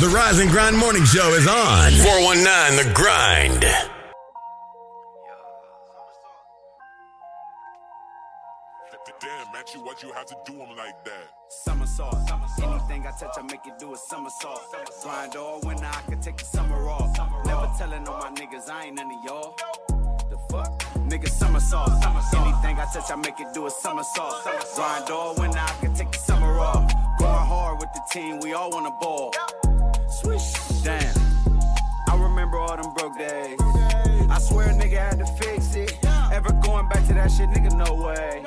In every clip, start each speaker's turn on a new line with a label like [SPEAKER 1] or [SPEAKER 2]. [SPEAKER 1] The Rise and Grind Morning Show is on. 419 The Grind.
[SPEAKER 2] Damn, Matthew, what you have to do him like that?
[SPEAKER 3] Somersault. Anything I touch, I make it do a somersault. Grind all winter, I can take the summer off. Never telling on my niggas, I ain't none of y'all. The fuck? Nigga, somersault. Anything I touch, I make it do a somersault. Grind all winter, I can take the summer off. Going hard with the team, we all want to ball. Swish. Damn. I remember all them broke days. I swear a nigga had to fix it. Ever going back to that shit, nigga, no way.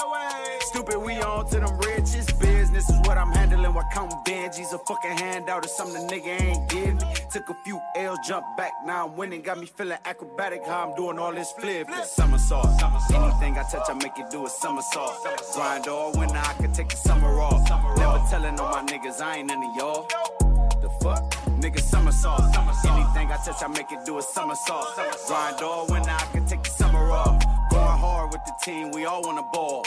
[SPEAKER 3] Stupid, we on to them richest business is what I'm handling. While counting Benji's a fucking handout or something the nigga ain't give me. Took a few L's, jumped back, now I'm winning. Got me feeling acrobatic, how I'm doing all this flip. Somersault. Anything I touch, I make it do a somersault. Grind all winter, I can take the summer off. Never telling on my niggas, I ain't none of y'all. The fuck? Nigga somersault. Anything I touch, I make it do a somersault. Grind all winter, I can take the summer off. Going hard with the team, we all wanna ball.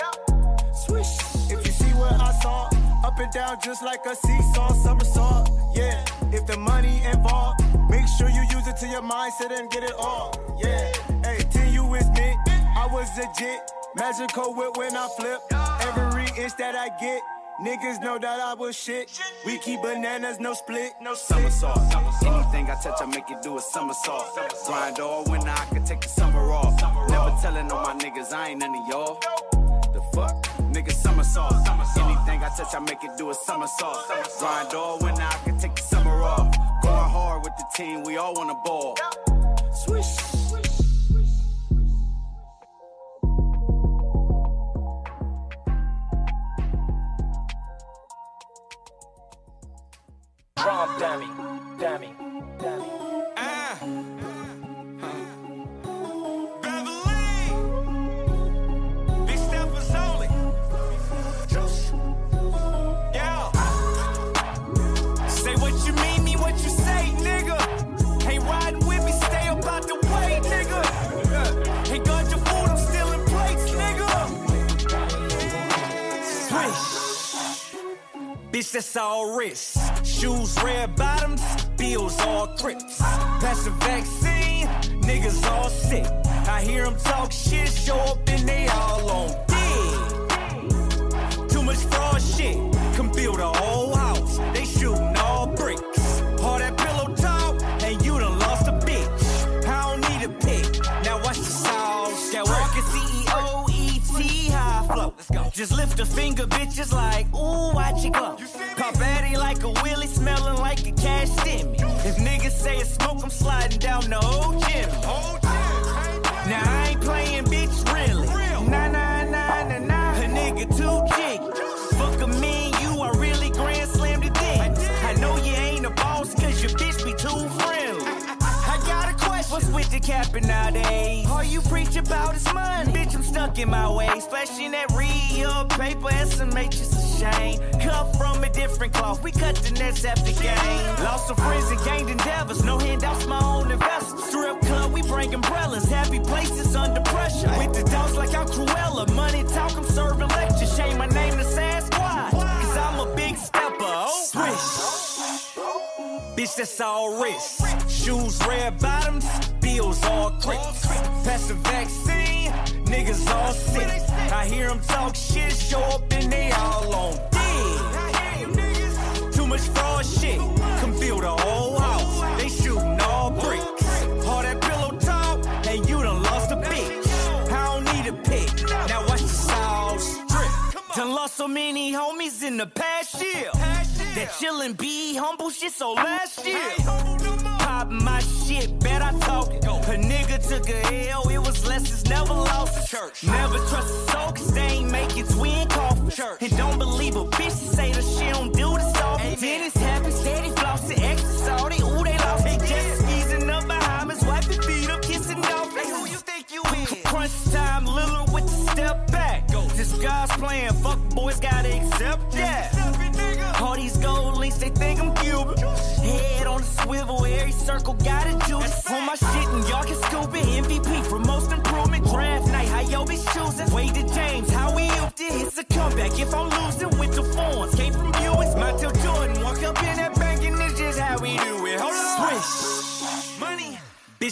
[SPEAKER 3] Swish.
[SPEAKER 4] If you see what I saw, up and down just like a seesaw, somersault. Yeah, if the money involved, make sure you use it to your mindset and get it all. Yeah, hey, ten you is me. I was legit, magical with when I flip. Every inch that I get. Niggas know that I was shit. We keep bananas, no split, no
[SPEAKER 3] somersault. Anything I touch, I make it do a somersault. Grind all winter, I can take the summer off. Never telling on my niggas, I ain't none of y'all. The fuck? Nigga somersault. Anything I touch, I make it do a somersault. Grind all winter, I can take the summer off. Going hard with the team, we all wanna ball. Swish.
[SPEAKER 5] Rom Dammy, Dammy, Dammy.
[SPEAKER 6] Big step was only. Yeah. Say what you mean, mean what you say, nigga. Ain't riding with me, stay up out the way, nigga. Uh, Ain't got your food, I'm still in plates, nigga. Swish. Bitch, that's all wrists. Shoes, red bottoms, bills, all crips. That's the vaccine, niggas all sick. I hear them talk shit, show up and they all on dick. Too much fraud shit, can build a whole house. They shooting all bricks. All that pillow talk, and you done lost a bitch. I don't need a pick, now watch the sauce. E That walking CEO, ET, high flow. Just lift a finger, bitches like, ooh, watch it glow. Call baddie like a wheelie, smelling like a cash stimmy. If niggas say it's smoke, I'm sliding down the old gym. Now I ain't playing, bitch, really. Nah, nah, nah, nah, nah. A nigga too jig. Fuck a mean you, I really grand slammed the dick. I know you ain't a boss, cause your bitch be too friendly. I got a question. What's with the capping nowadays? All you preach about is money. Bitch, I'm stuck in my way. Splashing that real paper, SMH is a shame. Cut from a different cloth. We cut the nets after game. Lost some friends and gained endeavors. No handouts, my own investment. Strip club, we bring umbrellas. Happy places under pressure. With the dogs like I'm Cruella. Money talk, I'm serving lectures. Shame my name to Sasquatch. Cause I'm a big stepper. Oh, swish. Bitch, that's all wrist. Shoes, red bottoms, bills, all crips. Pass the vaccine, niggas all sick. I hear them talk shit, show up and they all on dick. Too much fraud shit, can build a whole house. They shooting all bricks. All that pillow talk, and you done lost a bitch. I don't need a pick, now watch the sauce drip. Done lost so many homies in the past year. That chillin' be humble shit so last year. Pop my shit, bet I talk it. A nigga took a L, it was lessons never lost. Church. Never trust a soul, cause they ain't make it twin coffin. Church. And don't believe a bitch that say that she don't do the stuff. Dennis happy, steady flossing, exes all they, ooh, they lost. They just squeezing up behind us, wiping feet up, kissing off. Hey, who you think you is? Crunch time, Lillard with the step back. Go. This guy's playing, fuck boys gotta accept that. All these gold links, they think I'm Cuban. Head on a swivel, every circle got a juice. On my shit, and y'all can scoop it. MVP for most improvement. Draft night, how yo be choosing. Wade to James, how we upped it. It's a comeback if I'm losing with the forms. Came from Buicks, my till Jordan. Walk up in that bank, and it's just how we do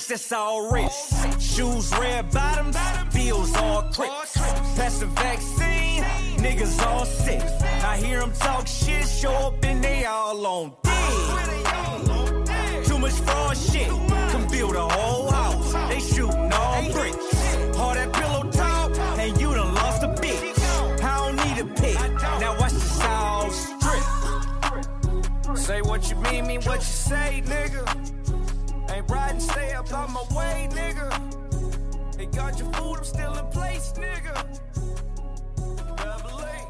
[SPEAKER 6] that's all risk. Shoes red bottoms, bills all crips. Pass the vaccine, niggas all sick. I hear them talk shit, show up and they all on dick. Too much fraud shit, can build a whole house. They shooting all bricks. All that pillow talk, and you done lost a bitch. I don't need a pick, now watch this all strip. Say what you mean, mean what you say, nigga. Ain't riding, stay up out my way, nigga. They got your food, I'm still in place, nigga. Double A.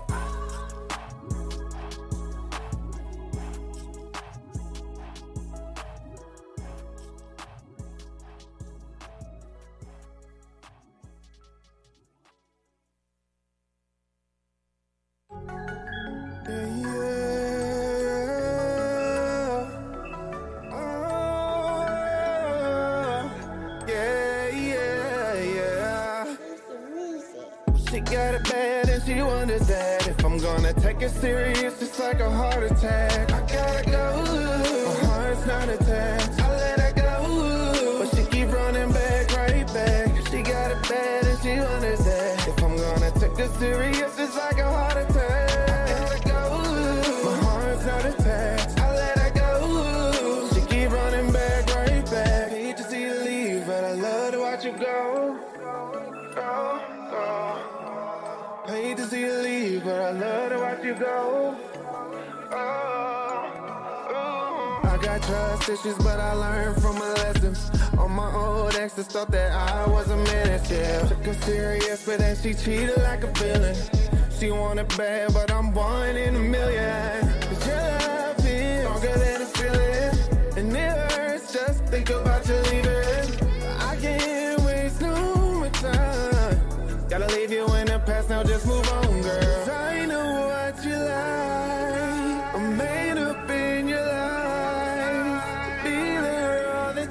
[SPEAKER 4] Yeah, yeah, yeah. She got it bad and she wonders that if I'm gonna take it serious, it's like a heart attack. I gotta go. My heart's not attached. I let her go. But she keep running back, right back. She got it bad and she wonders that if I'm gonna take it serious, it's like a heart attack. I gotta go. My heart's not attached. I let her go. She keep running back, right back. Hate to see you leave, but I love to watch you go. Go, go. Hate to see you leave, but I love to watch you go. Oh, I got trust issues, but I learned from my lessons. On my old exes thought that I was a menace, yeah. Took her serious, but then she cheated like a villain. She wanted bad, but I'm one in a million. Cause your love is stronger than a feeling. And it hurts, just think about you leaving. I can't waste no more time. Gotta leave you in the past, now just move on, girl. 'Cause I know what you like. I'm made up in your life. Be there all the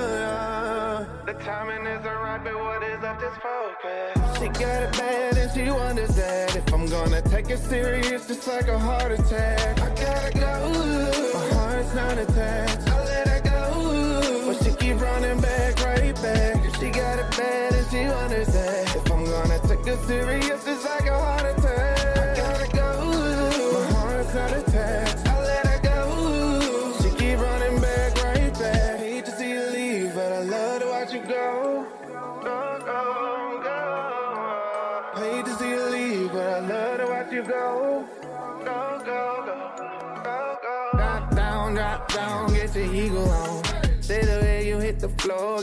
[SPEAKER 4] time. The timing isn't right, but what is up, just focus. She got it bad and she wonders that if I'm gonna take it serious, it's like a heart attack. I gotta go. My heart's not attached. I let her go. But she keep running back, right back. She got it bad and she wonders that if I'm gonna take it serious, it's like a heart attack. I gotta go. My heart's not attached. I let her go. She keep running back, right back. Hate to see you leave, but I love to watch you go. Go, go, go. Hate to see you leave, but I love to watch you go. Go, go, go. Go, go. Drop down, drop down, get your ego on. Say the way you hit the floor,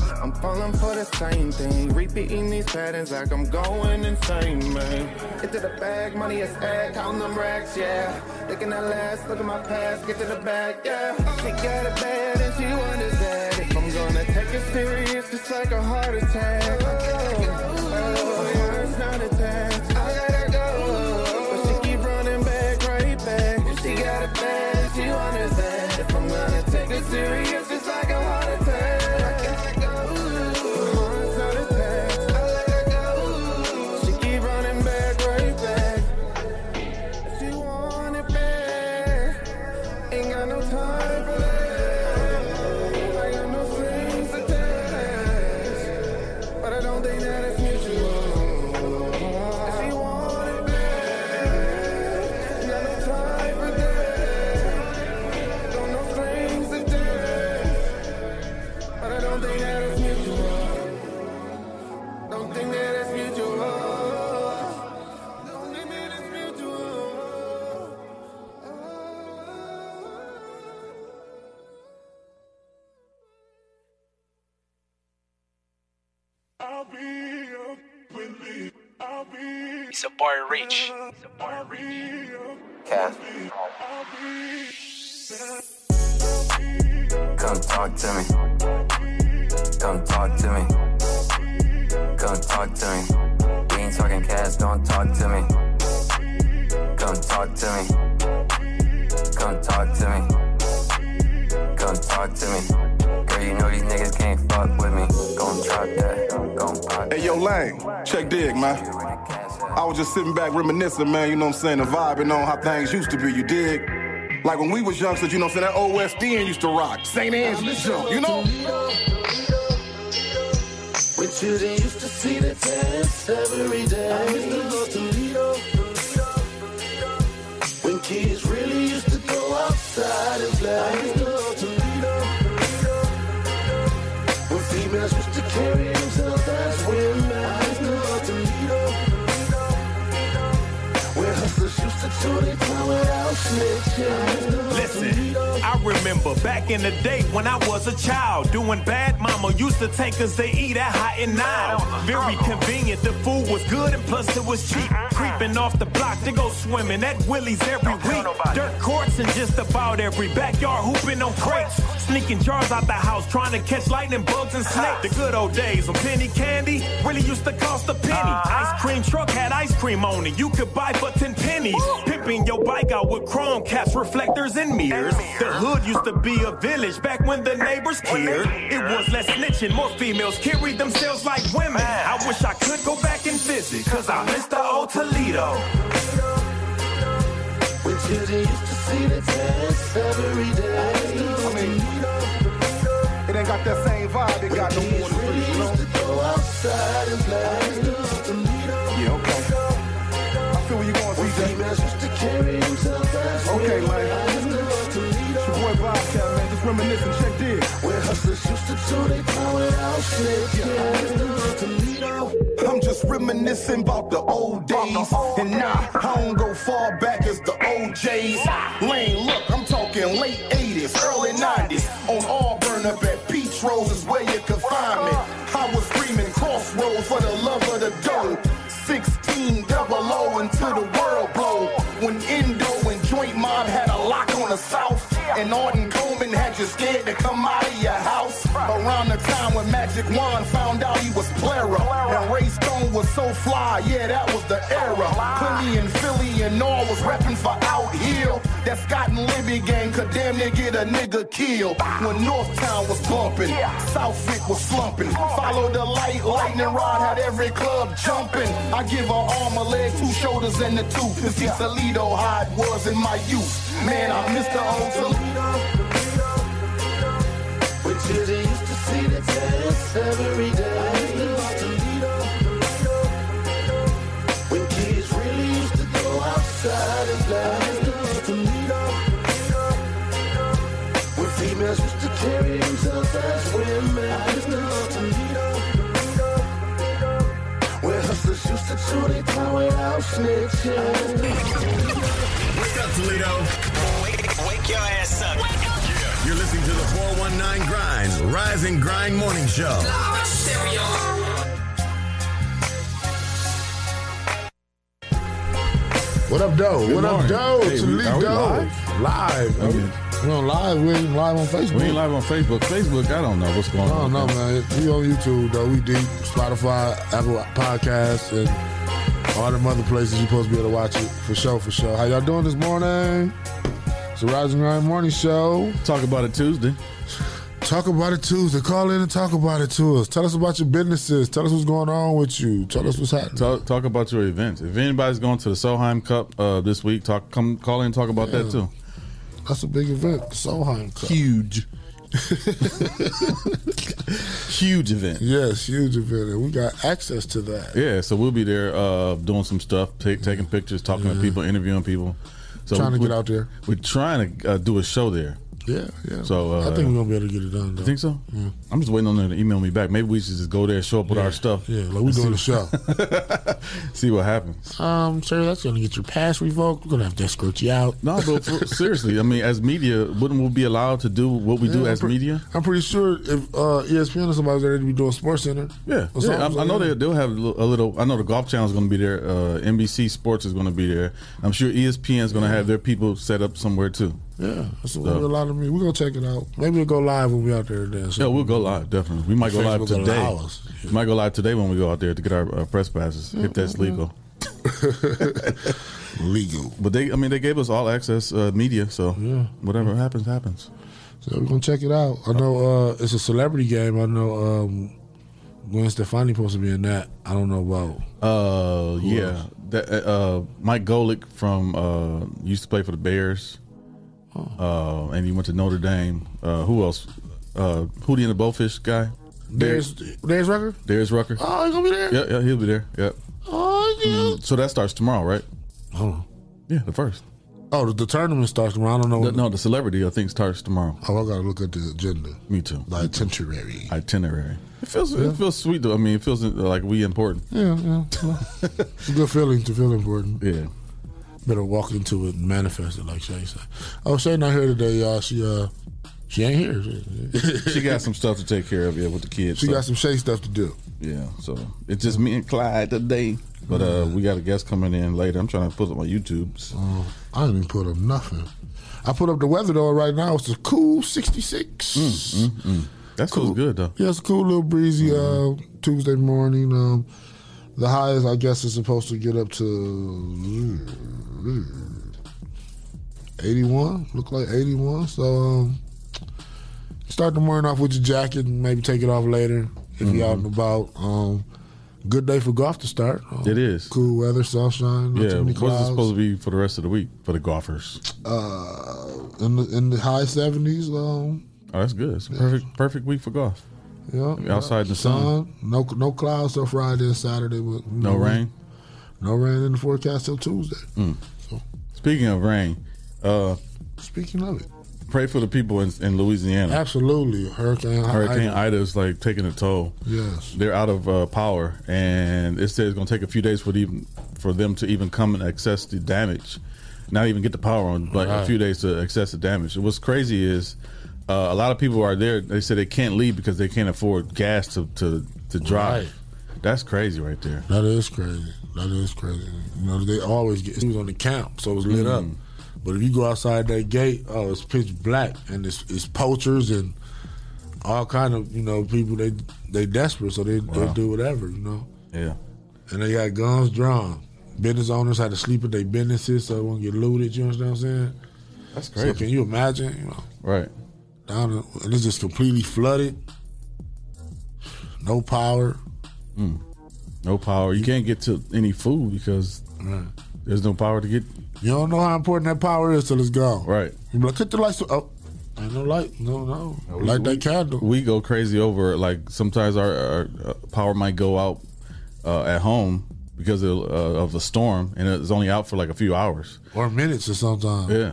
[SPEAKER 4] I'm falling for the same thing. Repeating these patterns like I'm going insane, man. Get to the bag, money is ad, count them racks, yeah. Thinking at last, look at my past, get to the bag, yeah. She got it bad and she wonders that if I'm gonna take it serious, it's like a heart attack. Oh, oh, my heart's not attached. I let her go, but she keep running back, right back. She got it bad and she wonders that if I'm gonna take it serious, it's like a heart attack. I gotta go. My heart's not attached. I let her go. She keep running back, right back. She want it back. Ain't got no time for that. I got no strings attached. But I don't think that it's mutual. She want it back. Ain't got no time for that. Don't no strings attached. But I don't think that it's mutual. Don't think that it's mutual. Don't think that it's mutual.
[SPEAKER 2] I'll be up when leave. I'll be
[SPEAKER 5] It's a boy rich. It's a boy rich.
[SPEAKER 7] Cass. Come talk to me. Come talk to me. Come talk to me. We ain't talking cash, don't talk to me. Come talk to me. Come talk to me. Come talk to me. Girl, you know these niggas can't fuck with me. Gon' drop that. Gon' pop.
[SPEAKER 8] Hey, yo, Lane, check dig, man. I was just sitting back reminiscing, man, you know what I'm saying, the vibe and on how things used to be, you dig? Like when we was youngsters, you know what I'm saying, that OSDN used to rock. St. Anne's, you know?
[SPEAKER 9] With you, they used to see the test every day. I used to go to Lido. When kids really used to go outside and play. I used to go to Lido. When females used to carry themselves as women. I used to go to Lido. When hustlers used to tune it down without snitching. I used to go to
[SPEAKER 10] Listen, I remember back in the day when I was a child doing bad. Mama used to take us to eat at Hot and Now. Very convenient, the food was good and plus it was cheap. Creeping off the block to go swimming at Willie's every week. Dirt courts and just about every backyard hooping on crates. Sneaking jars out the house trying to catch lightning bugs and snakes. The good old days when penny candy really used to cost a penny. Ice cream truck had ice cream on it. You could buy for 10 pennies. Pimping your bike out with chrome caps, reflectors, and mirrors. The hood used to be a village back when the neighbors cared. It was less snitching, more females carried themselves like women. I wish I could go back and visit, cause I miss the old Toledo.
[SPEAKER 9] When children used to see the test every day. I used to go to Lido.
[SPEAKER 8] It ain't got that same vibe, it got no more to
[SPEAKER 9] Really
[SPEAKER 8] it, you know?
[SPEAKER 9] used to go outside and play. I used to go to Lido.
[SPEAKER 8] Yeah, okay. I feel where you going, CJ.
[SPEAKER 9] Females used to carry themselves as
[SPEAKER 8] Okay,
[SPEAKER 9] women.
[SPEAKER 8] man.
[SPEAKER 9] I used to go to Lido.
[SPEAKER 8] It's your boy Bobcat, man, just reminiscing, check dig.
[SPEAKER 9] Where hustlers used to do they call it out shit. Yeah, I used to go to Lido.
[SPEAKER 8] I'm just reminiscing about the old days. And nah, I don't go far back as the OJs. Lane, look, I'm talking late 80s, early 90s. On Auburn up at Beach Rose is where you could find me. I was screaming crossroads for the love of the dough. 16 double O until the world blow. When Indo and Joint Mob had a lock on the South. And Arden Coleman had you scared to come out of your house. Around the time when Magic Wand found out he was plera. And Ray Stone was so fly, yeah, that was the era. Clinty and Philly and all was repping for Out Hill. That Scott and Libby gang could damn near get a nigga killed. When Northtown was bumping, Southwick was slumping. Follow the light, lightning rod had every club jumping. I give her arm, a leg, two shoulders, and a tooth. To see Toledo how it was in my youth. Man, I miss the old Toledo.
[SPEAKER 9] When children used to see the test every day. I used to go to Lido. When kids really used to go outside and play. I used to go to Lido. When females used to carry themselves as women. I used to go to Lido. Where hustlers used to do they power out snitching. I used to go to
[SPEAKER 1] Wake up, Toledo.
[SPEAKER 11] Wake, wake your ass up.
[SPEAKER 1] You're listening to the 419 Grind, Rise and Grind Morning Show.
[SPEAKER 12] What up, Doe? what
[SPEAKER 13] morning.
[SPEAKER 12] up, Doe?
[SPEAKER 13] Hey,
[SPEAKER 12] It's
[SPEAKER 13] we-
[SPEAKER 12] Elite
[SPEAKER 13] are we
[SPEAKER 12] Doe.
[SPEAKER 13] live?
[SPEAKER 12] Live.
[SPEAKER 13] Are we-
[SPEAKER 12] We're on live. We ain't live on Facebook.
[SPEAKER 13] We ain't live on Facebook. Facebook, I don't know what's going
[SPEAKER 12] I don't
[SPEAKER 13] on.
[SPEAKER 12] know, man. We on YouTube, though. We deep. Spotify, Apple Podcasts, and all them other places you're supposed to be able to watch it. For sure, for sure. How y'all doing this morning? It's the Rising Grind Morning Show.
[SPEAKER 13] Talk about it Tuesday.
[SPEAKER 12] Talk about it Tuesday. Call in and talk about it to us. Tell us about your businesses. Tell us what's going on with you. Tell us what's happening.
[SPEAKER 13] Talk, talk about your events. If anybody's going to the Solheim Cup uh, this week, talk come call in and talk about that too.
[SPEAKER 12] That's a big event. Solheim Cup.
[SPEAKER 13] Huge, huge event.
[SPEAKER 12] Yes, huge event. And we got access to that.
[SPEAKER 13] Yeah, so we'll be there uh, doing some stuff, take, taking pictures, talking to people, interviewing people. So
[SPEAKER 12] Trying to
[SPEAKER 13] we-
[SPEAKER 12] get out there.
[SPEAKER 13] We're trying to uh, do a show there.
[SPEAKER 12] Yeah, yeah.
[SPEAKER 13] So, uh,
[SPEAKER 12] I think we're gonna be able to get it done. Though.
[SPEAKER 13] Think so? I'm just waiting on them to email me back. Maybe we should just go there, show up with our stuff,
[SPEAKER 12] Yeah, like we're doing a show.
[SPEAKER 13] see what happens.
[SPEAKER 12] um, sir, that's gonna get your pass revoked. We're gonna have to escort you out.
[SPEAKER 13] No, but for, seriously, I mean, as media, wouldn't we be allowed to do what we do
[SPEAKER 12] Yeah, I'm
[SPEAKER 13] as
[SPEAKER 12] pre-
[SPEAKER 13] media?
[SPEAKER 12] I'm pretty sure if uh, ESPN or somebody's there to be doing Sports Center.
[SPEAKER 13] Yeah,
[SPEAKER 12] Or
[SPEAKER 13] yeah.
[SPEAKER 12] something,
[SPEAKER 13] I, I know
[SPEAKER 12] so,
[SPEAKER 13] they,
[SPEAKER 12] yeah.
[SPEAKER 13] they'll have a little, a little. I know the Golf Channel is going to be there. Uh, NBC Sports is going to be there. I'm sure E ESPN is going to have their people set up somewhere too.
[SPEAKER 12] Yeah, that's what we're allowed to be. We're gonna check it out. Maybe we'll go live when we out there. Then. So
[SPEAKER 13] Yeah, we'll go live definitely. We might go live
[SPEAKER 12] Facebook gonna
[SPEAKER 13] today.
[SPEAKER 12] allow us.
[SPEAKER 13] We might go live today when we go out there to get our uh, press passes if that's legal.
[SPEAKER 12] Mm-hmm. legal.
[SPEAKER 13] But they, I mean, they gave us all access uh, media, so whatever happens, happens.
[SPEAKER 12] So we're gonna check it out. I know uh, it's a celebrity game. I know um, Gwen Stefani supposed to be in that. I don't know about.
[SPEAKER 13] Uh,
[SPEAKER 12] Who
[SPEAKER 13] yeah,
[SPEAKER 12] else?
[SPEAKER 13] that, uh, Mike Golick from uh, used to play for the Bears,
[SPEAKER 12] Oh.
[SPEAKER 13] uh, and he went to Notre Dame. Uh, who else? Uh, Hootie and the Blowfish guy.
[SPEAKER 12] Darius- Darius Rucker.
[SPEAKER 13] Darius Rucker.
[SPEAKER 12] Oh, he's gonna be there?
[SPEAKER 13] Yeah, yeah, he'll be there. Yep.
[SPEAKER 12] Oh, yeah.
[SPEAKER 13] Mm, so that starts tomorrow, right?
[SPEAKER 12] Hold on.
[SPEAKER 13] Yeah, the first.
[SPEAKER 12] Oh, the, the tournament starts tomorrow. I don't know.
[SPEAKER 13] no, the celebrity I think starts tomorrow.
[SPEAKER 12] Oh, I gotta look at the agenda.
[SPEAKER 13] Me too.
[SPEAKER 12] The itinerary.
[SPEAKER 13] Itinerary. It feels
[SPEAKER 12] Yeah.
[SPEAKER 13] it feels sweet though. I mean, it feels like we important.
[SPEAKER 12] Yeah, yeah. well, it's a Mm-hmm. good feeling to feel important.
[SPEAKER 13] Yeah.
[SPEAKER 12] Better walk into it and manifest it, like Shay said. Oh, Shay not here today, y'all. She uh, she ain't here. She,
[SPEAKER 13] she got some stuff to take care of yeah with the kids.
[SPEAKER 12] She
[SPEAKER 13] so-
[SPEAKER 12] got some Shay stuff to do.
[SPEAKER 13] Yeah, so it's just me and Clyde today. But uh, we got a guest coming in later. I'm trying to put up my YouTube.
[SPEAKER 12] Um, I didn't even put up nothing. I put up the weather though. Right now it's a cool 66.
[SPEAKER 13] Mm-hmm. That feels good though.
[SPEAKER 12] Yeah, it's a cool little breezy uh, Tuesday morning. Um, the highest I guess is supposed to get up to 81. Look like 81. So um, start the morning off with your jacket and maybe take it off later if you're out and about. Um, good day for golf to start. Um,
[SPEAKER 13] Mm-hmm. It is.
[SPEAKER 12] cool weather, sunshine. Not
[SPEAKER 13] Yeah,
[SPEAKER 12] too many
[SPEAKER 13] what is it
[SPEAKER 12] clouds.
[SPEAKER 13] supposed to be for the rest of the week for the golfers?
[SPEAKER 12] uh, in the in the high seventies. Um,
[SPEAKER 13] Oh, that's good. It's a perfect perfect week for golf.
[SPEAKER 12] yeah,
[SPEAKER 13] Outside in the sun.
[SPEAKER 12] No no clouds till Friday and Saturday. But, you
[SPEAKER 13] No
[SPEAKER 12] know,
[SPEAKER 13] rain?
[SPEAKER 12] No rain in the forecast till Tuesday.
[SPEAKER 13] Mm. Speaking of rain, uh,
[SPEAKER 12] Speaking of it,
[SPEAKER 13] pray for the people in, in Louisiana.
[SPEAKER 12] absolutely hurricane. Ida.
[SPEAKER 13] Hurricane Ida is like taking a toll.
[SPEAKER 12] Yes.
[SPEAKER 13] they're out of uh, power, and it says it's going to take a few days for the even for them to even come and access the damage. Not even get the power on, but a
[SPEAKER 12] Right.
[SPEAKER 13] few days to access the damage. What's crazy is uh, a lot of people are there. They say they can't leave because they can't afford gas to to, to drive. That's crazy right there.
[SPEAKER 12] That is crazy. That is crazy. You know they always get. He was on the camp, so it was lit
[SPEAKER 13] Mm.
[SPEAKER 12] up. But if you go outside that gate, oh, it's pitch black, and it's, it's poachers and all kind of you know people. They they desperate, so they
[SPEAKER 13] Wow.
[SPEAKER 12] they do whatever you know.
[SPEAKER 13] Yeah.
[SPEAKER 12] and they got guns drawn. Business owners had to sleep at their businesses so it won't get looted. You understand what I'm saying?
[SPEAKER 13] That's
[SPEAKER 12] So can you imagine? You know,
[SPEAKER 13] Right.
[SPEAKER 12] down in- and it's just completely flooded. No power.
[SPEAKER 13] Mm. No power. You can't get to any food because there's no power to get.
[SPEAKER 12] You don't know how important that power is till it's gone.
[SPEAKER 13] Right.
[SPEAKER 12] You be like, cut the lights. Oh, ain't no light. No, no. Light that candle.
[SPEAKER 13] We go crazy over it. like sometimes our, our uh, power might go out uh, at home because of, uh, of the storm, and it's only out for like a few hours.
[SPEAKER 12] Or minutes or sometimes.
[SPEAKER 13] Yeah,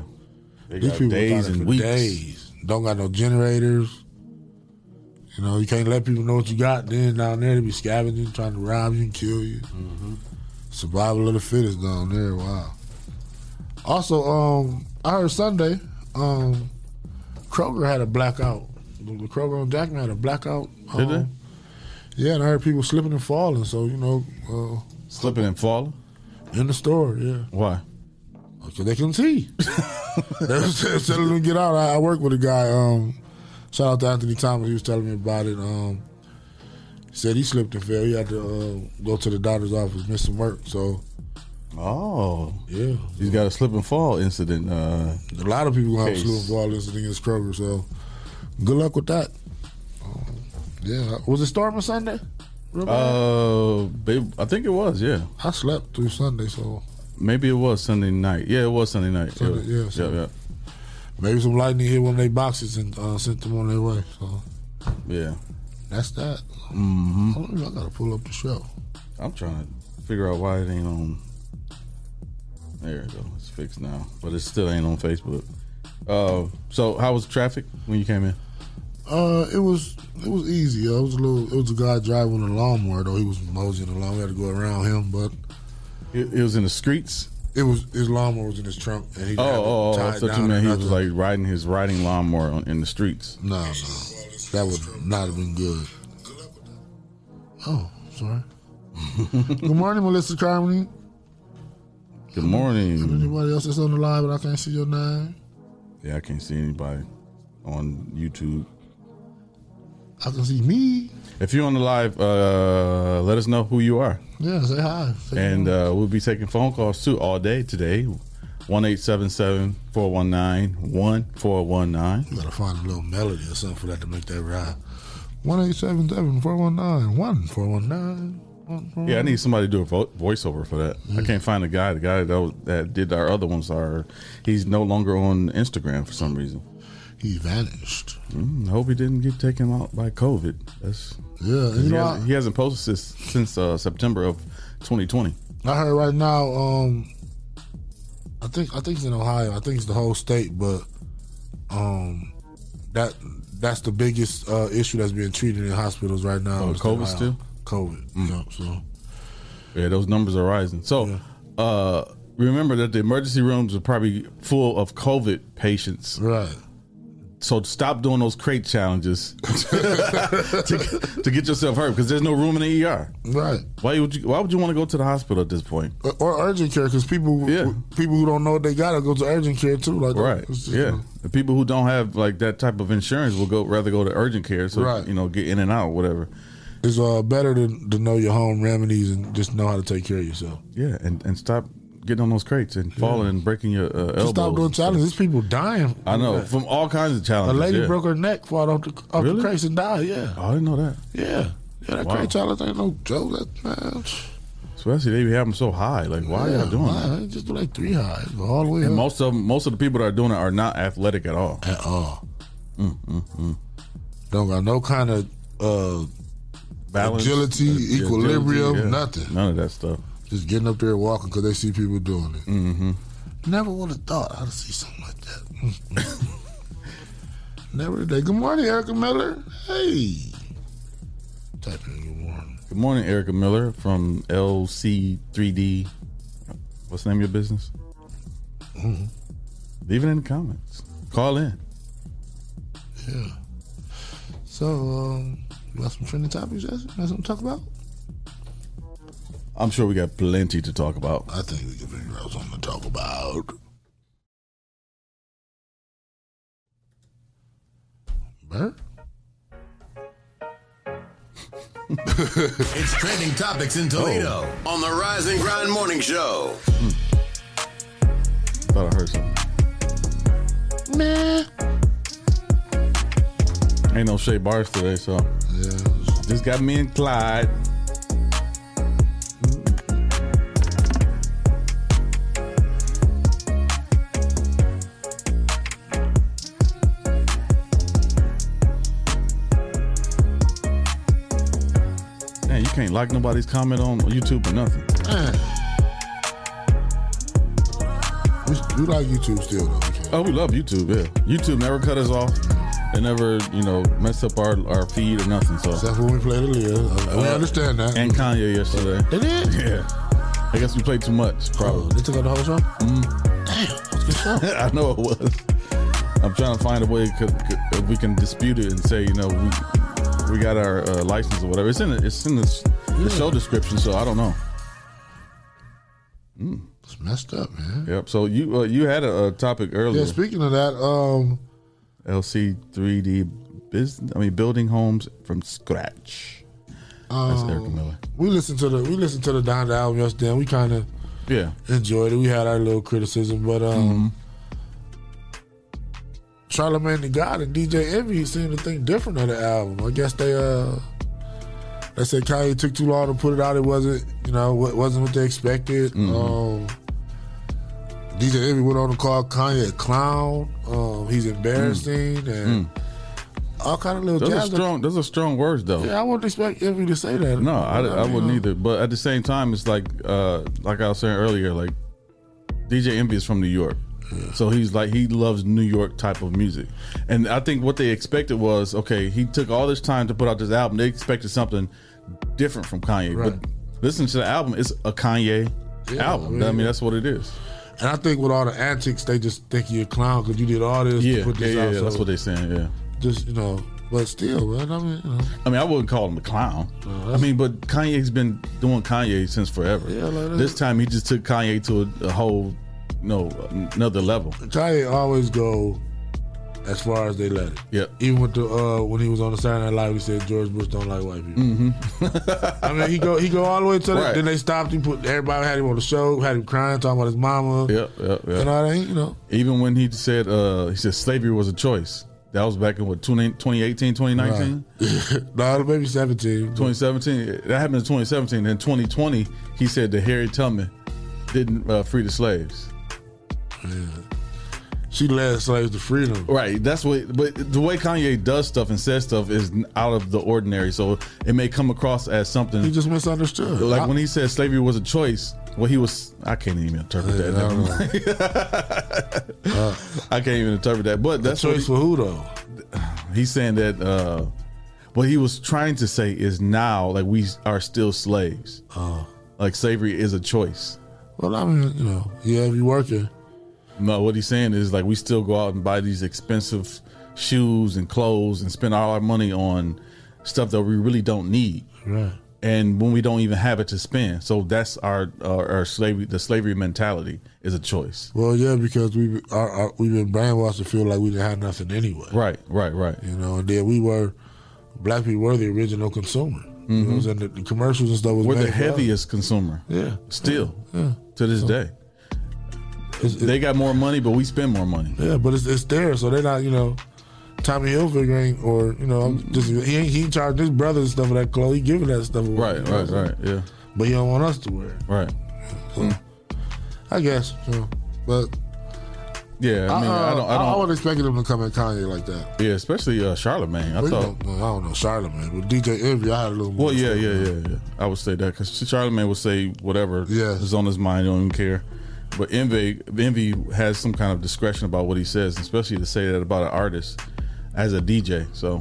[SPEAKER 13] They got days
[SPEAKER 12] got it
[SPEAKER 13] and
[SPEAKER 12] for
[SPEAKER 13] weeks.
[SPEAKER 12] Days. Don't got no generators. You know, you can't let people know what you got. Then down there, they be scavenging, trying to rob you and kill you.
[SPEAKER 13] Mm-hmm.
[SPEAKER 12] Survival of the fittest down there. Wow. Also, um, I heard Sunday, um, Kroger had a blackout. The the Kroger on Jackman had a blackout. Um,
[SPEAKER 13] Did they?
[SPEAKER 12] Yeah, and I heard people slipping and falling. So you know, uh,
[SPEAKER 13] slipping and falling
[SPEAKER 12] in the store. Yeah.
[SPEAKER 13] Why?
[SPEAKER 12] Because Oh, they couldn't see. they was they was telling them to get out. I, I work with a guy. Um, shout out to Anthony Thomas. He was telling me about it. Um, he said he slipped and fell. He had to uh, go to the doctor's office, miss some work. So
[SPEAKER 13] Oh,
[SPEAKER 12] yeah,
[SPEAKER 13] he's got a slip and fall incident. Uh,
[SPEAKER 12] a lot of people gonna have
[SPEAKER 13] Case.
[SPEAKER 12] slew and fall incident against Kroger. So good luck with that. Um, yeah, was it storming Sunday? Real bad?
[SPEAKER 13] uh, they, I think it was. Yeah,
[SPEAKER 12] I slept through Sunday, so
[SPEAKER 13] maybe it was Sunday night. Yeah, it was Sunday night.
[SPEAKER 12] Sunday, yeah,
[SPEAKER 13] yeah,
[SPEAKER 12] Sunday.
[SPEAKER 13] yeah,
[SPEAKER 12] maybe some lightning hit one of their boxes and uh, sent them on their way. So
[SPEAKER 13] yeah.
[SPEAKER 12] that's that.
[SPEAKER 13] hmm
[SPEAKER 12] I don't know, I gotta pull up the show.
[SPEAKER 13] I'm trying to figure out why it ain't on. There it go. It's fixed now, but it still ain't on Facebook. Uh, so how was traffic when you came in?
[SPEAKER 12] Uh, it was it was easy. Uh, It was a little. It was a guy driving a lawnmower though. He was moseying along. We had to go around him, but
[SPEAKER 13] It, it was in the streets.
[SPEAKER 12] it was his lawnmower was in his trunk, and he
[SPEAKER 13] Oh,
[SPEAKER 12] had it
[SPEAKER 13] oh, oh!
[SPEAKER 12] tied
[SPEAKER 13] I thought
[SPEAKER 12] down
[SPEAKER 13] you meant
[SPEAKER 12] and
[SPEAKER 13] he was
[SPEAKER 12] nothing.
[SPEAKER 13] like riding his riding lawnmower on, in the streets.
[SPEAKER 12] no, no, that would not have been good. Oh, sorry. Good morning, Melissa Carmody.
[SPEAKER 13] Good morning.
[SPEAKER 12] Anybody else that's on the line, but I can't see your name.
[SPEAKER 13] Yeah, I can't see anybody on YouTube.
[SPEAKER 12] I can see me.
[SPEAKER 13] If you're on the live, uh, let us know who you are.
[SPEAKER 12] Yeah, say hi.
[SPEAKER 13] And uh, we'll be taking phone calls too all day today. 1 877 419 1419.
[SPEAKER 12] Gotta find a little melody or something for that to make that rhyme. 1877 419 1419.
[SPEAKER 13] Yeah, I need somebody to do a vo- voiceover for that.
[SPEAKER 12] Mm-hmm.
[SPEAKER 13] I can't find a guy. The guy that, was, that did our other ones are he's no longer on Instagram for some reason.
[SPEAKER 12] He vanished.
[SPEAKER 13] Mm, I hope he didn't get taken out by COVID. That's
[SPEAKER 12] yeah.
[SPEAKER 13] he,
[SPEAKER 12] you know,
[SPEAKER 13] hasn't, he hasn't posted since, since uh, September of 2020.
[SPEAKER 12] I heard right now. Um, I think I think it's in Ohio. I think it's the whole state, but um, that that's the biggest uh, issue that's being treated in hospitals right now.
[SPEAKER 13] Oh,
[SPEAKER 12] is
[SPEAKER 13] COVID
[SPEAKER 12] Ohio.
[SPEAKER 13] still?
[SPEAKER 12] COVID. Yep, so
[SPEAKER 13] Mm. Yeah, those numbers are rising. So uh, remember that the emergency rooms are probably full of COVID patients.
[SPEAKER 12] Right.
[SPEAKER 13] So stop doing those crate challenges to, to get yourself hurt because there's no room in the ER.
[SPEAKER 12] Right.
[SPEAKER 13] Why would you? Why would you want to go to the hospital at this point?
[SPEAKER 12] Or- or urgent care because people people who don't know what they gotta go to urgent care too. Like
[SPEAKER 13] Right.
[SPEAKER 12] it's just-
[SPEAKER 13] Yeah. The people who don't have like that type of insurance will go rather go to urgent care. So
[SPEAKER 12] Right.
[SPEAKER 13] you know, get in and out, whatever.
[SPEAKER 12] It's uh, better to, to know your home remedies and just know how to take care of yourself.
[SPEAKER 13] Yeah, and and stop getting on those crates and falling and breaking your uh, elbows.
[SPEAKER 12] Just stop doing challenges. There's people dying.
[SPEAKER 13] I know from all kinds of
[SPEAKER 12] A
[SPEAKER 13] challenges.
[SPEAKER 12] lady
[SPEAKER 13] yeah.
[SPEAKER 12] broke her neck, fought off the, off
[SPEAKER 13] Really?
[SPEAKER 12] the crates and died. Yeah.
[SPEAKER 13] Oh, I didn't know that.
[SPEAKER 12] Yeah. Yeah, that
[SPEAKER 13] Wow.
[SPEAKER 12] crate challenge ain't no joke. That, man,
[SPEAKER 13] Especially they be having them so high. Like, why
[SPEAKER 12] yeah,
[SPEAKER 13] y'all doing
[SPEAKER 12] why?
[SPEAKER 13] that?
[SPEAKER 12] Just like three high, go all the way
[SPEAKER 13] And
[SPEAKER 12] up.
[SPEAKER 13] most of 'em- most of the people that are doing it are not athletic at all. Mm,
[SPEAKER 12] At all. Don't got no kind of uh,
[SPEAKER 13] Balance,
[SPEAKER 12] agility,
[SPEAKER 13] uh, yeah,
[SPEAKER 12] equilibrium,
[SPEAKER 13] agility, yeah.
[SPEAKER 12] nothing.
[SPEAKER 13] None of that stuff.
[SPEAKER 12] Just getting up there and walking because they see people doing it. Mm-hmm. Never would have thought I'd see something like that. Never a day. Good morning, Erica Miller. Hey. Type in good morning.
[SPEAKER 13] Good morning, Erica Miller from LC3D. What's the name of your business?
[SPEAKER 12] Mm-hmm.
[SPEAKER 13] Leave it in the comments. Call in.
[SPEAKER 12] Yeah. So, um, you got some trending topics, Justin? Got something to talk about?
[SPEAKER 13] I'm sure we got plenty to talk about.
[SPEAKER 12] I think we can figure out something to talk about. Bert?
[SPEAKER 1] It's trending topics in Toledo Oh. on the Rise and Grind Morning Show.
[SPEAKER 13] Thought I heard something.
[SPEAKER 12] Meh.
[SPEAKER 13] Ain't no Shea Bars today, so just got me and Clyde. Man, you can't like nobody's comment on YouTube or nothing.
[SPEAKER 12] Man. We, we like YouTube still, though.
[SPEAKER 13] Oh, we love YouTube. Yeah, YouTube never cut us off. They never, you know, mess up our, our feed or nothing. So
[SPEAKER 12] Except when we played Aaliyah. We
[SPEAKER 13] Uh,
[SPEAKER 12] understand that.
[SPEAKER 13] And Kanye yesterday.
[SPEAKER 12] They did? Oh,
[SPEAKER 13] Yeah. I guess we played too much. Probably. Mm-hmm.
[SPEAKER 12] they took out the whole show.
[SPEAKER 13] I know it was. I'm trying to find a way c- c- if we can dispute it and say, you know, we we got our uh, license or whatever. It's in the, it's in the, s- the show description, so I don't know. Mm.
[SPEAKER 12] It's messed up, man.
[SPEAKER 13] Yep. So you uh, you had a, a topic earlier.
[SPEAKER 12] Oh, Yeah, speaking of that, um,
[SPEAKER 13] LC 3D business. I mean, building homes from scratch. That's
[SPEAKER 12] um,
[SPEAKER 13] Erica Miller.
[SPEAKER 12] we listened to the we listened to the Donda album yesterday. And we kind of
[SPEAKER 13] Yeah. Mm-hmm.
[SPEAKER 12] enjoyed it. We had our little criticism, but um, Charlamagne the God and DJ Envy seemed to think different of the album. I guess they uh, they said Kanye took too long to put it out. It wasn't you know what wasn't what they expected.
[SPEAKER 13] Mm-hmm.
[SPEAKER 12] Um, DJ Envy went on to call Kanye a clown. Um, he's embarrassing and all kind of little
[SPEAKER 13] Mm. Those are
[SPEAKER 12] jabs.
[SPEAKER 13] strong. Those are strong words, though.
[SPEAKER 12] Yeah, I wouldn't expect Envy to say that.
[SPEAKER 13] No, I, I
[SPEAKER 12] mean,
[SPEAKER 13] wouldn't
[SPEAKER 12] uh,
[SPEAKER 13] either. But at the same time, it's like uh, like I was saying earlier, like DJ Envy is from New York, so he's like he loves New York type of music, and I think what they expected was okay. He took all this time to put out this album. They expected something different from Kanye,
[SPEAKER 12] Right.
[SPEAKER 13] but listen to the album. It's a Kanye
[SPEAKER 12] Yeah,
[SPEAKER 13] album.
[SPEAKER 12] I
[SPEAKER 13] I
[SPEAKER 12] mean-
[SPEAKER 13] mean, that's what it is.
[SPEAKER 12] And I think with all the antics, they just think you're a clown because you did all this
[SPEAKER 13] Yeah,
[SPEAKER 12] to put
[SPEAKER 13] yeah,
[SPEAKER 12] this
[SPEAKER 13] yeah,
[SPEAKER 12] out.
[SPEAKER 13] yeah, That's what they're saying. Yeah.
[SPEAKER 12] Just you know, but still, man. I mean, you know,
[SPEAKER 13] I mean, I wouldn't call him a clown. I mean, but Kanye's been doing Kanye since forever.
[SPEAKER 12] Yeah, like that.
[SPEAKER 13] this time he just took Kanye to a, a whole, no, another level.
[SPEAKER 12] Kanye always go as far as they let it.
[SPEAKER 13] Yeah.
[SPEAKER 12] Even with the uh, when he was on the Saturday Night Live, he said George Bush don't like white people. I mean, he go he go all the way to that.
[SPEAKER 13] Right.
[SPEAKER 12] Then they stopped him. Put everybody had him on the show, had him crying, talking about his mama.
[SPEAKER 13] Yep, yep, yep.
[SPEAKER 12] And all that, you know.
[SPEAKER 13] Even when he said, uh, he said slavery was a choice. That was back in what, 20, 2018, 2019?
[SPEAKER 12] no, maybe 17.
[SPEAKER 13] 2017. That happened in 2017. In 2020, he said that Harry Tubman didn't uh, free the slaves.
[SPEAKER 12] She led slaves to freedom.
[SPEAKER 13] Right. That's what, but the way Kanye does stuff and says stuff is n- out of the ordinary. So it may come across as something.
[SPEAKER 12] He just misunderstood.
[SPEAKER 13] like
[SPEAKER 12] I-
[SPEAKER 13] when he said slavery was a choice, well, he was. I can't even interpret that.
[SPEAKER 12] I don't
[SPEAKER 13] I can't even interpret that. But that's
[SPEAKER 12] choice for who though?
[SPEAKER 13] He's saying that uh, what he was trying to say is now, like we are still slaves. Like slavery is a choice.
[SPEAKER 12] Uh. Well, I mean, you know, yeah, if you working.
[SPEAKER 13] No, what he's saying is like we still go out and buy these expensive shoes and clothes and spend all our money on stuff that we really don't need.
[SPEAKER 12] Right.
[SPEAKER 13] And when we don't even have it to spend, so that's our our, our slavery. The slavery mentality is a choice.
[SPEAKER 12] Well, yeah, because we our, our, we've been brainwashed to feel like we didn't have nothing anyway.
[SPEAKER 13] Right, right, right.
[SPEAKER 12] You know, and then we were black people were the original consumer. You know what I'm saying? The, the commercials and stuff was
[SPEAKER 13] Mm-hmm. We're the
[SPEAKER 12] made for us.
[SPEAKER 13] heaviest consumer.
[SPEAKER 12] Yeah.
[SPEAKER 13] Still.
[SPEAKER 12] Yeah.
[SPEAKER 13] To this day. they got more money, but we spend more money.
[SPEAKER 12] Yeah, but it's it's there, so they're not you know. Tommy Hilfiger ain't, or you know, I'm just he ain't he ain't charging his brother and stuff of that clothes. He giving that stuff away.
[SPEAKER 13] Right,
[SPEAKER 12] you know what I'm
[SPEAKER 13] right,
[SPEAKER 12] saying?
[SPEAKER 13] right. Yeah.
[SPEAKER 12] But he don't want us to wear. it.
[SPEAKER 13] Right.
[SPEAKER 12] I guess, you know, but
[SPEAKER 13] Yeah. I mean, I,
[SPEAKER 12] uh,
[SPEAKER 13] don't. I don't.
[SPEAKER 12] wasn't expecting him to come at Kanye like that.
[SPEAKER 13] yeah, especially uh, Charlemagne. I
[SPEAKER 12] Well, you
[SPEAKER 13] thought.
[SPEAKER 12] know, I don't know Charlemagne, but DJ Envy, I had a little. more
[SPEAKER 13] Well, yeah,
[SPEAKER 12] respect
[SPEAKER 13] yeah,
[SPEAKER 12] for him.
[SPEAKER 13] yeah, yeah. I would say that because Charlemagne would say whatever
[SPEAKER 12] Yeah.
[SPEAKER 13] is on his mind. He don't even care. But envy, envy has some kind of discretion about what he says, especially to say that about an artist as a DJ. So,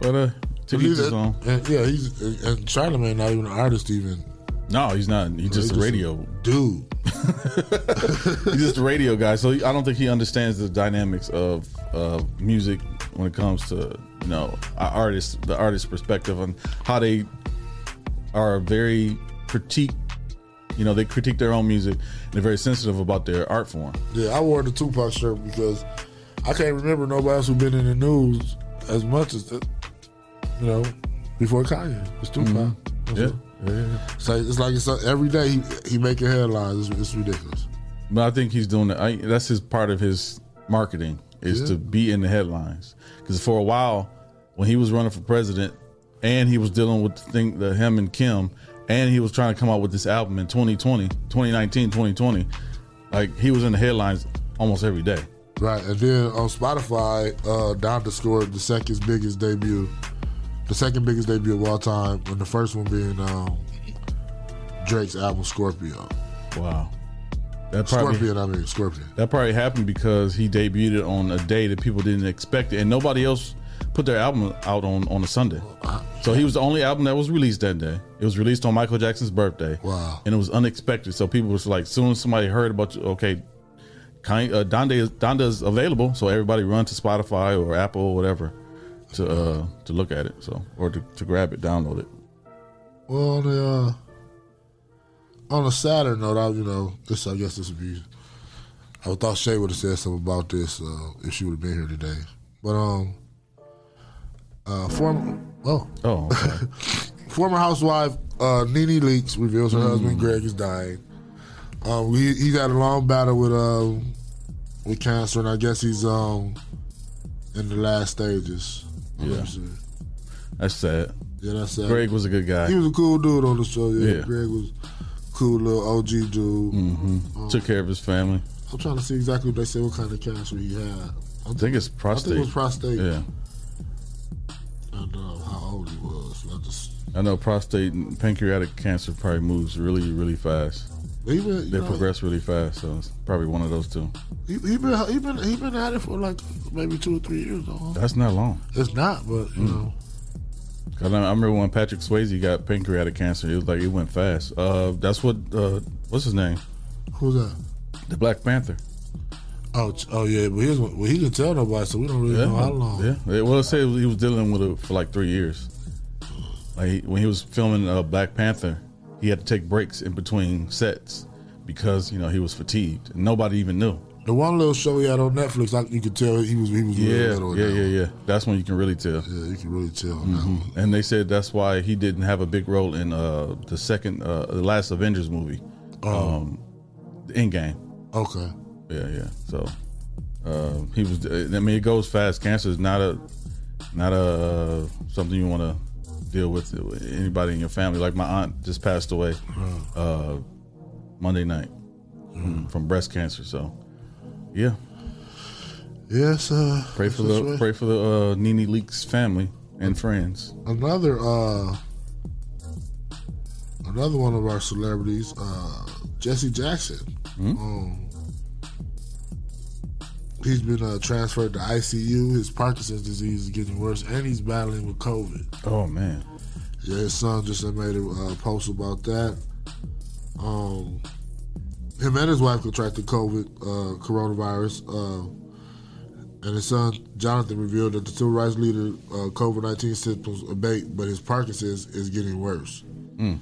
[SPEAKER 13] but uh, to
[SPEAKER 12] But
[SPEAKER 13] each
[SPEAKER 12] he's
[SPEAKER 13] his
[SPEAKER 12] a-
[SPEAKER 13] own.
[SPEAKER 12] and, yeah, he's and- and Charlemagne not even an artist even.
[SPEAKER 13] No, he's not. He's just a
[SPEAKER 12] just a
[SPEAKER 13] radio
[SPEAKER 12] dude.
[SPEAKER 13] he's just a radio guy, so he- I don't think he understands the dynamics of of music when it comes to you know our artists, the artist perspective on how they are very critique. You know, they critique their own music. And they're very sensitive about their art form.
[SPEAKER 12] Yeah, I wore the Tupac shirt because I can't remember nobody else who been in the news as much as the, you know before Kanye. It's Tupac. That's
[SPEAKER 13] Yeah.
[SPEAKER 12] it. It's like it's like it's like every day he he making headlines. It's, it's ridiculous.
[SPEAKER 13] But I think he's doing that. I, that's his part of his marketing is
[SPEAKER 12] Yeah.
[SPEAKER 13] to be in the headlines. Because for a while, when he was running for president, and he was dealing with the thing, the him and Kim, and he was trying to come out with this album in 2020, 2019, 2020, like he was in the headlines almost every day.
[SPEAKER 12] Right, and then on Spotify, uh, Donda scored the second biggest debut, the second biggest debut of all time, and the first one being um, Drake's album Scorpio.
[SPEAKER 13] Wow, that probably
[SPEAKER 12] Scorpion, I mean Scorpion.
[SPEAKER 13] that probably happened because he debuted on a day that people didn't expect it, and nobody else put their album out on on a Sunday. So he was the only album that was released that day. It was released on Michael Jackson's birthday.
[SPEAKER 12] Wow.
[SPEAKER 13] And it was unexpected. So people was like, soon as somebody heard about you, okay, kind, uh, Donda is, Donda is available. So everybody run to Spotify or Apple or whatever to uh, to look at it. So or to, to grab it, download it.
[SPEAKER 12] Well, on the uh, on a sadder note, I you know this I guess this would be. I would thought Shay would have said something about this uh, if she would have been here today, but um, uh, former oh
[SPEAKER 13] Oh, okay. Mm.
[SPEAKER 12] former housewife uh, Nene Leaks reveals her husband Greg is dying. Um, he, he's had a long battle with um, with cancer, and I guess he's um in the last stages.
[SPEAKER 13] Yeah. that's sad.
[SPEAKER 12] Oh, yeah, that's sad.
[SPEAKER 13] Greg was a good guy.
[SPEAKER 12] He was a cool dude on the show. uh, Yeah,
[SPEAKER 13] Yeah.
[SPEAKER 12] Greg was cool little OG dude.
[SPEAKER 2] Mm-hmm.
[SPEAKER 12] Um,
[SPEAKER 13] Took care of his family.
[SPEAKER 12] I'm trying to see exactly what they said. What kind of cancer he had?
[SPEAKER 13] I think it's
[SPEAKER 12] I
[SPEAKER 13] prostate.
[SPEAKER 12] think it was prostate.
[SPEAKER 13] Yeah.
[SPEAKER 12] I don't know how old he was. I just
[SPEAKER 13] I know prostate and pancreatic cancer probably moves really, really fast.
[SPEAKER 12] he been you
[SPEAKER 13] They
[SPEAKER 12] know,
[SPEAKER 13] progress really fast, so it's probably one of those two.
[SPEAKER 12] He, he been he been he been at it for like maybe two or three years. Though. huh?
[SPEAKER 13] That's not long. Mm.
[SPEAKER 12] It's not, but you know,
[SPEAKER 13] 'Cause I, I remember when Patrick Swayze got pancreatic cancer, it was like it went fast. Uh, that's what uh, what's his name?
[SPEAKER 12] who's that?
[SPEAKER 13] The Black Panther.
[SPEAKER 12] Oh, ch- oh yeah, but here's what well, he didn't tell nobody, so we don't really know how long.
[SPEAKER 13] yeah. It- Well, it said he was dealing with it for like three years. Like he, when he was filming uh, Black Panther, he had to take breaks in between sets because you know he was fatigued. Nobody even knew.
[SPEAKER 12] The one little show he had on Netflix, like you could tell he was he was
[SPEAKER 13] Yeah,
[SPEAKER 12] real little. in
[SPEAKER 13] yeah,
[SPEAKER 12] that
[SPEAKER 13] yeah, yeah. That's when you can really tell. Mm-hmm.
[SPEAKER 12] Yeah, you can really tell.
[SPEAKER 13] And they said that's why he didn't have a big role in uh, the second, uh, the last Avengers movie,
[SPEAKER 12] Oh.
[SPEAKER 13] um, the Endgame.
[SPEAKER 12] Okay.
[SPEAKER 13] Yeah, yeah. So uh, he was. I mean, it goes fast. Cancer is not a, not a uh, something you want to deal with. Anybody in your family, like my aunt, just passed away uh, Monday night
[SPEAKER 12] Mm.
[SPEAKER 13] from, from breast cancer. So, yeah.
[SPEAKER 12] Yes. Uh,
[SPEAKER 13] Pray for
[SPEAKER 12] that's
[SPEAKER 13] the
[SPEAKER 12] right.
[SPEAKER 13] pray for the uh, Nene Leaks family and friends.
[SPEAKER 12] Another uh another one of our celebrities, uh Jesse Jackson.
[SPEAKER 13] Hmm?
[SPEAKER 12] Um, he's been uh, transferred to ICU. His Parkinson's disease is getting worse, and he's battling with COVID.
[SPEAKER 13] Oh man.
[SPEAKER 12] Yeah, his son just done made a uh, post about that. Um, him and his wife contracted COVID, uh, coronavirus. Uh, and his son Jonathan revealed that the civil rights leader uh, COVID nineteen symptoms abate, but his Parkinson's is getting worse.
[SPEAKER 13] Mm.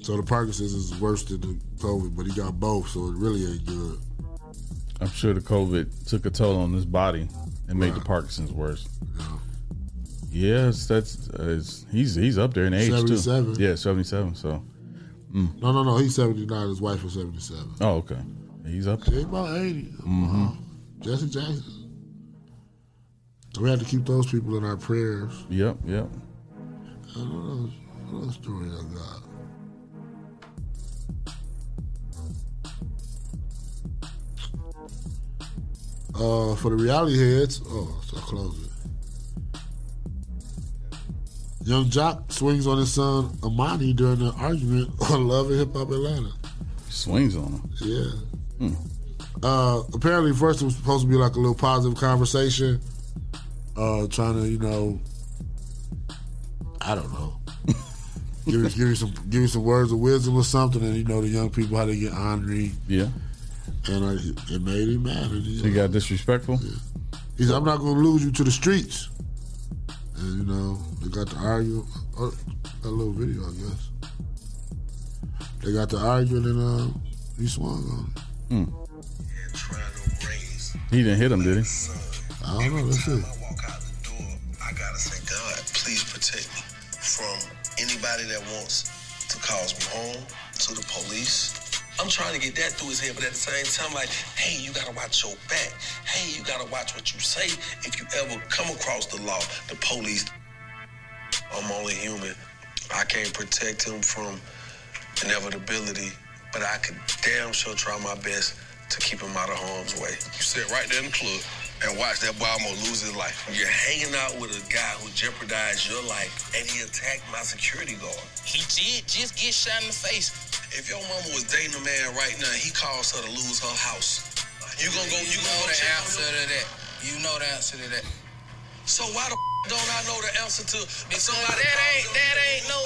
[SPEAKER 12] So the Parkinson's is worse than the COVID, but he got both, so it really ain't good.
[SPEAKER 13] I'm sure the COVID took a toll on his body and made the Parkinson's worse. Yes, that's uh, it's, he's he's up there in age too.
[SPEAKER 12] 77.
[SPEAKER 13] Yeah, 77. So, mm.
[SPEAKER 12] No, no, no. He's seventy nine. His wife is seventy seven.
[SPEAKER 13] oh okay, he's up.
[SPEAKER 12] They about 80
[SPEAKER 13] hmm
[SPEAKER 12] Jesse Jackson. So we had to keep those people in our prayers.
[SPEAKER 13] Yep, yep.
[SPEAKER 12] I don't know what other story I got. Uh, for the reality heads, oh, so I close it. Young Jock swings on his son Amani during an argument on Love and Hip Hop Atlanta.
[SPEAKER 13] Swings on him.
[SPEAKER 12] Yeah.
[SPEAKER 13] Hmm.
[SPEAKER 12] Uh, apparently, first it was supposed to be like a little positive conversation, uh, trying to you know, I don't know, give you, give you some give you some words of wisdom or something, and you know the young people how they get ornery,
[SPEAKER 13] Yeah.
[SPEAKER 12] and I, it made him mad. And, you
[SPEAKER 13] So he
[SPEAKER 12] know,
[SPEAKER 13] got disrespectful.
[SPEAKER 12] he said, "I'm not going to lose you to the streets," and you know they got to argue. Oh, got a little video, I guess. They got to argue, and then uh, he swung on. him.
[SPEAKER 13] Mm. He didn't hit him, did he?
[SPEAKER 12] I don't know. That's it.
[SPEAKER 14] Please protect me from anybody that wants to cause me harm to the police. I'm trying to get that through his head, but at the same time, like, hey, you gotta watch your back. Hey, you gotta watch what you say. If you ever come across the law, the police. I'm only human. I can't protect him from inevitability, but I could damn sure try my best to keep him out of harm's way. You sit right there in the club and watch that boy almost lose his life. You're hanging out with a guy who jeopardized your life, and he attacked my security guard. He did just get shot in the face. If your mama was dating a man right now, he calls her to lose her house. You gonna go? You, gonna go the answer to that? You know the answer to that. So why the f- don't I know the answer to? If somebody that ain't that ain't no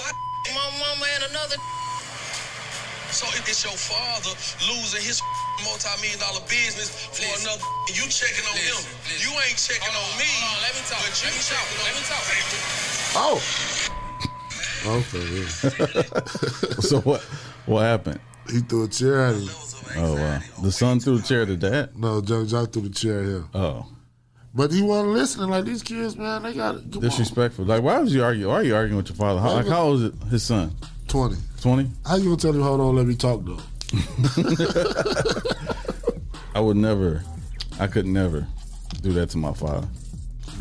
[SPEAKER 14] my mama and another. So if it's your father losing his multi-million dollar business for another, and you checking on him. You ain't checking on, me. let me talk. But you checking on me.
[SPEAKER 12] Oh. Okay. yeah.
[SPEAKER 13] so what? What happened?
[SPEAKER 12] He threw a chair at him.
[SPEAKER 13] Oh wow! The son threw a chair to dad.
[SPEAKER 12] No, Junk Jock threw the chair at him.
[SPEAKER 13] Oh,
[SPEAKER 12] But he wasn't listening. Like these kids, man, they got it. Come
[SPEAKER 13] disrespectful. Like, why was you arguing? Why are you arguing with your father? How, like, how old is it, his son?
[SPEAKER 12] Twenty.
[SPEAKER 13] Twenty.
[SPEAKER 12] on. How you gonna tell him? Hold on, let me talk though.
[SPEAKER 13] I would never. I could never do that to my father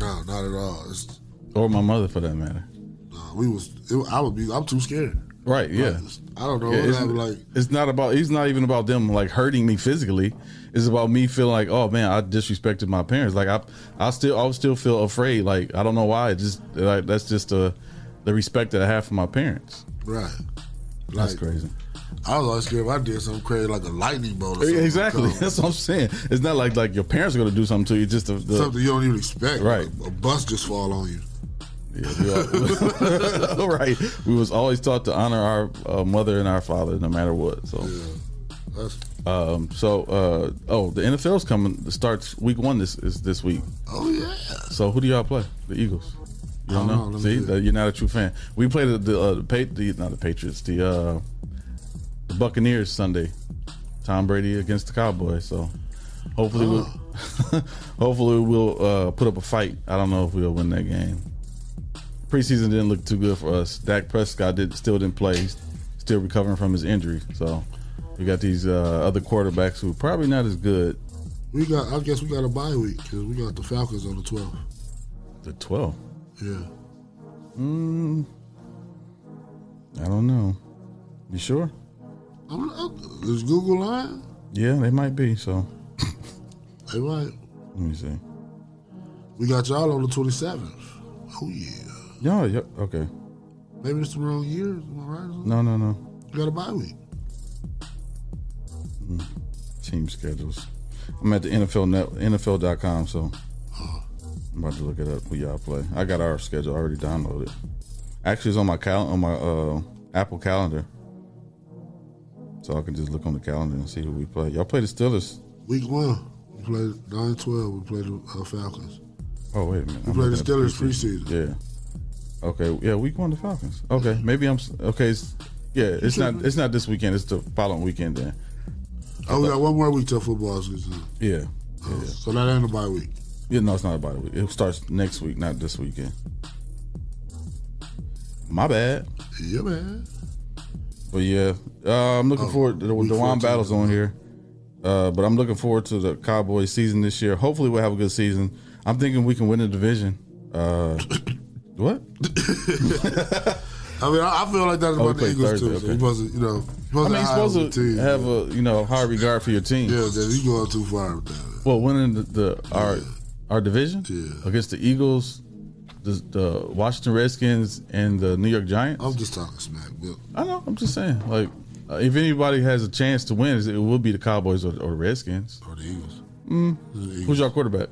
[SPEAKER 12] No, not at all. It's,
[SPEAKER 13] or my mother, for that matter.
[SPEAKER 12] no, we was. It, I would be. I'm too scared.
[SPEAKER 13] Right? Yeah.
[SPEAKER 12] I don't know
[SPEAKER 13] Yeah,
[SPEAKER 12] what
[SPEAKER 13] it's,
[SPEAKER 12] happened. Like
[SPEAKER 13] it's not about. He's not even about them like hurting me physically. It's about me feeling like, oh man, I disrespected my parents. Like I, I still, I would still feel afraid. Like I don't know why. It just like that's just the, the respect that I have for my parents.
[SPEAKER 12] right.
[SPEAKER 13] That's
[SPEAKER 12] Like-
[SPEAKER 13] crazy.
[SPEAKER 12] I was always scared if I did something crazy, like a lightning bolt. Or something.
[SPEAKER 13] Exactly.
[SPEAKER 12] Something,
[SPEAKER 13] That's what I'm saying. It's not like like your parents are gonna do something to you. Just the, the
[SPEAKER 12] something you don't even expect.
[SPEAKER 13] Right.
[SPEAKER 12] A bus just fall on you.
[SPEAKER 13] Yeah, we all, right. We was always taught to honor our uh, mother and our father, no matter what. So,
[SPEAKER 12] That's,
[SPEAKER 13] um, so uh, oh, the NFL's coming. It starts week one. This is this week.
[SPEAKER 12] oh yeah.
[SPEAKER 13] So who do y'all play? The Eagles. You don't
[SPEAKER 12] I don't
[SPEAKER 13] know.
[SPEAKER 12] know. Let me
[SPEAKER 13] See,
[SPEAKER 12] see.
[SPEAKER 13] that- Uh, you're not a true fan. We played the the, uh, the, pa- the not the Patriots, the uh, the Buccaneers Sunday. Tom Brady against the Cowboys. So Hopefully, we'll, hopefully we'll uh, put up a fight. I don't know if we'll win that game. Preseason didn't look too good for us. Dak Prescott did still didn't play. He's still recovering from his injury. So we got these uh, other quarterbacks who are probably not as good.
[SPEAKER 12] We got. I guess we got a bye week because we got the Falcons on the 12th.
[SPEAKER 13] The twelve.
[SPEAKER 12] Yeah.
[SPEAKER 13] Mm, I don't know. You sure?
[SPEAKER 12] I'm, I'm, is Google lying?
[SPEAKER 13] Yeah, they might be. So
[SPEAKER 12] They right.
[SPEAKER 13] let me see.
[SPEAKER 12] We got y'all on the 27th. Oh yeah.
[SPEAKER 13] No, yeah, okay.
[SPEAKER 12] Maybe it's the wrong year. Am I right? or something?
[SPEAKER 13] No, no, no.
[SPEAKER 12] You got a bye week.
[SPEAKER 13] Mm, Team schedules. I'm at the NFL net, NFL.com, so I'm about to look it up. Who y'all play? I got our schedule already downloaded. Actually, it's on my cal- on my uh, Apple calendar, so I can just look on the calendar and see who we play. Y'all play the Steelers.
[SPEAKER 12] Week one, we played 9 12. We played the uh, Falcons.
[SPEAKER 13] Oh wait a minute.
[SPEAKER 12] We
[SPEAKER 13] I'm
[SPEAKER 12] play the
[SPEAKER 13] looking at
[SPEAKER 12] Steelers preseason.
[SPEAKER 13] Yeah. Okay. Yeah, week one the Falcons. Okay. Maybe I'm s- okay. It's, yeah, it's not. It's not this weekend. It's the following weekend then.
[SPEAKER 12] Oh, we got one more week till football season.
[SPEAKER 13] Yeah.
[SPEAKER 12] Oh, So that ain't a bye week.
[SPEAKER 13] Yeah, no, it's not a bye week. It starts next week, not this weekend. My bad.
[SPEAKER 12] Yeah, man. Oh,
[SPEAKER 13] But yeah, uh, I'm looking forward to the
[SPEAKER 12] week
[SPEAKER 13] Dewan
[SPEAKER 12] 14.
[SPEAKER 13] battles on here. Uh, but I'm looking forward to the Cowboys season this year. Hopefully, we'll have a good season. I'm thinking we can win the division. Uh, what?
[SPEAKER 12] I mean, I, I feel like that's
[SPEAKER 13] Oh, we
[SPEAKER 12] about the
[SPEAKER 13] play
[SPEAKER 12] Eagles too.
[SPEAKER 13] Thursday,
[SPEAKER 12] So
[SPEAKER 13] okay.
[SPEAKER 12] you supposed to, you know, you
[SPEAKER 13] I
[SPEAKER 12] supposed
[SPEAKER 13] mean, you're supposed
[SPEAKER 12] to hire the
[SPEAKER 13] to
[SPEAKER 12] team.
[SPEAKER 13] have a you know high regard for your team.
[SPEAKER 12] Yeah, then you going too far with that.
[SPEAKER 13] Well, winning the, the our our division against the Eagles, the, the Washington Redskins, and the New York Giants.
[SPEAKER 12] I'm just talking smack, Bill.
[SPEAKER 13] I know. I'm just saying, like, uh, if anybody has a chance to win, it will be the Cowboys or, or the Redskins.
[SPEAKER 12] Or the Eagles.
[SPEAKER 13] Mm.
[SPEAKER 12] The Eagles.
[SPEAKER 13] Who's your quarterback?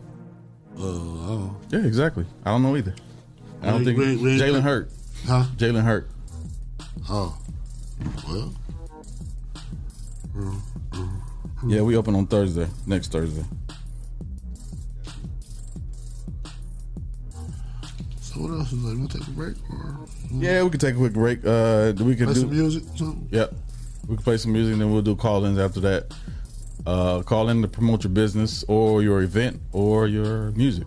[SPEAKER 12] Uh, I don't know.
[SPEAKER 13] Yeah, exactly. I don't know either. I don't
[SPEAKER 12] We-
[SPEAKER 13] think
[SPEAKER 12] we- we-
[SPEAKER 13] Jalen Hurt.
[SPEAKER 12] Huh?
[SPEAKER 13] Jalen Hurt.
[SPEAKER 12] Oh. Well. Mm,
[SPEAKER 13] Yeah, we open on Thursday. Next Thursday.
[SPEAKER 12] So what else is like? Wanna take a break or
[SPEAKER 13] Yeah, we can take a quick break. Uh, we can
[SPEAKER 12] play
[SPEAKER 13] do
[SPEAKER 12] some music? Something?
[SPEAKER 13] Yep. We can play some music and then we'll do call ins after that. Uh, call in to promote your business or your event or your music.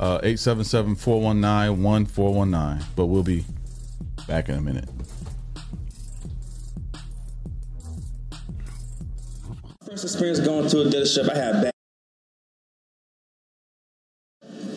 [SPEAKER 13] Uh, 877 419 1419. But we'll be back in a minute.
[SPEAKER 15] First experience going to a dealership, I had bad.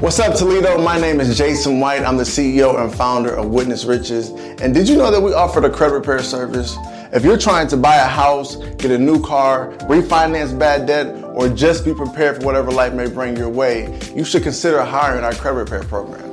[SPEAKER 16] What's up, Toledo? My name is Jason White. I'm the CEO and founder of Witness Riches. And did you know that we offer a credit repair service? If you're trying to buy a house, get a new car, refinance bad debt, or just be prepared for whatever life may bring your way, you should consider hiring our credit repair program.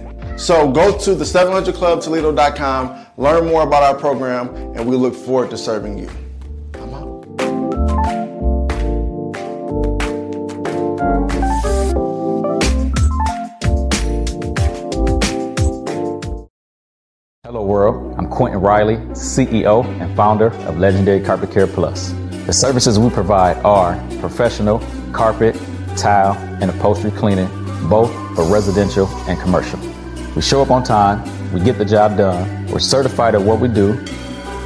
[SPEAKER 16] So go to the 700clubtoledo.com, learn more about our program, and we look forward to serving you.
[SPEAKER 17] Hello, world. I'm Quentin Riley, CEO and founder of Legendary Carpet Care Plus. The services we provide are professional carpet, tile, and upholstery cleaning, both for residential and commercial. We show up on time, we get the job done, we're certified at what we do,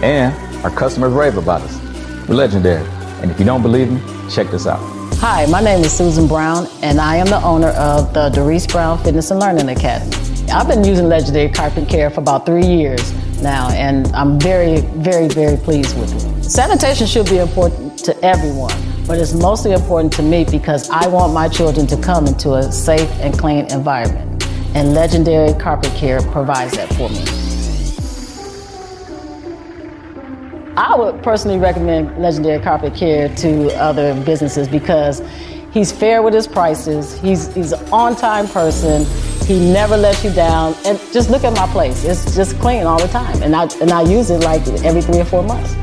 [SPEAKER 17] and our customers rave about us. We're legendary. And if you don't believe me, check this out.
[SPEAKER 18] Hi, my name is Susan Brown, and I am the owner of the Doris Brown Fitness and Learning Academy. I've been using Legendary Carpet Care for about three years now, and I'm very, very, very pleased with it. Sanitation should be important to everyone, But it's mostly important to me because I want my children to come into a safe and clean environment. And Legendary Carpet Care provides that for me. I would personally recommend Legendary Carpet Care to other businesses because he's fair with his prices. He's he's an on-time person. He never lets you down. And just look at my place; it's just clean all the time. And I and I use it like every three or four months.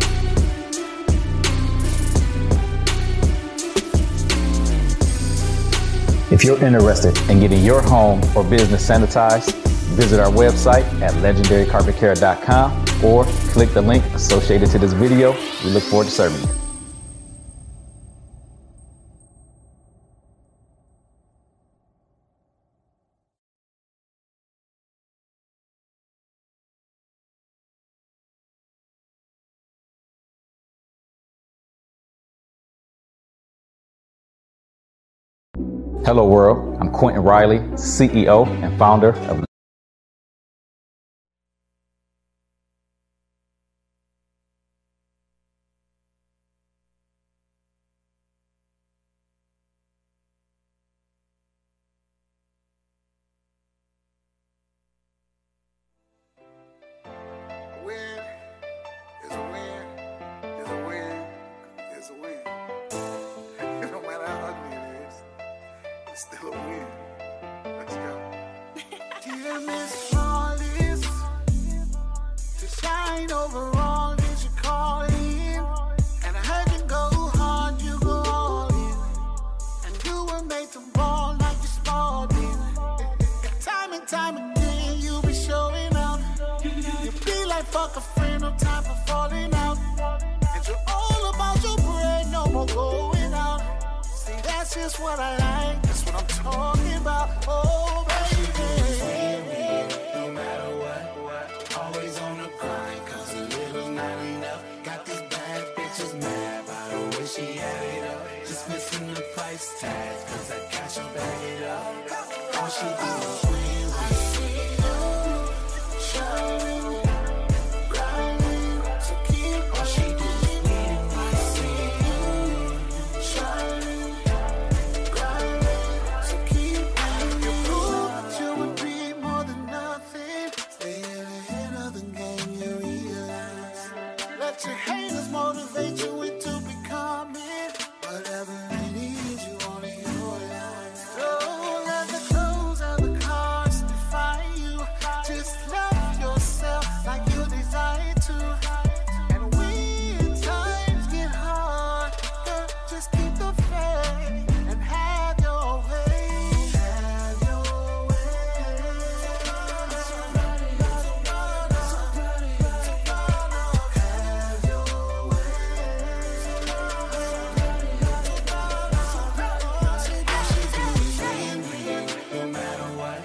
[SPEAKER 17] If you're interested in getting your home or business sanitized, visit our website at legendarycarpetcare.com or click the link associated to this video. We look forward to serving you. Hello, world. I'm Quentin Riley, CEO and founder of
[SPEAKER 19] It's a win. no matter how ugly it is, it's still a win. Let's go.
[SPEAKER 9] Dear Miss Flawless, to shine over all that you call in. And I heard you go hard, you go all in. And you were made to ball like you Spalding. And time and time again, you be showing out. You be like fuck a friend, no time for falling out. And you're all about your bread, no more going out. See, that's just what I like. That's what I'm talking about. Oh, baby. No matter what, always on the grind. Cause a little's not enough. Got these bad bitches mad by the way she had it up. Just missing the price tag. Cause I got you back it up. All she do is win. I see you shining. grinding. So keep all she do is win. I see you shining. So keep you prove that you would be more than nothing. Stay in the head of the game, you realize. Let your haters motivate you into becoming whatever it is you want in your life. Don't let the clothes of the cars define you. Just love yourself like you desire to. And when times get hard, girl, just keep the faith and have your way. Have your No matter what,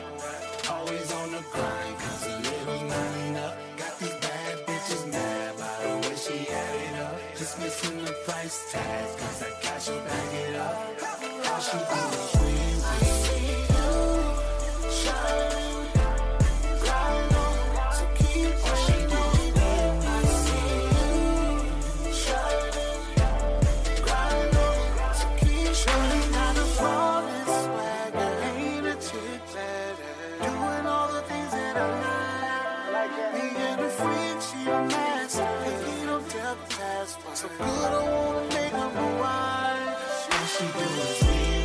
[SPEAKER 9] always on the grind, cause a little's not enough. Got these bad bitches mad by the way she had it up. Just missing the price tag, cause I got you back it up. All she do is win. I see you shining, grinding, so keep all she do is win. I see you shining, grinding, so keep shining. Now the flawless swagger ain't a chick better. Doing all the things that I like. Being a freak, she a master. Thinking of depth past one. So good, I wanna make her my wife. All she do is win.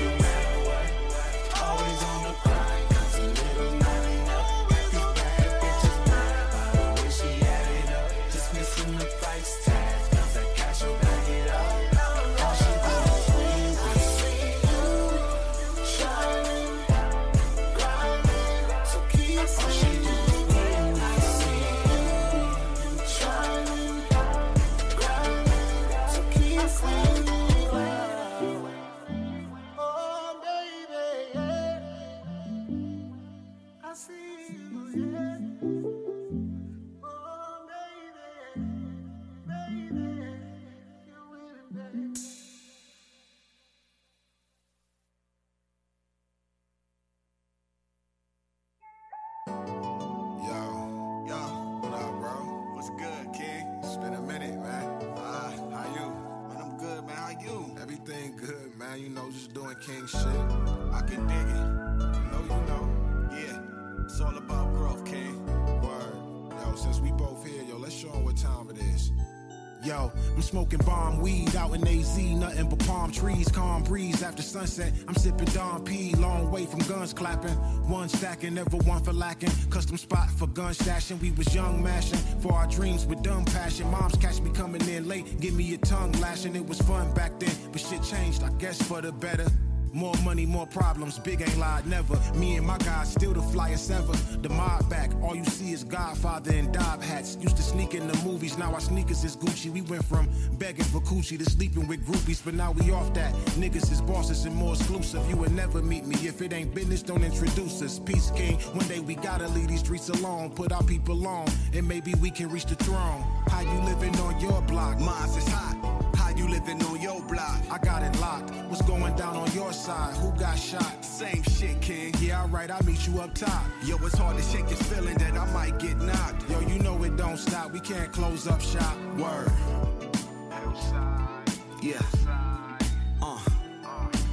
[SPEAKER 9] No matter what, always on the grind. 'Cause a little not enough. Got these bad bitches mad by the way she had it up. Just missing the price tag. 'Cause I got you back it up. All she do is win. I see you shining. So keep pushing when I see you shining, grinding. So keep winning.
[SPEAKER 20] since we both here, yo, let's show 'em what time it is. Yo, I'm smoking bomb weed out in AZ, nothing but palm trees, calm breeze after sunset. I'm sipping Don P, long way from guns clapping. One stacking, never one for lacking. Custom spot for gun stashing. We was young mashing for our dreams with dumb passion. Moms catch me coming in late, give me a tongue lashing. It was fun back then, but shit changed, I guess for the better. More money, more problems. Big ain't lied, never. Me and my guys still the flyest ever. The mob back, all you see is Godfather and Dob hats. Used to sneak in the movies, now our sneakers is Gucci. We went from begging for coochie to sleeping with groupies, but now we off that. Niggas is bosses and more exclusive. You would never meet me if it ain't business. Don't introduce us. Peace King. One day we gotta leave these streets alone. Put our people on, and maybe we can reach the throne. How you living on your block? Mines is hot. How you living on your block? I got it locked. What's going down on your side? Who got shot? Same shit, king. Yeah, alright, I'll meet you up top. Yo, it's hard to shake this feeling that I might get knocked. Yo, you know it don't stop. We can't close up shop. Word.
[SPEAKER 21] Yeah. Uh.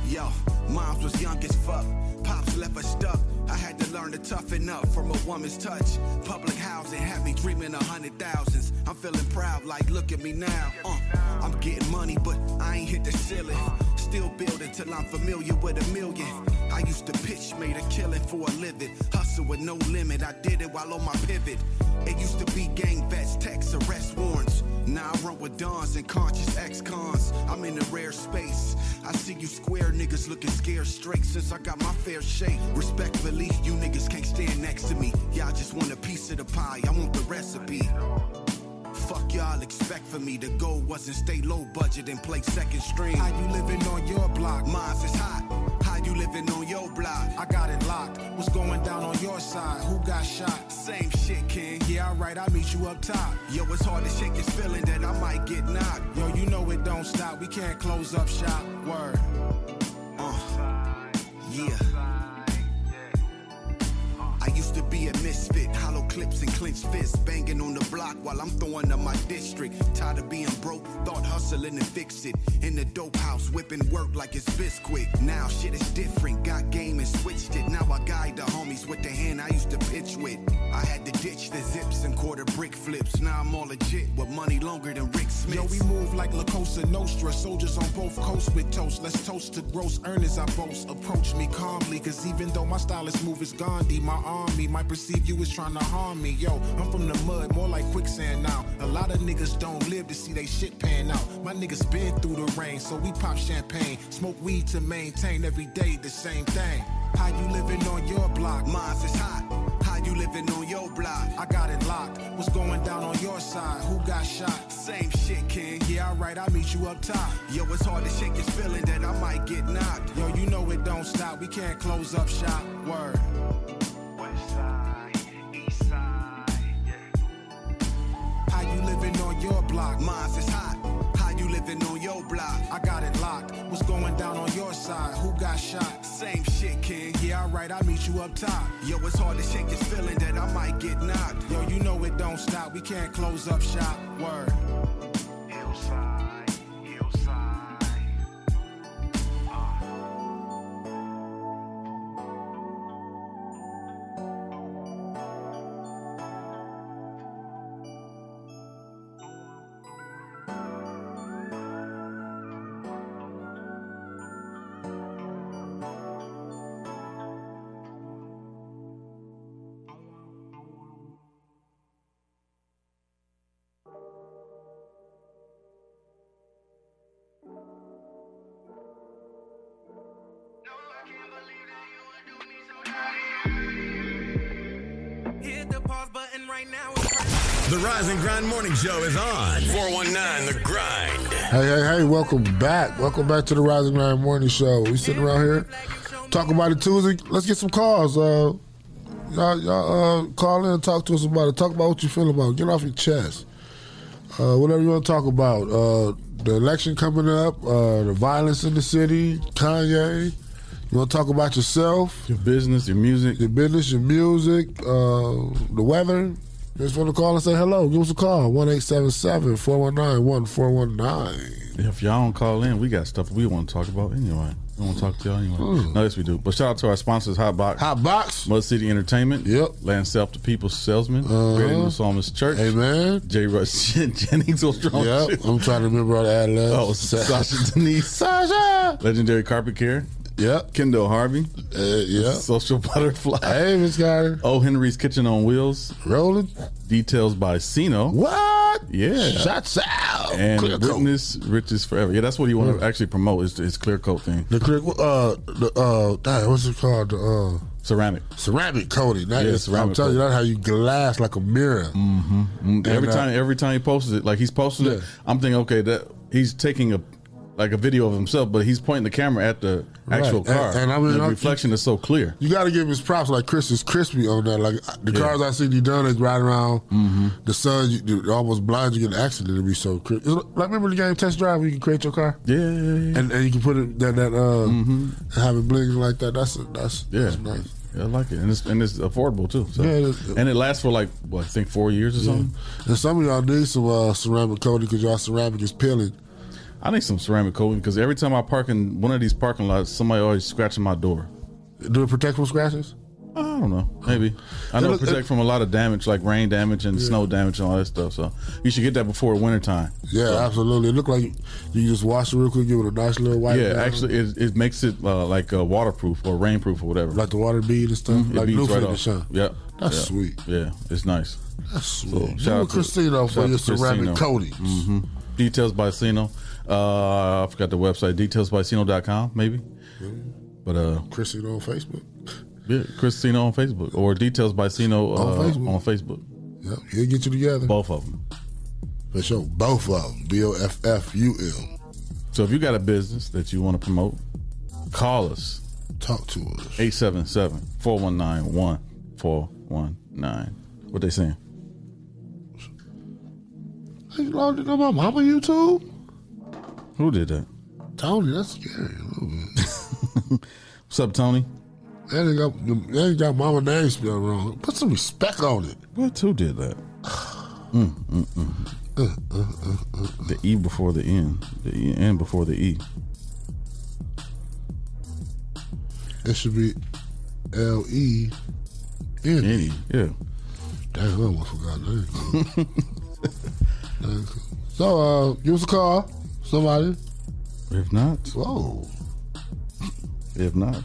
[SPEAKER 21] Yo, moms was young as fuck. Pops left us stuck. I had to learn to toughen up from a woman's touch. Public housing had me dreaming a hundred thousands. I'm feeling proud, like look at me now. Uh, I'm getting money, but I ain't hit the ceiling. Still building till I'm familiar with a million. I used to pitch, made a killing for a living. Hustle with no limit. I did it while on my pivot. It used to be gang vets, text arrest warrants. Now I run with dons and conscious ex-cons. I'm in a rare space. I see you square niggas looking scared straight since I got my fair shake. Respectfully, you niggas can't stand next to me. Y'all just want a piece of the pie. I want the recipe. Fuck y'all expect for me. The goal wasn't stay low budget and play second string.
[SPEAKER 20] How you living on your block?
[SPEAKER 21] Mines is hot. How you living on your block?
[SPEAKER 20] I got it locked. What's going down on your side? Who got shot?
[SPEAKER 21] Same shit, king.
[SPEAKER 20] Yeah, alright, I'll meet you up top.
[SPEAKER 21] Yo, it's hard to shake this feeling that I might get knocked.
[SPEAKER 20] Yo, you know it don't stop. We can't close up shop. Word.
[SPEAKER 21] Uh, yeah. I used to be a misfit, hollow clips and clenched fists, banging on the block while I'm throwing up my district. Tired of being broke, thought hustling and fix it. In the dope house, whipping work like it's biscuit. Now shit is different, got game and switched it. Now I guide the homies with the hand I used to pitch with. I had to ditch the zips and quarter brick flips. Now I'm all legit with money longer than Rick Smith.
[SPEAKER 20] Yo, we move like La Cosa Nostra, soldiers on both coasts with toast. Let's toast to gross earners, I boast. Approach me calmly, cause even though my stylist move is Gandhi, my army might perceive you as trying to harm me. Yo, I'm from the mud, more like quicksand now. A lot of niggas don't live to see they shit pan out. My niggas been through the rain, so we pop champagne. Smoke weed to maintain every day the same thing. How you living on your block?
[SPEAKER 21] Mines is hot. How you living on your block?
[SPEAKER 20] I got it locked. What's going down on your side? Who got shot?
[SPEAKER 21] Same shit, king.
[SPEAKER 20] Yeah, alright, I'll meet you up top.
[SPEAKER 21] Yo, it's hard to shake this feeling that I might get knocked.
[SPEAKER 20] Yo, you know it don't stop. We can't close up shop. Word. How you living on your block?
[SPEAKER 21] Mines is hot. How you living on your block?
[SPEAKER 20] I got it locked. What's going down on your side? Who got shot?
[SPEAKER 21] Same shit, king.
[SPEAKER 20] Yeah, alright, I'll meet you up top.
[SPEAKER 21] Yo, it's hard to shake this feeling that I might get knocked.
[SPEAKER 20] Yo, you know it don't stop. We can't close up shop. Word.
[SPEAKER 22] Hillside, hillside.
[SPEAKER 23] Hit the pause button right now.
[SPEAKER 1] The Rise and Grind Morning Show is on. 419 The Grind.
[SPEAKER 12] Hey, hey, hey, welcome back. Welcome back to the Rising Ground Morning Show. We sitting around here talking about it Tuesday. Let's get some calls. Uh, y'all y'all uh, call in and talk to us about it. Talk about what you feel about. it. Get off your chest. Uh, whatever you want to talk about. Uh, the election coming up, uh, the violence in the city, Kanye. You want to talk about yourself,
[SPEAKER 13] your business, your music,
[SPEAKER 12] your business, your music, uh, the weather. Just want to call and say hello. Give us a call. 1 877 419 1419.
[SPEAKER 13] If y'all don't call in, we got stuff we want to talk about anyway. I don't want to talk to y'all anyway. No, yes, we do. But shout out to our sponsors, Hot Box. Hot Box. Mud City Entertainment. Yep. Land Self, the People's Salesman.
[SPEAKER 12] Uh-huh.
[SPEAKER 13] uh Great English Psalmist Church. Amen. J. Rush Jennings was strong.
[SPEAKER 12] Yep, I'm trying to remember all the ad libs.
[SPEAKER 13] Oh, Sasha Denise.
[SPEAKER 12] Sasha.
[SPEAKER 13] Legendary Carpet Care. Yep. Kendall Harvey.
[SPEAKER 12] yeah.
[SPEAKER 13] Social Butterfly.
[SPEAKER 12] Hey, Miss Carter.
[SPEAKER 13] Oh, Henry's Kitchen on Wheels.
[SPEAKER 12] Rolling.
[SPEAKER 13] Details by Sino.
[SPEAKER 12] What?
[SPEAKER 13] Yeah.
[SPEAKER 12] Shots out.
[SPEAKER 13] And
[SPEAKER 12] Clear coat. Mm.
[SPEAKER 13] Witness Riches Forever. Yeah, that's what you want to actually promote is his clear coat thing.
[SPEAKER 12] The clear, uh, the uh, dang, what's it called? The uh,
[SPEAKER 13] ceramic,
[SPEAKER 12] ceramic coating. That
[SPEAKER 13] Yeah,
[SPEAKER 12] is-
[SPEAKER 13] ceramic
[SPEAKER 12] I'm telling you,
[SPEAKER 13] coating.
[SPEAKER 12] that's how you glass like a mirror.
[SPEAKER 13] Mm-hmm.
[SPEAKER 12] And,
[SPEAKER 13] every
[SPEAKER 12] uh,
[SPEAKER 13] time, every time he posts it, like he's posting it, I'm thinking, okay, that he's taking a like a video of himself, but he's pointing the camera at the
[SPEAKER 12] Right.
[SPEAKER 13] actual
[SPEAKER 12] And-
[SPEAKER 13] car,
[SPEAKER 12] and I mean,
[SPEAKER 13] the
[SPEAKER 12] I'm-
[SPEAKER 13] reflection is so clear.
[SPEAKER 12] You got to give him his props, like Chris is crispy on that. Like the
[SPEAKER 13] Yeah. Mm-hmm.
[SPEAKER 12] cars I see he done is riding around the sun, you, you almost blind you get in an accident. It'd be so crispy.
[SPEAKER 2] Mm-hmm.
[SPEAKER 12] Like remember the game Test Drive, where you can create your car,
[SPEAKER 13] yeah, yeah. Mm-hmm.
[SPEAKER 12] and and you can put it that that uh, have it blinking like that. That's that's
[SPEAKER 13] Yeah,
[SPEAKER 12] that's nice.
[SPEAKER 13] Yeah, I like it, and it's and it's affordable too. So.
[SPEAKER 12] Yeah, it is.
[SPEAKER 13] and it lasts for like what I think four years or
[SPEAKER 12] Yeah.
[SPEAKER 13] something.
[SPEAKER 12] And some of y'all need some uh, ceramic coating because y'all ceramic is peeling.
[SPEAKER 13] I need some ceramic coating because every time I park in one of these parking lots, somebody always scratching my door.
[SPEAKER 12] Do it protect from scratches?
[SPEAKER 13] I don't know. Maybe I
[SPEAKER 12] It
[SPEAKER 13] know
[SPEAKER 12] look-
[SPEAKER 13] it protect from a lot of damage, like rain damage and
[SPEAKER 12] Yeah.
[SPEAKER 13] snow damage and all that stuff. So you should get that before wintertime.
[SPEAKER 12] Yeah, absolutely. It looked like you just wash it real quick, give it a nice little wipe.
[SPEAKER 13] yeah,
[SPEAKER 12] down.
[SPEAKER 13] actually, it, it makes it uh, like uh, waterproof or rainproof or whatever. Mm-hmm.
[SPEAKER 12] Like the water bead and stuff.
[SPEAKER 13] It
[SPEAKER 12] Like
[SPEAKER 13] beads
[SPEAKER 12] new
[SPEAKER 13] right
[SPEAKER 12] finish,
[SPEAKER 13] off.
[SPEAKER 12] huh?
[SPEAKER 13] Yep.
[SPEAKER 12] That's
[SPEAKER 13] Yep.
[SPEAKER 12] sweet.
[SPEAKER 13] Yeah, it's nice.
[SPEAKER 12] That's sweet.
[SPEAKER 13] So,
[SPEAKER 12] You
[SPEAKER 13] shout
[SPEAKER 12] and
[SPEAKER 13] out to-
[SPEAKER 12] Christino
[SPEAKER 13] shout
[SPEAKER 12] for
[SPEAKER 13] out
[SPEAKER 12] your
[SPEAKER 13] to
[SPEAKER 12] ceramic coatings.
[SPEAKER 13] Mhm. Details by Sino. Uh, I forgot the website. Detailsbycino.com, maybe. But uh,
[SPEAKER 12] Chrissy on Facebook.
[SPEAKER 13] yeah, Chris Sino on Facebook or Details by Sino uh,
[SPEAKER 12] On
[SPEAKER 13] on,
[SPEAKER 12] Facebook.
[SPEAKER 13] Facebook. on Facebook.
[SPEAKER 12] Yep, he'll get you together.
[SPEAKER 13] Both of them.
[SPEAKER 12] For sure. Both of them. B O F F U M.
[SPEAKER 13] So if you got a business that you want to promote, call us.
[SPEAKER 12] Talk to us.
[SPEAKER 13] 877-419-1419. What they saying?
[SPEAKER 12] Hey, Lord, you know my mama YouTube?
[SPEAKER 13] Who did that?
[SPEAKER 12] Tony, that's scary. A little bit.
[SPEAKER 13] What's up, Tony?
[SPEAKER 12] They ain't got, they ain't got mama name spelled wrong. Put some respect on it.
[SPEAKER 13] What? Who did that? Mm, mm, mm.
[SPEAKER 12] Uh,
[SPEAKER 13] The E before the N. The E- N before the E.
[SPEAKER 12] It should be L E N
[SPEAKER 13] E. Yeah.
[SPEAKER 12] Damn, I almost forgot that. Dang. so, uh, give us a call. Somebody.
[SPEAKER 13] If not,
[SPEAKER 12] Whoa.
[SPEAKER 13] if not,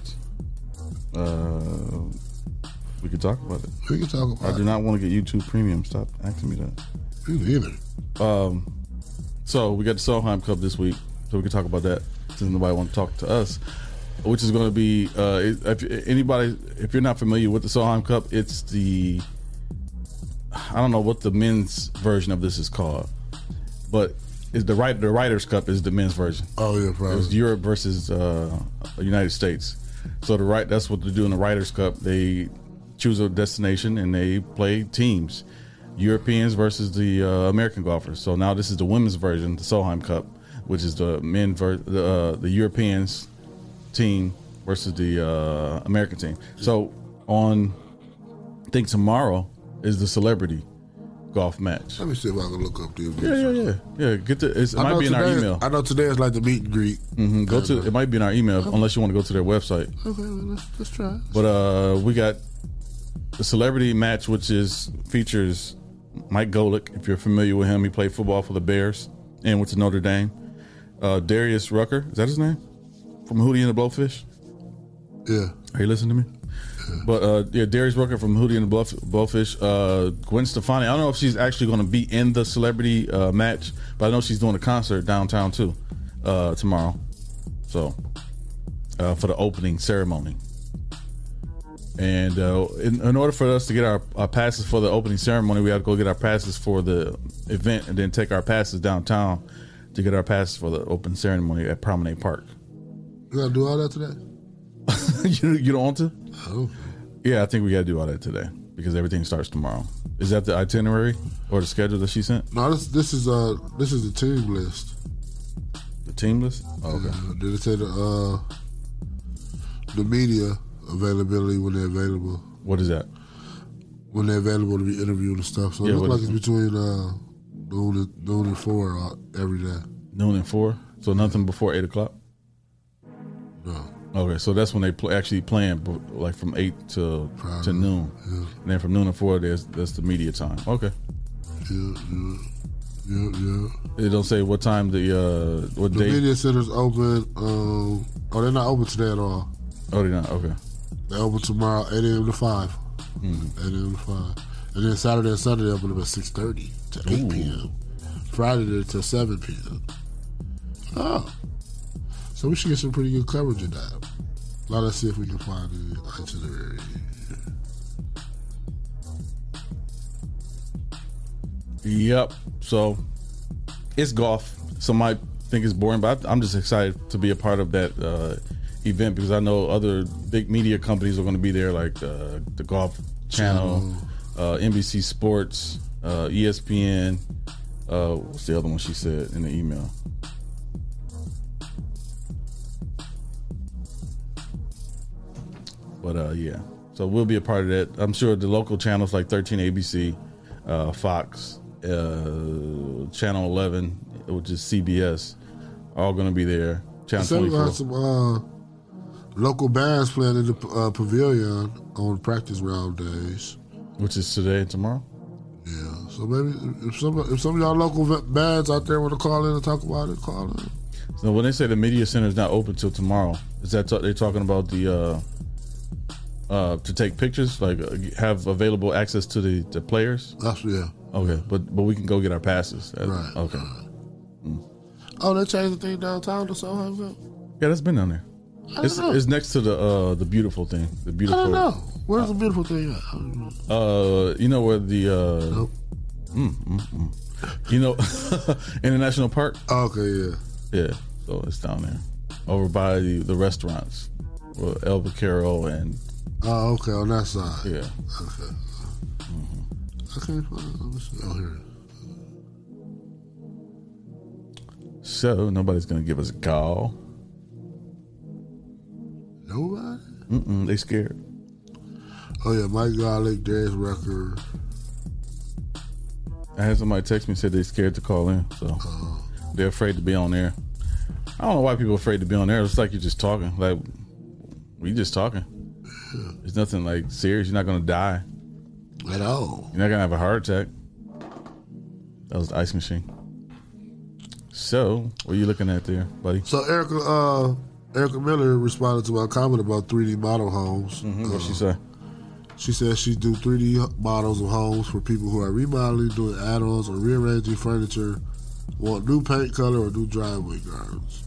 [SPEAKER 13] uh, we could talk about it.
[SPEAKER 12] We can talk about
[SPEAKER 13] I do not want to get YouTube Premium. Stop asking me that.
[SPEAKER 12] Me neither.
[SPEAKER 13] Um, so we got the Solheim Cup this week, so we can talk about that since nobody want to talk to us. Which is going to be uh, if if anybody if you're not familiar with the Solheim Cup, it's the I don't know what the men's version of this is called, but is the right the Writers Cup is the men's version.
[SPEAKER 12] Oh yeah, probably.
[SPEAKER 13] It was Europe versus uh, United States. So the right that's what they do in the Writers Cup. They choose a destination and they play teams, Europeans versus the uh, American golfers. So now this is the women's version, the Solheim Cup, which is the men ver- the, uh, the Europeans team versus the uh, American team. So on I think tomorrow is the celebrity golf match.
[SPEAKER 12] Let me see if I can look up the
[SPEAKER 13] Yeah,
[SPEAKER 12] event.
[SPEAKER 13] yeah, yeah. Yeah, get the it's, it
[SPEAKER 12] I know
[SPEAKER 13] might be in our
[SPEAKER 12] today-
[SPEAKER 13] email.
[SPEAKER 12] I know today is like the meet and greet.
[SPEAKER 13] hmm Go to it might be in our email unless you want to go to their website.
[SPEAKER 12] Okay, well, let's, let's try.
[SPEAKER 13] But uh we got the celebrity match which is features Mike Golick, if you're familiar with him, he played football for the Bears and went to Notre Dame. Uh Darius Rucker, is that his name? From Hootie and the Blowfish?
[SPEAKER 12] Yeah.
[SPEAKER 13] Are you listening to me? But uh, yeah, Darius Rucker from Hootie and the Bluff, Blowfish. Uh, Gwen Stefani. I don't know if she's actually going to be in the celebrity uh, match, but I know she's doing a concert downtown too uh, tomorrow. So uh, for the opening ceremony. And uh, in, in order for us to get our, our passes for the opening ceremony, we have to go get our passes for the event and then take our passes downtown to get our passes for the open ceremony at Promenade Park.
[SPEAKER 12] You gotta do all that today.
[SPEAKER 13] you, you don't want to?
[SPEAKER 12] Oh.
[SPEAKER 13] Yeah, I think we got to do all that today because everything starts tomorrow. Is that the itinerary or the schedule that she sent?
[SPEAKER 12] No, this this is uh this is the team list.
[SPEAKER 13] The team list? Oh, okay.
[SPEAKER 12] Uh, did it say the uh the media availability when they're available?
[SPEAKER 13] What is that?
[SPEAKER 12] When they're available to be interviewed and stuff. So
[SPEAKER 13] Yeah,
[SPEAKER 12] it looks
[SPEAKER 13] what
[SPEAKER 12] like
[SPEAKER 13] is
[SPEAKER 12] it's between uh noon and, noon and four uh, every day.
[SPEAKER 13] Noon and four. So nothing before eight o'clock?
[SPEAKER 12] No.
[SPEAKER 13] Okay, so that's when they pl- actually playing b- like from eight to to noon, and then from noon to four, there's that's the media time. Okay.
[SPEAKER 12] Yeah, yeah, yeah, yeah.
[SPEAKER 13] It don't say what time the uh what
[SPEAKER 12] The
[SPEAKER 13] date.
[SPEAKER 12] media center's open. Um, oh, they're not open today at all.
[SPEAKER 13] Oh, they're not. Okay. Mm-hmm.
[SPEAKER 12] They open tomorrow, 8 a.m. to 5. 8 a.m. to 5. And then Saturday and Sunday, they open up at 6.30 to 8 p.m. Friday they're till 7 p.m. Oh. So we should get some pretty good coverage of that. Now let's see if we can find the itinerary.
[SPEAKER 13] Yep. So it's golf. Some might think it's boring, but I- I'm just excited to be a part of that uh, event because I know other big media companies are going to be there, like uh, the Golf Channel, uh, NBC Sports, uh, ESPN. Uh, what's the other one she said in the email? But uh, yeah, so we'll be a part of that. I'm sure the local channels like 13 ABC, uh, Fox, uh, Channel 11, which is CBS, are all going to be there. Channel
[SPEAKER 12] Said we
[SPEAKER 13] 24.
[SPEAKER 12] had some uh, local bands playing in the uh, pavilion on practice round days.
[SPEAKER 13] Which is today and tomorrow?
[SPEAKER 12] Yeah. So maybe if some if some of y'all local v- bands out there want to call in and talk about it, call in.
[SPEAKER 13] So when they say the media center is not open till tomorrow, is that ta- they're talking about the uh, uh, to take pictures, like uh, have available access to the, the players?
[SPEAKER 12] That's, yeah.
[SPEAKER 13] Okay, but but we can go get our passes. Uh,
[SPEAKER 12] Right,
[SPEAKER 13] Okay.
[SPEAKER 12] Oh, they changed the thing downtown to Soho.
[SPEAKER 13] Yeah, that's been down there.
[SPEAKER 12] I don't
[SPEAKER 13] It's,
[SPEAKER 12] know.
[SPEAKER 13] it's next to the uh, the beautiful thing. The
[SPEAKER 12] I
[SPEAKER 13] beautiful.
[SPEAKER 12] don't know. Where's the beautiful thing? At? I don't know.
[SPEAKER 13] Uh, you know where the uh,
[SPEAKER 12] Oh.
[SPEAKER 13] mm, mm, mm. you know International Park.
[SPEAKER 12] okay, yeah,
[SPEAKER 13] yeah. So it's down there, over by the, the restaurants, well, El Vaquero and
[SPEAKER 12] Oh, okay, on that side.
[SPEAKER 13] yeah.
[SPEAKER 12] Okay. Okay. well, let's see. Oh, here. it is.
[SPEAKER 13] So nobody's gonna give us a call.
[SPEAKER 12] Nobody.
[SPEAKER 13] Mm-mm, they scared.
[SPEAKER 12] Oh yeah, Mike Garlic, Darius Rucker.
[SPEAKER 13] I had somebody text me said they scared to call in, so they're afraid to be on there. I don't know why people are afraid to be on there. It's like you're just talking. Like we just talking. It's nothing like serious. You're not gonna die
[SPEAKER 12] at all.
[SPEAKER 13] You're not gonna have a heart attack. That was the ice machine. So, what are you looking at there, buddy?
[SPEAKER 12] So Erica, uh, Erica Miller responded to my comment about 3D model homes. Uh,
[SPEAKER 13] Mhm, what'd she say?
[SPEAKER 12] She said she do 3D models of homes for people who are remodeling, doing add-ons, or rearranging furniture, want new paint color, or new driveway gardens.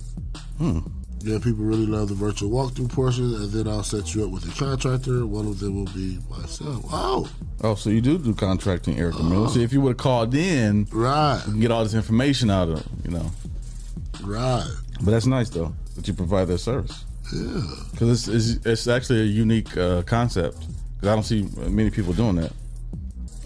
[SPEAKER 13] Hmm.
[SPEAKER 12] Yeah, people really love the virtual walkthrough portion, and then I'll set you up with a contractor. One of them will be myself. Oh,
[SPEAKER 13] Oh, so you do do contracting, Erica Miller. See, if you would have called in,
[SPEAKER 12] right,
[SPEAKER 13] we can get all this information out of you know.
[SPEAKER 12] right,
[SPEAKER 13] But that's nice though that you provide that service.
[SPEAKER 12] yeah.
[SPEAKER 13] Because it's, it's, it's actually a unique uh, concept. Because I don't see many people doing that,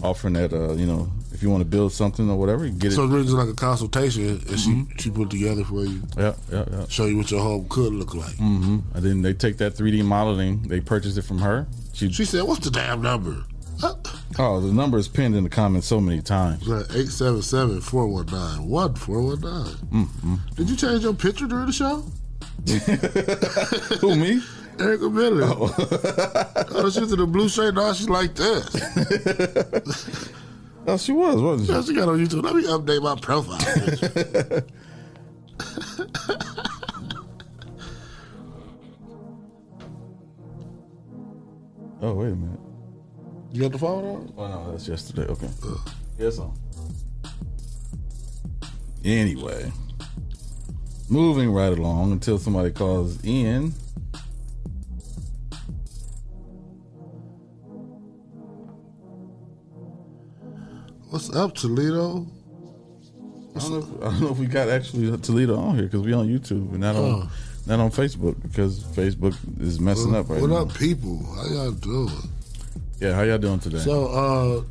[SPEAKER 13] offering that. Uh, you know, if you want to build something or whatever, you get
[SPEAKER 12] so
[SPEAKER 13] it. Mm-hmm.
[SPEAKER 12] it's really just like a consultation, and she she put it together for you,
[SPEAKER 13] Yeah, yeah, yeah.
[SPEAKER 12] show you what your home could look like.
[SPEAKER 13] hmm And then they take that 3D modeling. They purchase it from her. She,
[SPEAKER 12] she said, "What's the damn number?"
[SPEAKER 13] Oh, the number is pinned in the comments so many times.
[SPEAKER 12] Right, 877 419 1419.
[SPEAKER 13] Mm-hmm.
[SPEAKER 12] Did you change your picture during the show?
[SPEAKER 13] Who, me?
[SPEAKER 12] Erica Miller. Oh, she's in the blue shirt. Now she's like this.
[SPEAKER 13] oh, she was, wasn't she?
[SPEAKER 12] Yeah, she got on YouTube. Let me update my profile. picture.
[SPEAKER 13] Oh, wait a minute.
[SPEAKER 12] you got the phone on?
[SPEAKER 13] Oh no, that's yesterday. Okay. Yes, on. Anyway, moving right along until somebody calls in.
[SPEAKER 12] What's up, Toledo?
[SPEAKER 13] I don't, know if, I don't know if we got actually Toledo on here because we on YouTube and not on
[SPEAKER 12] Oh.
[SPEAKER 13] not on Facebook because Facebook is messing up right
[SPEAKER 12] what
[SPEAKER 13] now.
[SPEAKER 12] up, people? How y'all doing?
[SPEAKER 13] Yeah, how y'all doing today?
[SPEAKER 12] So, uh,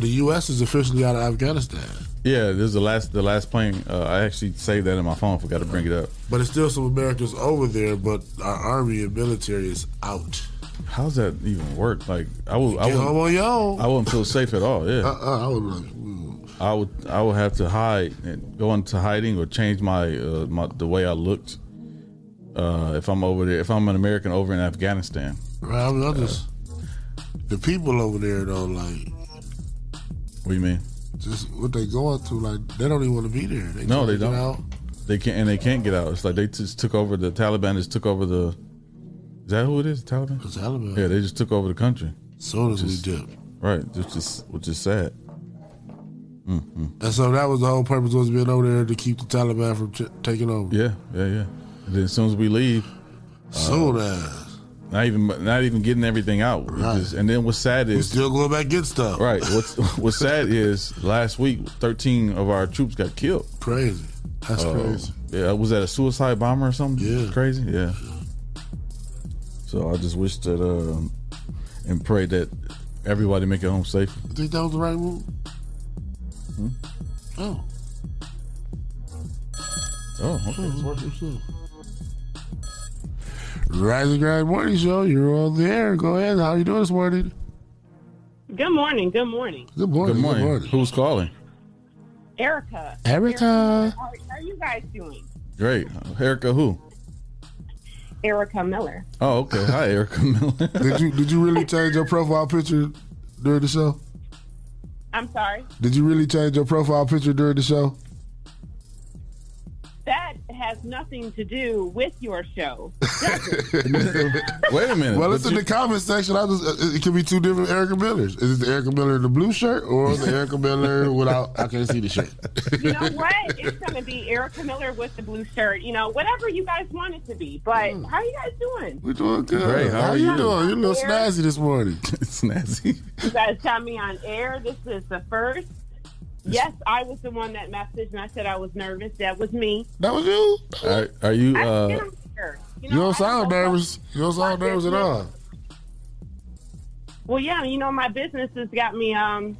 [SPEAKER 12] the U.S. is officially out of Afghanistan,
[SPEAKER 13] yeah, this is the last the last plane. Uh, I actually saved that in my phone. Forgot to bring it up.
[SPEAKER 12] but it's still some Americans over there, but our army and military is out.
[SPEAKER 13] How's that even work? Like I would, I
[SPEAKER 12] Get
[SPEAKER 13] would,
[SPEAKER 12] home on your own.
[SPEAKER 13] I wouldn't feel safe at all. Yeah,
[SPEAKER 12] Uh-uh, I would like,
[SPEAKER 13] I would I would have to hide and go into hiding or change my uh, my the way I looked Uh, if I'm over there, if I'm an American over in Afghanistan,
[SPEAKER 12] Right, I mean, I just the people over there though, like
[SPEAKER 13] what do you mean?
[SPEAKER 12] just what they going through, like they don't even want to be there. They
[SPEAKER 13] no,
[SPEAKER 12] trying to
[SPEAKER 13] they
[SPEAKER 12] get
[SPEAKER 13] don't.
[SPEAKER 12] out.
[SPEAKER 13] They can't, and they can't get out. It's like they just took over. The Taliban just took over the. Is that who it is? The Taliban.
[SPEAKER 12] The Taliban.
[SPEAKER 13] Yeah, they just took over the country.
[SPEAKER 12] Soon as we
[SPEAKER 13] Just-
[SPEAKER 12] dip.
[SPEAKER 13] Right, which is which is sad. Mm-hmm.
[SPEAKER 12] And so that was the whole purpose was being over there to keep the Taliban from t- taking over.
[SPEAKER 13] Yeah, yeah, yeah. And then as soon as we leave, uh,
[SPEAKER 12] Soon
[SPEAKER 13] not even not even getting everything out. It's just- and then what's sad is
[SPEAKER 12] still going back and get stuff.
[SPEAKER 13] Right. What's what's sad is last week, thirteen of our troops got killed. Uh,
[SPEAKER 12] Crazy. That's crazy.
[SPEAKER 13] Yeah, was that a suicide bomber or something? Yeah, crazy. Yeah. So I just wish that um, and pray that everybody make it home safe.
[SPEAKER 12] You think that was the right move?
[SPEAKER 13] Hmm?
[SPEAKER 12] Oh.
[SPEAKER 13] Oh, okay. It's working.
[SPEAKER 12] Rise and Grind Morning Show. You're on the air. Go ahead. How you doing this morning?
[SPEAKER 24] Good morning. Good morning,
[SPEAKER 12] Good morning.
[SPEAKER 13] Good morning. Who's calling?
[SPEAKER 24] Erica.
[SPEAKER 12] Erica.
[SPEAKER 24] How, how are you guys doing?
[SPEAKER 13] Great, Erica. Who?
[SPEAKER 24] Erica Miller.
[SPEAKER 13] Oh, okay. Hi, Erica Miller.
[SPEAKER 12] did you did you really change your profile picture during the show?
[SPEAKER 24] I'm sorry.
[SPEAKER 12] Did you really change your profile picture during the show?
[SPEAKER 24] That has nothing to do with your show.
[SPEAKER 13] Wait a minute.
[SPEAKER 12] Well,
[SPEAKER 13] But
[SPEAKER 12] it's in
[SPEAKER 13] you-
[SPEAKER 12] the comment section. I just it it could be two different Erica Millers. Is it the Erica Miller in the blue shirt or the Erica Miller without? I can't see the shirt.
[SPEAKER 24] You know what? It's going to be Erica Miller with the blue shirt. You know, whatever you guys want it to be. But how are you guys doing?
[SPEAKER 12] Mm. We're doing good.
[SPEAKER 13] Great, how
[SPEAKER 12] How,
[SPEAKER 13] are
[SPEAKER 12] you
[SPEAKER 13] you?
[SPEAKER 12] doing? You a little
[SPEAKER 24] Here.
[SPEAKER 12] snazzy this morning.
[SPEAKER 13] snazzy.
[SPEAKER 24] You guys got me on air. This is the first. Yes, I was the one that messaged and I said I was nervous. That was me.
[SPEAKER 12] That was you.
[SPEAKER 13] Are, are you?
[SPEAKER 24] I
[SPEAKER 13] Uh,
[SPEAKER 24] get on here.
[SPEAKER 12] You don't sound nervous. You don't sound nervous at all.
[SPEAKER 24] Well, yeah, you know, my business has got me um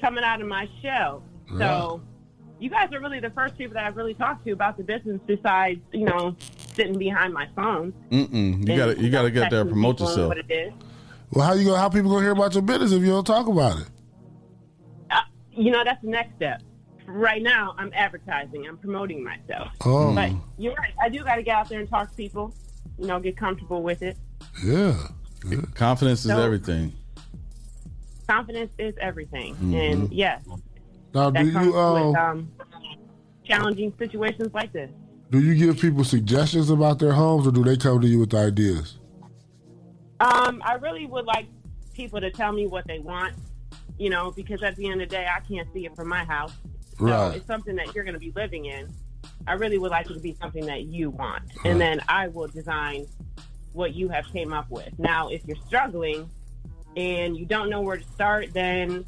[SPEAKER 24] coming out of my shell. So you guys are really the first people that I've really talked to about the business besides, you know, sitting behind my phone.
[SPEAKER 13] mm-mm. You got to you got to get out there and promote
[SPEAKER 24] People and
[SPEAKER 13] yourself.
[SPEAKER 24] What it is.
[SPEAKER 12] Well, how you gonna? How people gonna hear about your business if you don't talk about it?
[SPEAKER 24] Uh, you know, that's the next step. Right now, I'm advertising. I'm promoting myself.
[SPEAKER 12] Oh.
[SPEAKER 24] But you're right. I do got to get out there and talk to people, you know, get comfortable with it.
[SPEAKER 12] Yeah.
[SPEAKER 13] Confidence is
[SPEAKER 24] No.
[SPEAKER 13] everything.
[SPEAKER 24] Confidence is everything.
[SPEAKER 13] Mhm.
[SPEAKER 24] And yes,
[SPEAKER 12] Now,
[SPEAKER 24] that
[SPEAKER 12] do
[SPEAKER 24] comes
[SPEAKER 12] you um,
[SPEAKER 24] with um, challenging situations like this.
[SPEAKER 12] do you give people suggestions about their homes, or do they come to you with ideas?
[SPEAKER 24] Um, I really would like people to tell me what they want, you know, because at the end of the day, I can't see it from my house. So
[SPEAKER 12] Right.
[SPEAKER 24] it's something that you're going to be living in. I really would like it to be something that you want, and then I will design what you have came up with. Now, if you're struggling and you don't know where to start, then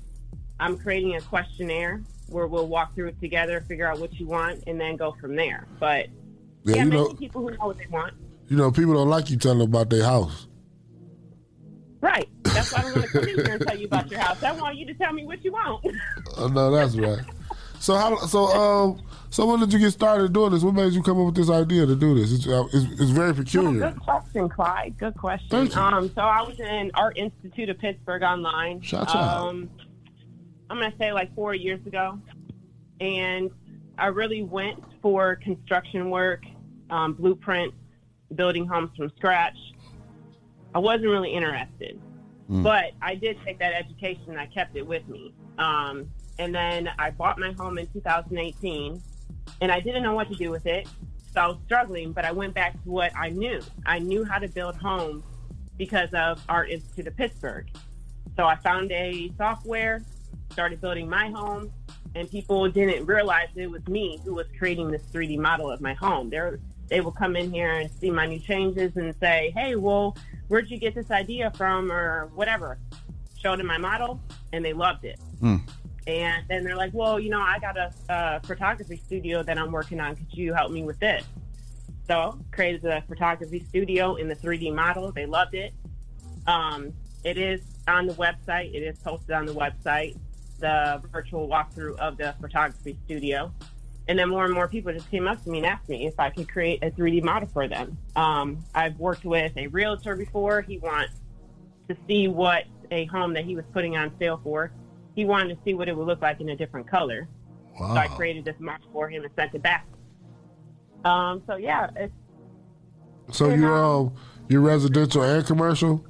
[SPEAKER 24] I'm creating a questionnaire where we'll walk through it together, figure out what you want, and then go from there. But
[SPEAKER 12] Yeah,
[SPEAKER 24] yeah,
[SPEAKER 12] you
[SPEAKER 24] many
[SPEAKER 12] know-
[SPEAKER 24] people who know what they want.
[SPEAKER 12] You know, people don't like you telling them about their house.
[SPEAKER 24] Right. That's why I don't want to come in here and tell you about your house. I want you to tell me what you want.
[SPEAKER 12] Oh, no, that's right. So how? So um, so when did you get started doing this? What made you come up with this idea to do this? It's uh, it's, it's very peculiar.
[SPEAKER 24] Good question, Clyde. Good question.
[SPEAKER 12] Mm. Thank you.
[SPEAKER 24] Um, so I was in Art Institute of Pittsburgh online.
[SPEAKER 12] Shout out.
[SPEAKER 24] um, I'm gonna say like four years ago, and I really went for construction work, um, blueprints, building homes from scratch. I wasn't really interested,
[SPEAKER 25] Mm.
[SPEAKER 24] but I did take that education. and I kept it with me, um, and then I bought my home in 2018, and I didn't know what to do with it. So I was struggling, but I went back to what I knew. I knew how to build homes because of Art Institute of Pittsburgh. So I found a software, started building my home, and people didn't realize it was me who was creating this 3D model of my home. They they will come in here and see my new changes and say, "Hey, well, where'd you get this idea from?" or whatever. Showed them my model, and they loved it.
[SPEAKER 13] Mm.
[SPEAKER 24] And then they're like, well, you know, I got a, uh photography studio that I'm working on. Could you help me with this? So created the photography studio in the 3D model. They loved it. Um, it is on the website. It is posted on the website. The virtual walkthrough of the photography studio. And then more and more people just came up to me and asked me if I could create a 3D model for them. Um, I've worked with a realtor before. He wants to see what a home that he was putting on sale for. He wanted to see what it would look like in a different color. So I
[SPEAKER 26] Wow.
[SPEAKER 24] created this model for him and sent it back. Um, so yeah, it's
[SPEAKER 12] So you're um, you're residential and commercial.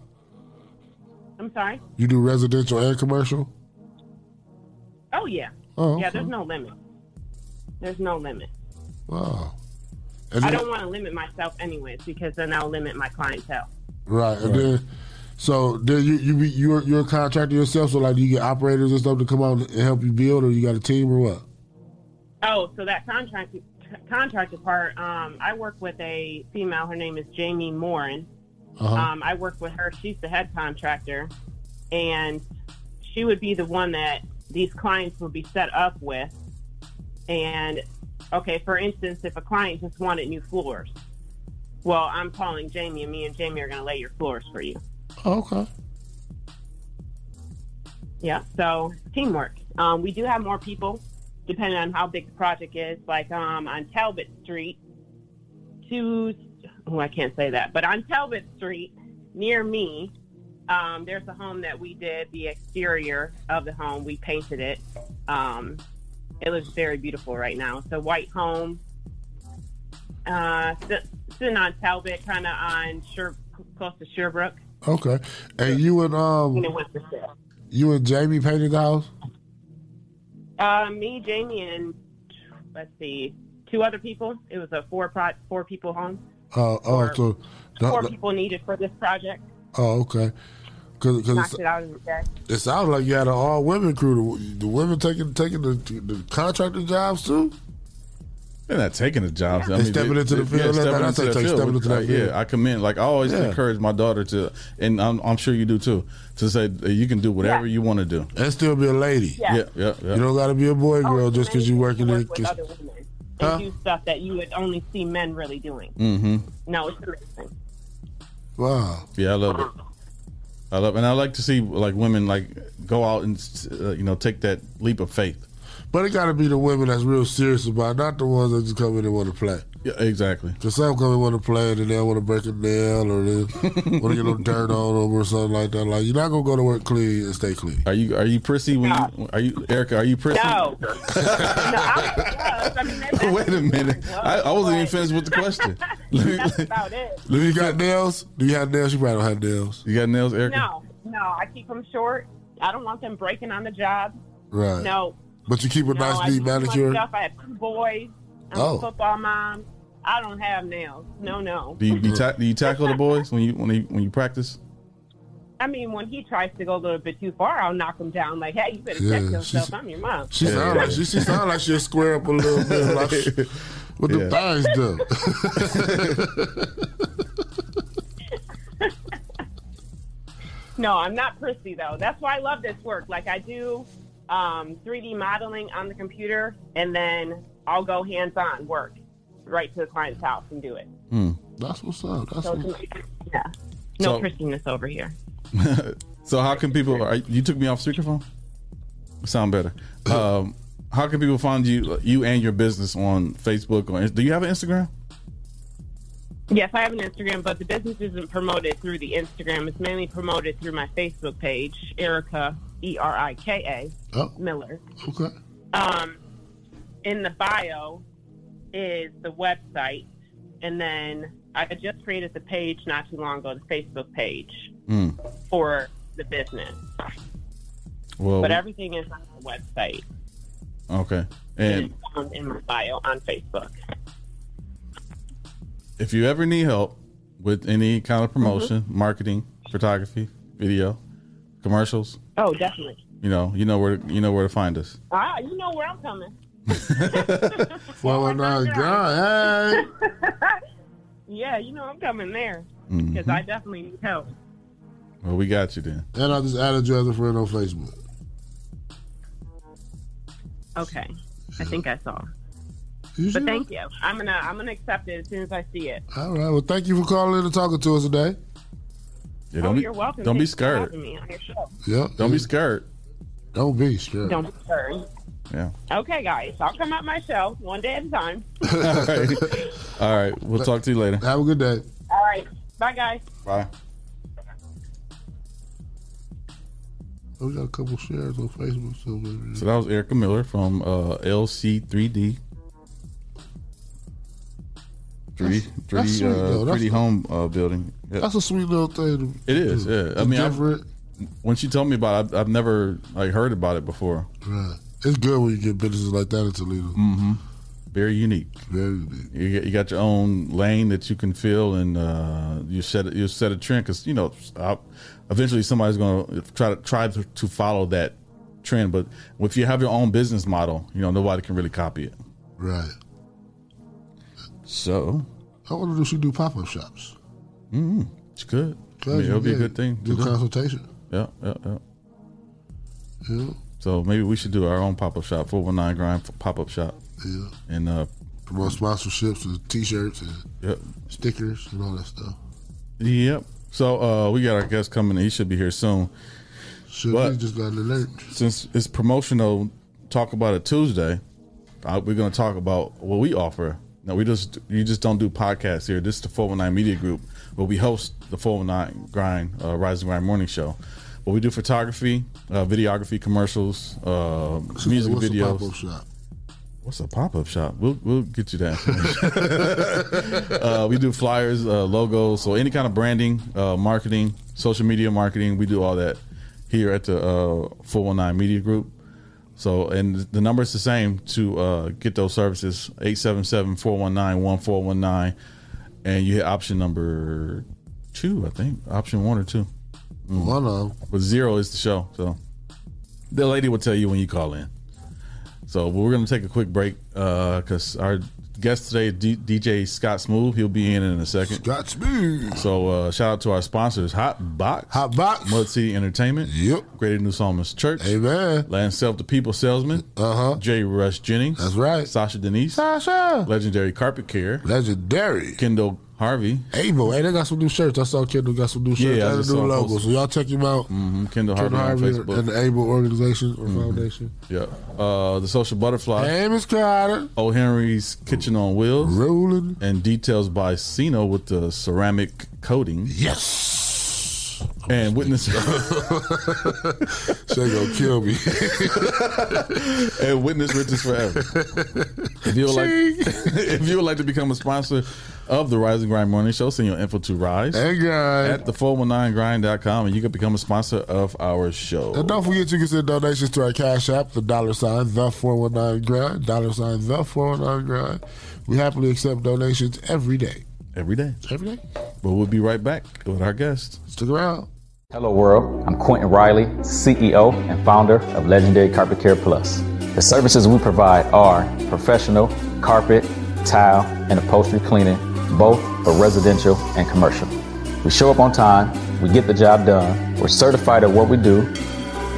[SPEAKER 24] I'm sorry.
[SPEAKER 12] You do residential and commercial.
[SPEAKER 24] Oh yeah.
[SPEAKER 12] Oh,
[SPEAKER 24] Yeah.
[SPEAKER 12] okay.
[SPEAKER 24] There's no limit. There's no limit.
[SPEAKER 12] Wow.
[SPEAKER 24] I don't want to limit myself anyways because then I'll limit my clientele.
[SPEAKER 12] Right. And then, so then you you be, you're you're a contractor yourself. So like, do you get operators and stuff to come out and help you build, or you got a team or what?
[SPEAKER 24] Oh, so that contract contractor part. Um, I work with a female. Her name is Jamie Morin.
[SPEAKER 12] Uh-huh.
[SPEAKER 24] Um, I work with her. She's the head contractor, and she would be the one that these clients would be set up with. And okay, for instance, if a client just wanted new floors, well, I'm calling Jamie, and me and Jamie are going to lay your floors for you.
[SPEAKER 12] Okay.
[SPEAKER 24] Yeah, so teamwork. Um, we do have more people, depending on how big the project is. Like um, on Talbot Street, two. Oh, I can't say that, but on Talbot Street, near me, um, there's a home that we did the exterior of the home. We painted it. Um, it looks very beautiful right now. It's a white home, uh, sit- sitting on Talbot, kind of on Sher- close to Sherbrooke.
[SPEAKER 12] Okay. And you and
[SPEAKER 24] And it
[SPEAKER 12] um
[SPEAKER 24] was for sale.
[SPEAKER 12] you and Jamie painted the house.
[SPEAKER 24] Uh, me, Jamie, and let's see, two other people. It was a four pro- four people home.
[SPEAKER 12] Uh, oh, so the-
[SPEAKER 24] Four
[SPEAKER 12] the-
[SPEAKER 24] people needed for this project.
[SPEAKER 12] oh, okay. Because
[SPEAKER 24] Knocked it out in a day.
[SPEAKER 12] it sounds like you had an all women crew. The, the women taking taking the, the contractor jobs too.
[SPEAKER 13] They're not taking the jobs.
[SPEAKER 12] They stepping into the field.
[SPEAKER 13] stepping
[SPEAKER 12] That's what I
[SPEAKER 13] into
[SPEAKER 12] say,
[SPEAKER 13] the
[SPEAKER 12] take
[SPEAKER 13] field.
[SPEAKER 12] stepping into that
[SPEAKER 13] Like,
[SPEAKER 12] field.
[SPEAKER 13] Yeah, I commend. Like I always
[SPEAKER 12] Yeah.
[SPEAKER 13] encourage my daughter to, and I'm, I'm sure you do too, to say uh, you can do whatever you want to do
[SPEAKER 12] and still be a lady.
[SPEAKER 13] Yeah, yeah, yeah.
[SPEAKER 12] You don't got to be a boy
[SPEAKER 24] Oh,
[SPEAKER 12] girl just because you working in.
[SPEAKER 24] With other women and
[SPEAKER 12] Huh?
[SPEAKER 24] do stuff that you would only see men really doing.
[SPEAKER 13] Mm-hmm.
[SPEAKER 24] No, it's amazing.
[SPEAKER 12] Wow.
[SPEAKER 13] Yeah, I love it. I love, and I like to see like women like go out and uh, you know take that leap of faith.
[SPEAKER 12] But it got to be the women that's real serious about, it, not the ones that just come in and want to play.
[SPEAKER 13] Yeah, exactly.
[SPEAKER 12] Cause some come in want to play and then they want to break a nail or they want to get a little dirt on them or something like that. Like you're not gonna go to work clean and stay clean.
[SPEAKER 13] Are you are you prissy when you are you Erica? Are you prissy?
[SPEAKER 24] No. no I was, I mean, that's,
[SPEAKER 13] Wait a minute. I, I wasn't even finished with the question.
[SPEAKER 24] that's about it.
[SPEAKER 12] Do you got nails? Do you have nails? You probably don't have nails.
[SPEAKER 13] You got nails, Erica?
[SPEAKER 24] No, no, I keep them short. I don't want them breaking on the job.
[SPEAKER 12] Right.
[SPEAKER 24] No,
[SPEAKER 12] But you keep a
[SPEAKER 24] No, I
[SPEAKER 12] nice, neat
[SPEAKER 24] do my
[SPEAKER 12] manicure.
[SPEAKER 24] Stuff. I have two boys. I'm
[SPEAKER 13] Oh.
[SPEAKER 24] a football mom. I don't have nails. No, no.
[SPEAKER 13] Do you do you,
[SPEAKER 12] Mm-hmm.
[SPEAKER 13] ta- do you tackle the boys when you when you when you practice?
[SPEAKER 24] I mean, when he tries to go a little bit too far, I'll knock him down. Like, hey, you better check
[SPEAKER 12] Yeah,
[SPEAKER 24] yourself.
[SPEAKER 12] she's-
[SPEAKER 24] I'm your mom.
[SPEAKER 12] She sound like she, she sound like she'll square up a little bit, like she, with the thighs done.
[SPEAKER 24] No, I'm not prissy though. That's why I love this work. Like, I do um, 3D modeling on the computer, and then I'll go hands-on work right to the client's house and do it.
[SPEAKER 13] Hmm.
[SPEAKER 12] That's what's up. Oh, That's
[SPEAKER 24] So,
[SPEAKER 12] what's up.
[SPEAKER 24] yeah, no
[SPEAKER 13] So-
[SPEAKER 24] prissiness over here.
[SPEAKER 13] so how can people? Are, you took me off speakerphone. Sound better. Um, how can people find you you and your business on Facebook? Or do you have an Instagram?
[SPEAKER 24] Yes, I have an Instagram, but the business isn't promoted through the Instagram. It's mainly promoted through my Facebook page, Erica E R I K A
[SPEAKER 12] Oh.
[SPEAKER 24] Miller.
[SPEAKER 12] Okay.
[SPEAKER 24] Um, in the bio is the website, and then I just created the page not too long ago, the Facebook page
[SPEAKER 13] Mm.
[SPEAKER 24] for the business.
[SPEAKER 13] Well,
[SPEAKER 24] but everything is on the website
[SPEAKER 13] okay. And
[SPEAKER 24] um, in my bio on Facebook.
[SPEAKER 13] if you ever need help with any kind of promotion,
[SPEAKER 24] Mm-hmm.
[SPEAKER 13] marketing, photography, video, commercials,
[SPEAKER 24] Oh, definitely.
[SPEAKER 13] you know, you know where you know where to find us.
[SPEAKER 24] Ah, you know where I'm coming.
[SPEAKER 12] Four one nine grind.
[SPEAKER 24] Yeah, you know I'm coming there
[SPEAKER 13] Mhm.
[SPEAKER 24] because I definitely need help.
[SPEAKER 13] Well, we got you then.
[SPEAKER 12] And I just added you as a friend on Facebook.
[SPEAKER 24] Okay, I think I saw.
[SPEAKER 12] You
[SPEAKER 24] But
[SPEAKER 12] sure?
[SPEAKER 24] thank you. I'm gonna I'm gonna accept it as soon as I see it.
[SPEAKER 12] All right. Well, thank you for calling in and talking to us today.
[SPEAKER 13] Yeah,
[SPEAKER 24] oh, you're welcome.
[SPEAKER 13] Don't be
[SPEAKER 24] Thanks for
[SPEAKER 13] scared.
[SPEAKER 24] having me on your show.
[SPEAKER 12] Yep.
[SPEAKER 13] Don't be scared.
[SPEAKER 12] Don't be scared.
[SPEAKER 24] Don't be scared.
[SPEAKER 13] Yeah.
[SPEAKER 24] Okay, guys, I'll come out my show one day at a time.
[SPEAKER 13] All right. All right. We'll talk to you later.
[SPEAKER 12] Have a good day.
[SPEAKER 24] All right, bye, guys.
[SPEAKER 13] Bye.
[SPEAKER 12] Oh, we got a couple shares on Facebook. So maybe.
[SPEAKER 13] So that was Erica Miller from uh, LC3D. three, three,
[SPEAKER 12] that's sweet, though.
[SPEAKER 13] uh,
[SPEAKER 12] That's
[SPEAKER 13] three D
[SPEAKER 12] a-
[SPEAKER 13] home uh, building. Yeah.
[SPEAKER 12] That's a sweet little thing. to
[SPEAKER 13] It is.
[SPEAKER 12] do.
[SPEAKER 13] Yeah. I
[SPEAKER 12] It's
[SPEAKER 13] mean, I've,
[SPEAKER 12] different.
[SPEAKER 13] when she told me about it, I've, I've never like heard about it before.
[SPEAKER 12] Right. It's good when you get businesses like that in Toledo.
[SPEAKER 13] Mm-hmm. Very unique.
[SPEAKER 12] Very unique.
[SPEAKER 13] You, got- you got your own lane that you can fill, and uh, you set you set a trend because you know uh, eventually somebody's going to try to try to, to follow that trend. But if you have your own business model, you know nobody can really copy it.
[SPEAKER 12] Right.
[SPEAKER 13] So
[SPEAKER 12] I wonder if she do pop up shops.
[SPEAKER 13] Mm, it's good. I mean, it'll be a good thing.
[SPEAKER 12] Do
[SPEAKER 13] to do.
[SPEAKER 12] consultation.
[SPEAKER 13] Yeah, yeah, yeah.
[SPEAKER 12] Yeah.
[SPEAKER 13] So maybe we should do our own pop up shop, four one nine grind pop up shop.
[SPEAKER 12] Yeah.
[SPEAKER 13] And uh,
[SPEAKER 12] Promote sponsorships and T-shirts and
[SPEAKER 13] Yep.
[SPEAKER 12] stickers and all that stuff.
[SPEAKER 13] Yep. So uh, we got our guest coming. in. He should be here soon.
[SPEAKER 12] Should
[SPEAKER 13] but
[SPEAKER 12] we just got an alert?
[SPEAKER 13] since it's promotional, talk about it Tuesday. Uh, we're going to talk about what we offer. No, we just you just don't do podcasts here. This is the 419 Media Group, but we host the 419 Grind uh, Rising Grind Morning Show. But we do photography, uh, videography, commercials, uh, music
[SPEAKER 12] What's a
[SPEAKER 13] videos.
[SPEAKER 12] pop-up shop?
[SPEAKER 13] What's a pop up shop? We'll we'll get you that. information. uh, we do flyers, uh, logos, so any kind of branding, uh, marketing, social media marketing. We do all that here at the uh, 419 Media Group. So, and the number is the same to uh, get those services 877 419 1419. And you hit option number two, I think. Option one or two. Mm.
[SPEAKER 12] One of
[SPEAKER 13] But zero is the show. So, the lady will tell you when you call in. So we're going to take a quick break because our guest today, D- DJ Scott Smooth, he'll be in in a second.
[SPEAKER 12] Scott Smooth.
[SPEAKER 13] So uh, shout out to our sponsors, Hot Box, Hot
[SPEAKER 12] Box,
[SPEAKER 13] Mud City Entertainment,
[SPEAKER 12] Yep,
[SPEAKER 13] Greater New Psalmist Church,
[SPEAKER 12] Amen,
[SPEAKER 13] Land Self the People Salesman,
[SPEAKER 12] uh huh,
[SPEAKER 13] J. Rush Jennings, that's
[SPEAKER 12] right,
[SPEAKER 13] Sasha Denise,
[SPEAKER 12] Sasha,
[SPEAKER 13] Legendary Carpet Care,
[SPEAKER 12] Legendary,
[SPEAKER 13] Kendall Harvey,
[SPEAKER 12] Avo, hey, they got some new shirts. I saw Kendall got some new shirts
[SPEAKER 13] Yeah, I
[SPEAKER 12] and
[SPEAKER 13] just
[SPEAKER 12] a
[SPEAKER 13] saw
[SPEAKER 12] new
[SPEAKER 13] him
[SPEAKER 12] logo.
[SPEAKER 13] post-
[SPEAKER 12] So y'all check him out.
[SPEAKER 13] hmm Kendall
[SPEAKER 12] Kendall
[SPEAKER 13] Harvey on
[SPEAKER 12] Harvey
[SPEAKER 13] Facebook. Mm-hmm.
[SPEAKER 12] and the Able Organization or Foundation.
[SPEAKER 13] Yeah. Uh, the Social Butterfly.
[SPEAKER 12] Hey, Miss Carter.
[SPEAKER 13] O. Henry's Kitchen on Wheels.
[SPEAKER 12] Rolling.
[SPEAKER 13] And Details by Sino with the ceramic coating.
[SPEAKER 12] Yes.
[SPEAKER 13] And witness.
[SPEAKER 12] She gonna kill me.
[SPEAKER 13] and witness riches forever. If you would like, if you would like to become a sponsor of the Rise and Grind Morning Show, send your info to Rise
[SPEAKER 12] Hey, guys.
[SPEAKER 13] at the 419grind.com and you can become a sponsor of our show.
[SPEAKER 12] And don't forget you can send donations to our Cash App, the dollar sign, the 419 grind, dollar sign, the 419 grind. We happily accept donations every day.
[SPEAKER 13] Every day.
[SPEAKER 12] Every day.
[SPEAKER 13] But we'll be right back with our guest.
[SPEAKER 12] Stick around.
[SPEAKER 17] Hello, world. I'm Quentin Riley, CEO and founder of Legendary Carpet Care Plus. The services we provide are professional carpet, tile, and upholstery cleaning, both for residential and commercial. We show up on time, we get the job done, we're certified at what we do,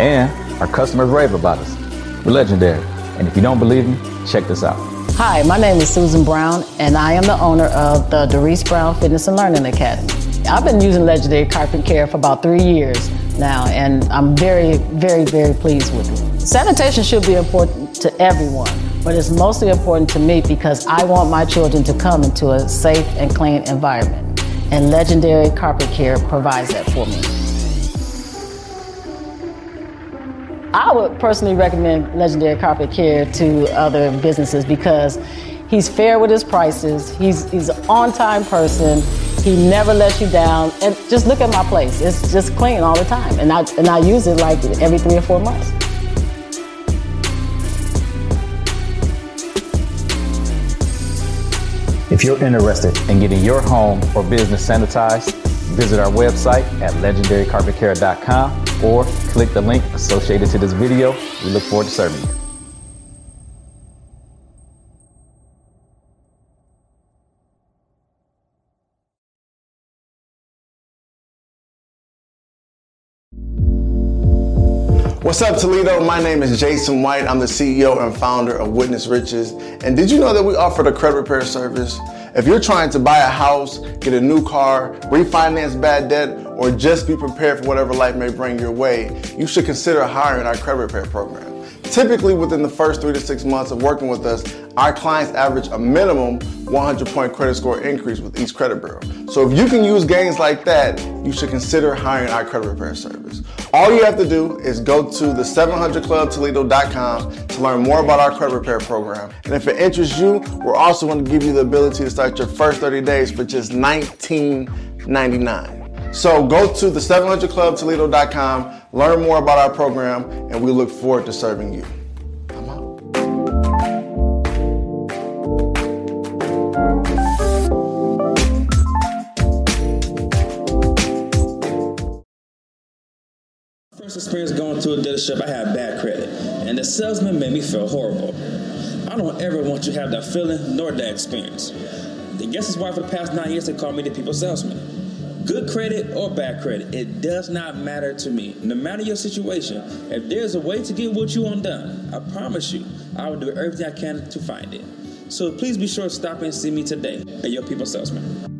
[SPEAKER 17] and our customers rave about us. We're legendary. And if you don't believe me, check this out.
[SPEAKER 18] Hi, my name is Susan Brown, and I am the owner of the Doris Brown Fitness and Learning Academy. I've been using Legendary Carpet Care for about three years now, and I'm very, very, very pleased with it. Sanitation should be important to everyone, but it's mostly important to me because I want my children to come into a safe and clean environment, and Legendary Carpet Care provides that for me. I would personally recommend Legendary Carpet Care to other businesses because he's fair with his prices. He's he's an on-time person. He never lets you down. And just look at my place. It's just clean all the time. And I and I use it like every three or four months.
[SPEAKER 17] If you're interested in getting your home or business sanitized, visit our website at legendarycarpetcare.com or click the link associated to this video. We look forward to serving you.
[SPEAKER 16] What's up, Toledo? My name is Jason White. I'm the CEO and founder of Witness Riches. And did you know that we offer the credit repair service? If you're trying to buy a house, get a new car, refinance bad debt, or just be prepared for whatever life may bring your way, you should consider hiring our credit repair program. Typically, within the first three to six months of working with us, our clients average a minimum 100 point credit score increase with each credit bureau. So, if you can use gains like that, you should consider hiring our credit repair service. All you have to do is go to the 700clubtoledo.com to learn more about our credit repair program. And if it interests you, we're also going to give you the ability to start your first 30 days for just $19.99. So go to the 700clubtoledo.com, learn more about our program, and we look forward to serving you.
[SPEAKER 15] First experience going to a dealership, I had bad credit, and the salesman made me feel horrible. I don't ever want you to have that feeling nor that experience. The guess is why for the past nine years they call me the people salesman. Good credit or bad credit, it does not matter to me. No matter your situation, if there's a way to get what you want done, I promise you, I will do everything I can to find it. So please be sure to stop and see me today at your people salesman.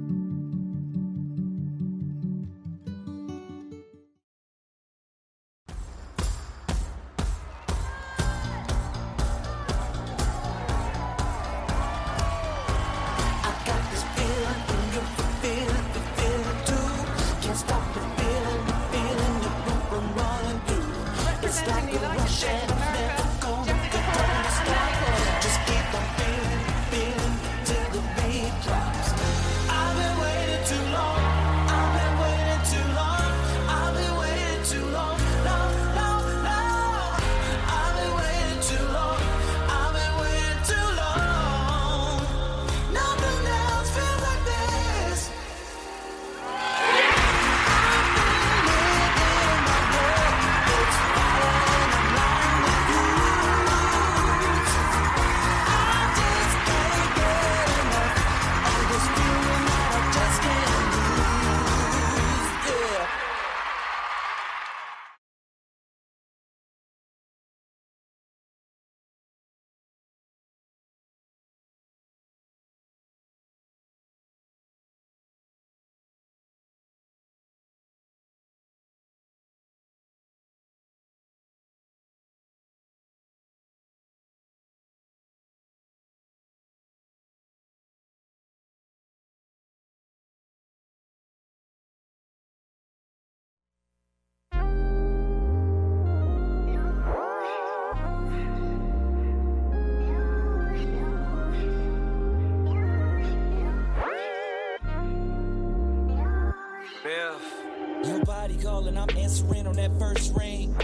[SPEAKER 25] Your body calling, I'm answering on that first ring.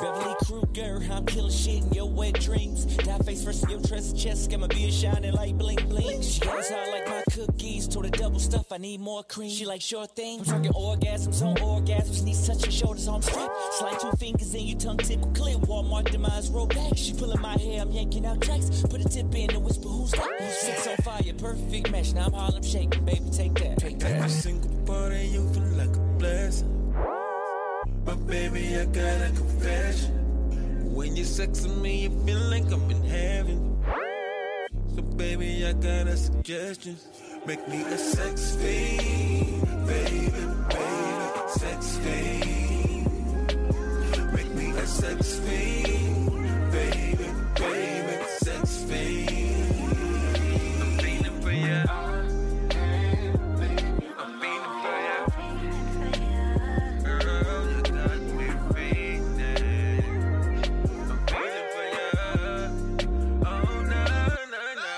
[SPEAKER 25] Beverly Kruger, I'm killing shit in your wet dreams. Die face first in your trust chest, got my beard shining like bling bling. She goes high like my cookies, told her double stuff, I need more cream. She like sure thing, I'm talking orgasms on orgasms, knees touching shoulders on strip. Slide two fingers in your tongue tip clip, Walmart demise roll back. She pulling my hair, I'm yanking out tracks. Put a tip in and whisper who's that? Who's six on fire, perfect match. Now I'm Harlem shaking, baby, take that. Take
[SPEAKER 9] Every single part of you feel like a blessing. But baby, I got a confession. When you're sexing me, you feel like I'm in heaven. So baby, I got a suggestion. Make me a sex fiend, baby, baby, sex fiend. Make me a sex fiend, baby, baby, sex fiend. I'm feeling for you. I'm feeling for you. Girl, you got me feeling. I'm feeling for you. Oh, no, no, no, no.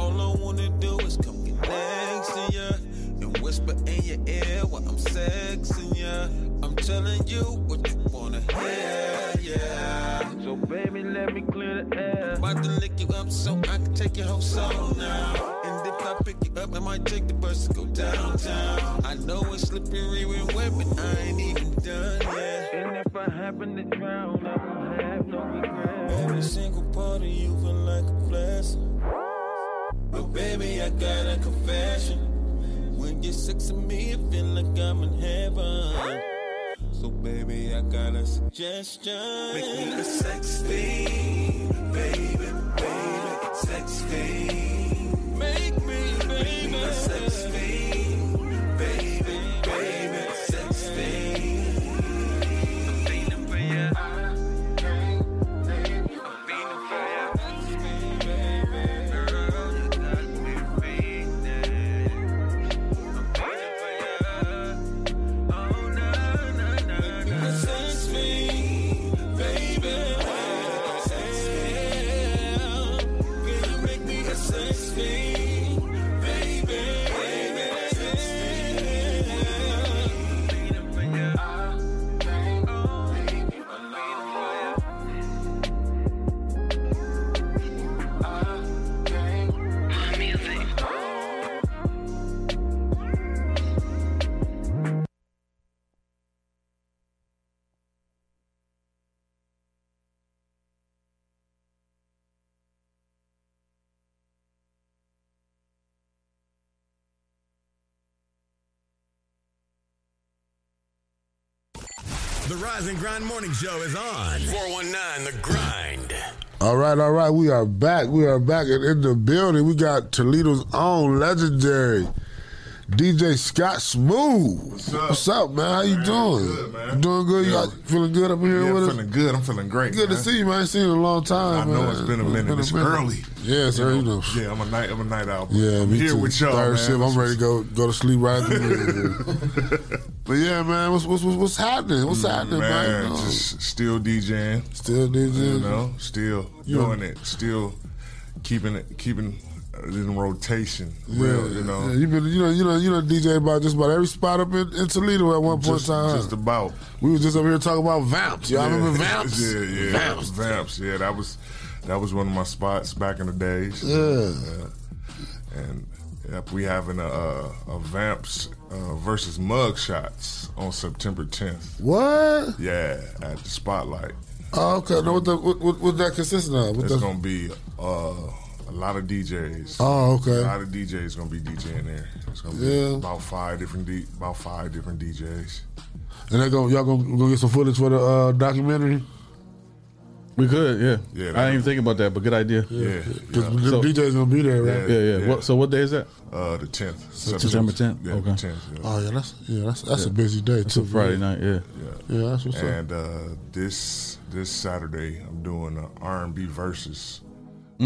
[SPEAKER 9] All I wanna do is come get next to ya and whisper in your ear while I'm sexing ya. I'm telling you what you wanna hear, yeah. So baby, let me clear the air. About to lick you up so I can take your whole soul now. And if I pick you up, I might take the bus to go downtown. I know it's slippery when wet, but I ain't even done yet. And if I happen to drown, I won't have no regret. Every single part of you feel like a blessing. But baby, I got a confession. When you're sexing me, it feel like I'm in heaven. So baby, I got a suggestion. Make me a sex fiend, baby, baby, sex fiend. Make me, baby, a sex fiend, baby, baby, sex fiend. I'm feeling for you. I'm
[SPEAKER 1] The Rise and Grind Morning Show is on. 419 The Grind.
[SPEAKER 12] All right, all right. We are back. We are back and in the building. We got Toledo's own legendary DJ Scott Smooth. What's up, man? How you doing?
[SPEAKER 2] good, man.
[SPEAKER 12] You doing good? You
[SPEAKER 2] Yeah.
[SPEAKER 12] got, feeling good up here
[SPEAKER 2] Yeah,
[SPEAKER 12] with
[SPEAKER 2] I'm
[SPEAKER 12] us?
[SPEAKER 2] feeling good. I'm feeling great.
[SPEAKER 12] Good to
[SPEAKER 2] man.
[SPEAKER 12] see you, man. I ain't seen you in a long time.
[SPEAKER 2] I know
[SPEAKER 12] man.
[SPEAKER 2] it's been a minute. it's early.
[SPEAKER 12] Yeah, it's early. though.
[SPEAKER 2] Yeah, I'm a night. I'm a night owl.
[SPEAKER 12] Yeah, me
[SPEAKER 2] I'm here
[SPEAKER 12] too.
[SPEAKER 2] with y'all,
[SPEAKER 12] Third
[SPEAKER 2] man.
[SPEAKER 12] sip, I'm ready to go go to sleep right now. but yeah, man, what's what's what's, what's happening? What's happening, man?
[SPEAKER 2] Mm, Man,
[SPEAKER 12] You know,
[SPEAKER 2] just still DJing.
[SPEAKER 12] Still DJing.
[SPEAKER 2] You know, still
[SPEAKER 12] You-
[SPEAKER 2] doing it. Still keeping it, keeping it in rotation. Real, you know.
[SPEAKER 12] yeah, you been you know you know you know DJ about just about every spot up in, in Toledo at one point
[SPEAKER 2] Just-
[SPEAKER 12] in time.
[SPEAKER 2] just about.
[SPEAKER 12] We was just up here talking about vamps. Y'all remember vamps?
[SPEAKER 2] Yeah, yeah.
[SPEAKER 12] Vamps.
[SPEAKER 2] Vamps, Yeah, that was that was one of my spots back in the days.
[SPEAKER 12] Yeah.
[SPEAKER 2] Yeah. And yep, we having a, a, a vamps uh, versus mug shots on September 10th.
[SPEAKER 12] What?
[SPEAKER 2] Yeah, at the spotlight.
[SPEAKER 12] Oh, okay. Now what the what, what, what that consisting of? What
[SPEAKER 2] It's
[SPEAKER 12] the,
[SPEAKER 2] gonna be uh, a lot of DJs.
[SPEAKER 12] Oh, okay.
[SPEAKER 2] A lot of DJs gonna be DJing there. It's gonna be
[SPEAKER 12] Yeah.
[SPEAKER 2] about five different D- about five different DJs.
[SPEAKER 12] and they gonna y'all gonna, gonna get some footage for the uh, documentary.
[SPEAKER 13] We could, yeah.
[SPEAKER 2] Yeah,
[SPEAKER 13] I didn't even think about that, but good idea.
[SPEAKER 2] Yeah,
[SPEAKER 12] Because the DJ's gonna be there, right?
[SPEAKER 13] Yeah, yeah. What, so what day is that?
[SPEAKER 2] Uh, the tenth,
[SPEAKER 13] September tenth.
[SPEAKER 2] Yeah,
[SPEAKER 13] okay.
[SPEAKER 2] 10th, yeah.
[SPEAKER 12] Oh yeah, that's yeah that's that's a busy day
[SPEAKER 13] That's
[SPEAKER 12] too.
[SPEAKER 13] a Friday
[SPEAKER 12] yeah.
[SPEAKER 13] night. Yeah.
[SPEAKER 12] Yeah, that's what's up.
[SPEAKER 2] and uh, this this Saturday, I'm doing an R&B versus uh,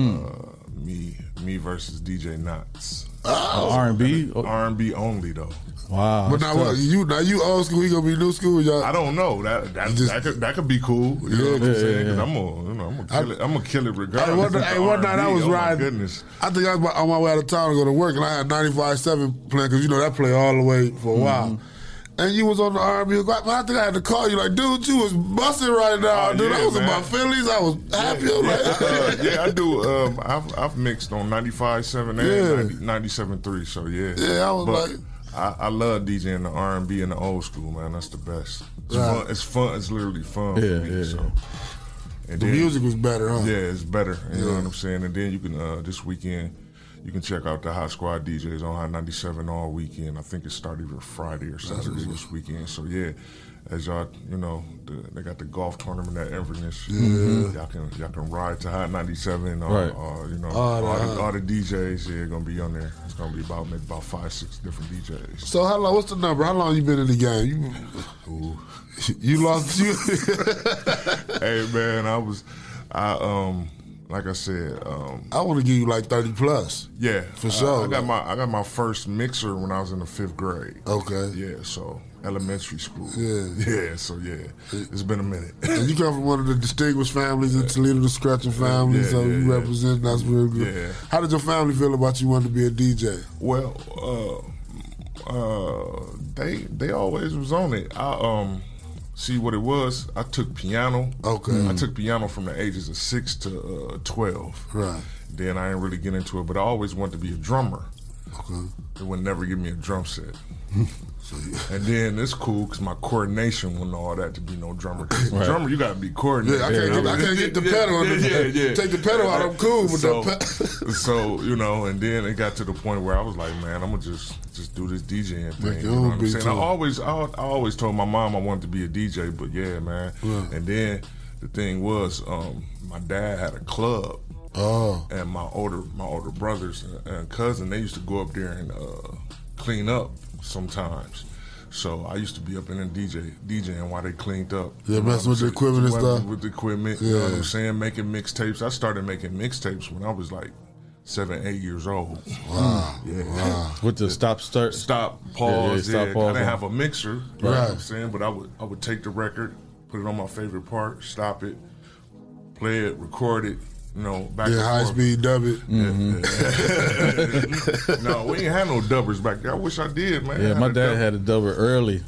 [SPEAKER 2] me me versus DJ Knots.
[SPEAKER 13] Mm. Oh, R&B?
[SPEAKER 2] R&B only though.
[SPEAKER 13] Wow.
[SPEAKER 12] But now what? You now you old school? You gonna be new school? Y'all?
[SPEAKER 2] I don't know. That that, that, could, that could be cool. You know
[SPEAKER 12] Yeah,
[SPEAKER 2] what I'm
[SPEAKER 12] yeah,
[SPEAKER 2] saying? 'Cause
[SPEAKER 12] yeah.
[SPEAKER 2] I'm gonna you know, I'm gonna
[SPEAKER 12] I-
[SPEAKER 2] kill it. I'm gonna kill it regardless.
[SPEAKER 12] Hey, one,
[SPEAKER 2] It's
[SPEAKER 12] hey,
[SPEAKER 2] the
[SPEAKER 12] one night I
[SPEAKER 2] R&B.
[SPEAKER 12] was
[SPEAKER 2] Oh, my
[SPEAKER 12] riding.
[SPEAKER 2] Goodness.
[SPEAKER 12] I think I was on my way out of town to go to work, and I had 95.7 playing because you know that play all the way for a
[SPEAKER 2] Mm-hmm.
[SPEAKER 12] while. And you was on the R&B. I I think I had to call you like, dude, you was busting right now,
[SPEAKER 2] Oh,
[SPEAKER 12] dude. I
[SPEAKER 2] yeah,
[SPEAKER 12] was in my
[SPEAKER 2] man.
[SPEAKER 12] feelings. I was happy. I'm
[SPEAKER 2] Yeah,
[SPEAKER 12] like,
[SPEAKER 2] I, uh, yeah, I do. Um, I've, I've mixed on 95.7
[SPEAKER 12] Yeah.
[SPEAKER 2] and 90, 97.3, so yeah.
[SPEAKER 12] Yeah, I was
[SPEAKER 2] But
[SPEAKER 12] like-
[SPEAKER 2] I, I love DJing the R&B and the old school, man. That's the best. It's,
[SPEAKER 12] Right.
[SPEAKER 2] fun. it's fun. It's literally fun
[SPEAKER 12] Yeah,
[SPEAKER 2] for me,
[SPEAKER 12] yeah.
[SPEAKER 2] so. And
[SPEAKER 12] The music was better, huh?
[SPEAKER 2] Yeah, it's better. You know
[SPEAKER 12] Yeah.
[SPEAKER 2] what I'm saying? And then you can, uh, this weekend, you can check out the Hot Squad DJs on Hot 97 all weekend. I think it started even Friday or Saturday this weekend. So yeah, as y'all, you know, the, they got the golf tournament at Inverness.
[SPEAKER 12] Yeah.
[SPEAKER 2] Y'all can y'all can ride to Hot 97. All,
[SPEAKER 12] Mm-hmm. Right.
[SPEAKER 2] all, you know,
[SPEAKER 12] All
[SPEAKER 2] all,
[SPEAKER 12] the uh,
[SPEAKER 2] the,
[SPEAKER 12] hot.
[SPEAKER 2] all the DJs yeah gonna be on there. It's gonna be about maybe about five six different DJs.
[SPEAKER 12] so how long? What's the number? How long you been in the game? You, you lost you.
[SPEAKER 2] hey man, I was, I um, like I said, um,
[SPEAKER 12] I want to give you like 30 plus.
[SPEAKER 2] yeah,
[SPEAKER 12] For
[SPEAKER 2] I-
[SPEAKER 12] sure.
[SPEAKER 2] I got my I got my first mixer when I was in the fifth grade.
[SPEAKER 12] Okay.
[SPEAKER 2] Yeah, so elementary school.
[SPEAKER 12] Yeah.
[SPEAKER 2] yeah. So yeah, it's been a minute.
[SPEAKER 12] And you come from one of the distinguished families in Toledo, the Scratching family,
[SPEAKER 2] Yeah,
[SPEAKER 12] so
[SPEAKER 2] yeah,
[SPEAKER 12] you
[SPEAKER 2] yeah.
[SPEAKER 12] represent. That's real good.
[SPEAKER 2] Yeah.
[SPEAKER 12] How did your family feel about you wanting to be a DJ?
[SPEAKER 2] Well, uh, uh, they they always was on it. I um, see what it was. I took piano. Okay. Mm. I took piano from the ages of six to uh, twelve.
[SPEAKER 12] Right.
[SPEAKER 2] Then I didn't really get into it, but I always wanted to be a drummer. Okay. They would never give me a drum set. and then it's cool because my coordination wasn't all that to be no drummer. 'Cause
[SPEAKER 12] Right.
[SPEAKER 2] Drummer, you gotta be coordinated.
[SPEAKER 12] Yeah, I can't get- I can't get the pedal in the- take the pedal out, I'm cool, but
[SPEAKER 2] so,
[SPEAKER 12] the pe-
[SPEAKER 2] so you know, and then it got to the point where I was like, man, I'm gonna just just do this DJing thing.
[SPEAKER 12] Make
[SPEAKER 2] you
[SPEAKER 12] your
[SPEAKER 2] know
[SPEAKER 12] own
[SPEAKER 2] what I'm
[SPEAKER 12] beat
[SPEAKER 2] saying?
[SPEAKER 12] to
[SPEAKER 2] I
[SPEAKER 12] it.
[SPEAKER 2] always I, al- I always told my mom I wanted to be a DJ, but yeah, man.
[SPEAKER 12] Right.
[SPEAKER 2] And then the thing was, um, my dad had a club.
[SPEAKER 12] Oh.
[SPEAKER 2] And my older my older brothers and, and cousin, they used to go up there and uh, clean up sometimes. So I used to be up in there DJ DJing while they cleaned up.
[SPEAKER 12] Yeah,
[SPEAKER 2] You know
[SPEAKER 12] messing with the
[SPEAKER 2] what I'm saying?
[SPEAKER 12] equipment and
[SPEAKER 2] Messing
[SPEAKER 12] stuff.
[SPEAKER 2] With the equipment, you know what
[SPEAKER 12] Yeah.
[SPEAKER 2] I'm saying? Making mixtapes. I started making mixtapes when I was like seven, eight years old.
[SPEAKER 13] Wow.
[SPEAKER 2] Yeah.
[SPEAKER 13] With the stop start.
[SPEAKER 2] Stop, Pause. Yeah, I didn't have a mixer. You know what
[SPEAKER 13] Right.
[SPEAKER 2] I'm saying? But I would I would take the record, put it on my favorite part, stop it, play it, record it, you know, back
[SPEAKER 12] yeah,
[SPEAKER 2] and
[SPEAKER 12] high
[SPEAKER 2] forth.
[SPEAKER 12] speed dub it.
[SPEAKER 2] no, we ain't had no dubbers back there. I wish I did, man. I
[SPEAKER 13] Yeah,
[SPEAKER 2] had
[SPEAKER 13] my
[SPEAKER 2] a
[SPEAKER 13] dad
[SPEAKER 2] dub-
[SPEAKER 13] had a dubber early.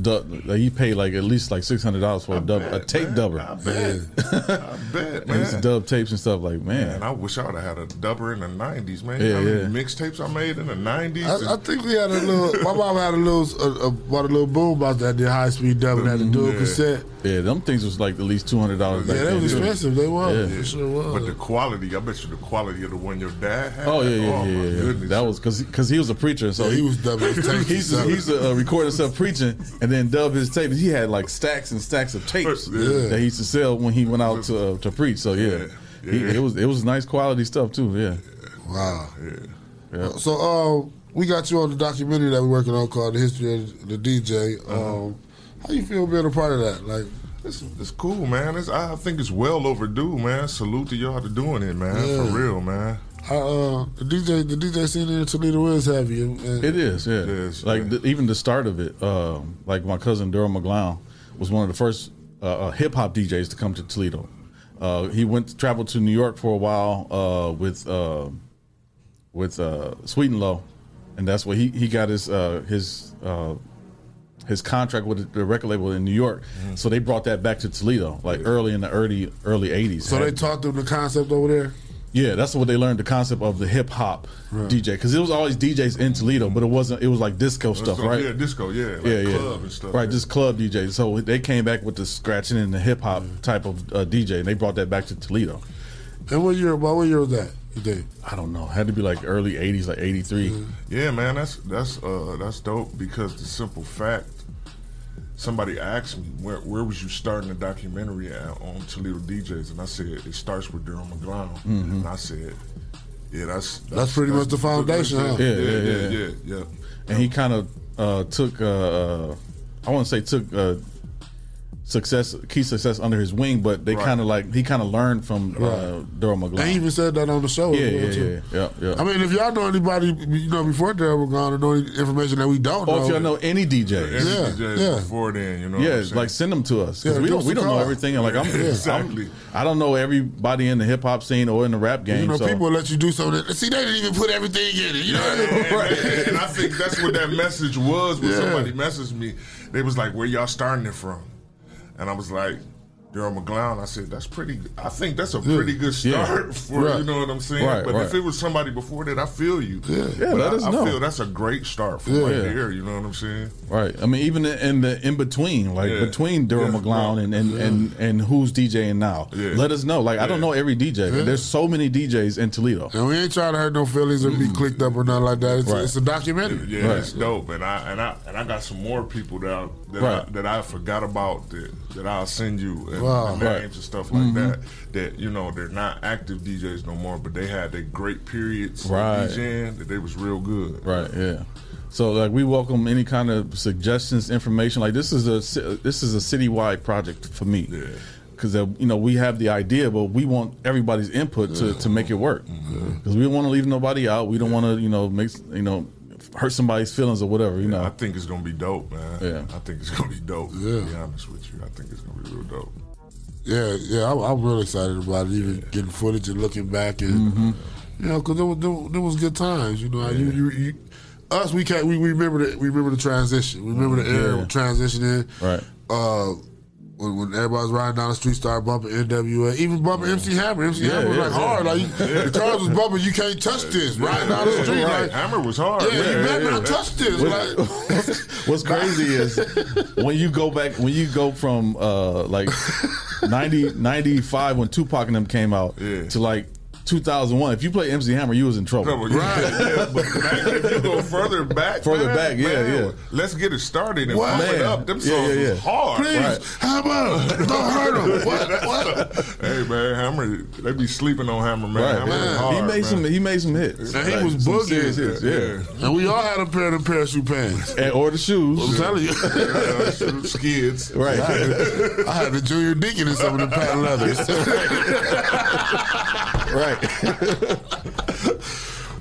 [SPEAKER 13] Du- like he paid like at least like six hundred dollars for a dub, a tape dubber. I
[SPEAKER 2] bet, I bet,
[SPEAKER 13] And it's
[SPEAKER 2] man.
[SPEAKER 13] dub tapes and stuff. Like man,
[SPEAKER 2] Man, I wish I would have had a dubber in the '90s, man.
[SPEAKER 13] Yeah,
[SPEAKER 2] How many
[SPEAKER 13] yeah.
[SPEAKER 2] mixtapes I made in the '90s.
[SPEAKER 12] I, I think we had a little. My mom had a little, uh, uh, bought a little boom box that did high speed dub and had to do a cassette.
[SPEAKER 13] Yeah, them things was like at least two hundred dollars.
[SPEAKER 12] Yeah,
[SPEAKER 13] back
[SPEAKER 12] they
[SPEAKER 13] then,
[SPEAKER 12] was
[SPEAKER 13] too.
[SPEAKER 12] expensive. They were.
[SPEAKER 13] Yeah.
[SPEAKER 12] They sure was.
[SPEAKER 2] But the quality, I bet you the quality of the one your dad had.
[SPEAKER 13] Oh yeah, yeah,
[SPEAKER 2] my
[SPEAKER 13] yeah, yeah.
[SPEAKER 2] goodness.
[SPEAKER 13] That was because he was a preacher, so
[SPEAKER 12] Yeah, he was dubbing his tapes
[SPEAKER 13] He's
[SPEAKER 12] and
[SPEAKER 13] a,
[SPEAKER 12] stuff.
[SPEAKER 13] he's a, uh, recording stuff preaching, And then Dub his tapes. He had like stacks and stacks of tapes
[SPEAKER 2] Yeah.
[SPEAKER 13] that he used to sell when he went out to uh, to preach. So yeah, He,
[SPEAKER 2] Yeah.
[SPEAKER 13] it was it was nice quality stuff too. Yeah.
[SPEAKER 12] Wow.
[SPEAKER 2] Yeah.
[SPEAKER 12] So, uh, we got you on the documentary that we're working on called "The History of the DJ." Um, how you feel being a part of that? Like,
[SPEAKER 2] Mm-hmm. it's, it's cool, man. It's, I think it's well overdue, man. Salute to y'all for doing it, man.
[SPEAKER 12] Yeah.
[SPEAKER 2] For real, man.
[SPEAKER 12] I, uh, the DJ, the DJ scene in Toledo is heavy. and-
[SPEAKER 13] It is, yeah. like The, even the start of it, um, like my cousin Daryl McGlown was one of the first uh, uh, hip hop DJs to come to Toledo. Uh, he went traveled to New York for a while uh, with uh, with uh, Sweet and Low, and that's where he, he got his uh, his uh, his contract with the record label in New York. So they brought that back to Toledo, like early in the early early eighties.
[SPEAKER 12] So they taught them the concept over there.
[SPEAKER 13] Yeah, that's what they learned the concept of the hip hop
[SPEAKER 12] Right.
[SPEAKER 13] DJ because it was always DJs in Toledo, but it wasn't. It was like disco stuff,
[SPEAKER 2] Disco,
[SPEAKER 13] right?
[SPEAKER 2] Yeah, disco, yeah. Like
[SPEAKER 13] yeah, yeah,
[SPEAKER 2] club and stuff.
[SPEAKER 13] right? Just club DJs. So they came back with the scratching and the hip hop type of uh, DJ, and they brought that back to Toledo.
[SPEAKER 12] And what year? About what year was that? You think?
[SPEAKER 13] I don't know. Had to be like early '80s, like '83.
[SPEAKER 2] Yeah, man, that's that's uh that's dope because the simple fact somebody asked me where where was you starting the documentary at on Toledo DJs and I said it starts with Durham McGlown
[SPEAKER 13] Mm-hmm.
[SPEAKER 12] Mhm.
[SPEAKER 2] and I said yeah that's
[SPEAKER 12] That's pretty much the foundation, huh?
[SPEAKER 13] Yeah,
[SPEAKER 2] yeah yeah yeah, yeah, yeah.
[SPEAKER 13] And he kind of uh, took, uh, uh, I want to say, took uh, success, key success under his wing, but they
[SPEAKER 12] Right.
[SPEAKER 13] kind of like he kind of learned from uh, Daryl McGlown.
[SPEAKER 12] They even said that on the show. as
[SPEAKER 13] Yeah,
[SPEAKER 12] well,
[SPEAKER 13] yeah,
[SPEAKER 12] too.
[SPEAKER 13] yeah, yeah, yeah.
[SPEAKER 12] I mean, if y'all know anybody, you know, before Daryl was gone, or know any information that we don't
[SPEAKER 13] Or
[SPEAKER 12] know,
[SPEAKER 13] if y'all know any DJs,
[SPEAKER 2] Every DJs
[SPEAKER 12] yeah.
[SPEAKER 2] before then you know what
[SPEAKER 13] yeah,
[SPEAKER 2] I'm saying?
[SPEAKER 13] like send them to us 'cause
[SPEAKER 2] Yeah,
[SPEAKER 13] we
[SPEAKER 2] give
[SPEAKER 13] don't
[SPEAKER 2] us
[SPEAKER 13] we
[SPEAKER 2] a
[SPEAKER 13] don't know
[SPEAKER 2] call.
[SPEAKER 13] everything. And like I'm,
[SPEAKER 2] Yeah,
[SPEAKER 13] exactly. I'm I don't know everybody in the hip hop scene or in the rap game.
[SPEAKER 12] you know,
[SPEAKER 13] so
[SPEAKER 12] people let you do something. that- See, they didn't even put everything in it. You know what I mean?
[SPEAKER 2] and, and I think that's what that message was when
[SPEAKER 12] Yeah.
[SPEAKER 2] somebody messaged me. They was like, "Where y'all starting it from?" And I was like, "Daryl McGlown." I said, "That's pretty. good- I think that's a
[SPEAKER 12] Yeah.
[SPEAKER 2] pretty good start
[SPEAKER 12] Yeah.
[SPEAKER 2] for
[SPEAKER 12] Right.
[SPEAKER 2] you know what I'm saying."
[SPEAKER 12] Right,
[SPEAKER 2] but if
[SPEAKER 12] right.
[SPEAKER 2] it was somebody before that, I feel you.
[SPEAKER 13] Yeah. Yeah,
[SPEAKER 2] but
[SPEAKER 13] let
[SPEAKER 2] I,
[SPEAKER 13] us
[SPEAKER 2] I
[SPEAKER 13] know.
[SPEAKER 2] feel that's a great start from
[SPEAKER 13] Yeah.
[SPEAKER 2] right
[SPEAKER 13] Yeah.
[SPEAKER 2] there. You know what I'm saying?
[SPEAKER 13] Right. I mean, even in- in the in between, like
[SPEAKER 2] Yeah.
[SPEAKER 13] between Daryl
[SPEAKER 2] Yeah.
[SPEAKER 13] McGlown and and, and and who's DJing now.
[SPEAKER 2] Yeah.
[SPEAKER 13] Let us know. Like I don't know every DJ.
[SPEAKER 12] Yeah.
[SPEAKER 13] There's so many DJs in Toledo.
[SPEAKER 12] And we ain't trying to hurt no feelings or be clicked up or nothing like that. It's,
[SPEAKER 13] Mm. Right.
[SPEAKER 12] it's a documentary.
[SPEAKER 2] Yeah, it's dope, and I and I and I got some more people that I, that, I,
[SPEAKER 12] Right.
[SPEAKER 2] that I forgot about that, that I'll send you and,
[SPEAKER 12] Wow.
[SPEAKER 2] and names
[SPEAKER 12] Right.
[SPEAKER 2] and stuff like
[SPEAKER 12] Mhm.
[SPEAKER 13] Mm-hmm.
[SPEAKER 2] that. That you know they're not active DJs no more, but they had their great periods of
[SPEAKER 13] Right.
[SPEAKER 2] DJing that they was real good.
[SPEAKER 13] Right. Yeah. So like we welcome any kind of suggestions, information. Like this is a ci- this is a citywide project for me. Yeah. Because you know we have the idea, but we want everybody's input to, to make it work.
[SPEAKER 2] Mm-hmm.
[SPEAKER 13] Because we don't want to leave nobody out. We don't want to you know make s- you know hurt somebody's feelings or whatever. You know.
[SPEAKER 2] I think it's gonna be dope, man.
[SPEAKER 13] Yeah.
[SPEAKER 2] I think it's gonna be dope.
[SPEAKER 12] Yeah.
[SPEAKER 2] To be honest with you, I think it's gonna be real dope.
[SPEAKER 12] Yeah, yeah, I'm, I'm real excited about it. Even getting footage and looking back, and
[SPEAKER 13] Mm-hmm.
[SPEAKER 12] you know, because there was, there, was- there was good times. You know, you, you, you, us, we can't. We, we remember the we remember the transition. We remember the era
[SPEAKER 13] Yeah.
[SPEAKER 12] of transitioning.
[SPEAKER 13] Right.
[SPEAKER 12] Uh, when, when everybody's riding down the street, started bumping NWA, even bumping MC Hammer. MC
[SPEAKER 2] Yeah,
[SPEAKER 12] Hammer was
[SPEAKER 2] yeah,
[SPEAKER 12] like
[SPEAKER 2] yeah.
[SPEAKER 12] hard. Like you-
[SPEAKER 2] Yeah.
[SPEAKER 12] the cars was bumping. You can't touch this. Riding down the street,
[SPEAKER 2] Right.
[SPEAKER 12] like
[SPEAKER 2] Hammer was hard.
[SPEAKER 12] Yeah, you better not touch this.
[SPEAKER 13] What-
[SPEAKER 12] like,
[SPEAKER 13] What's crazy is when you go back, when you go from uh, like 90, 95 when Tupac and them came out to like 2001, if you play MC Hammer, you was in trouble.
[SPEAKER 2] Trouble, yeah. Yeah, but back, if you go further back,
[SPEAKER 13] Further
[SPEAKER 2] man,
[SPEAKER 13] back, yeah,
[SPEAKER 2] man,
[SPEAKER 13] yeah.
[SPEAKER 2] Let's get it started and
[SPEAKER 13] What?
[SPEAKER 2] pump it
[SPEAKER 13] Man.
[SPEAKER 2] up. Them
[SPEAKER 13] Yeah,
[SPEAKER 2] songs
[SPEAKER 13] yeah,
[SPEAKER 2] was
[SPEAKER 13] yeah.
[SPEAKER 2] hard.
[SPEAKER 13] Please, Right.
[SPEAKER 12] Hammer, don't hurt him.
[SPEAKER 2] Hey man, Hammer, they be sleeping on Hammer, man.
[SPEAKER 13] Right.
[SPEAKER 2] Hammer was
[SPEAKER 13] Man.
[SPEAKER 2] hard,
[SPEAKER 13] he made
[SPEAKER 2] man.
[SPEAKER 13] some. He made some hits.
[SPEAKER 12] And he
[SPEAKER 13] Like,
[SPEAKER 12] was
[SPEAKER 13] some
[SPEAKER 12] boogieing.
[SPEAKER 13] serious hits, yeah.
[SPEAKER 12] and we all had a pair of them parachute pants.
[SPEAKER 13] And or the shoes.
[SPEAKER 12] I'm telling you.
[SPEAKER 2] Skids.
[SPEAKER 13] Right.
[SPEAKER 12] I had, I had the junior deacon in some of the patent leathers.
[SPEAKER 13] right.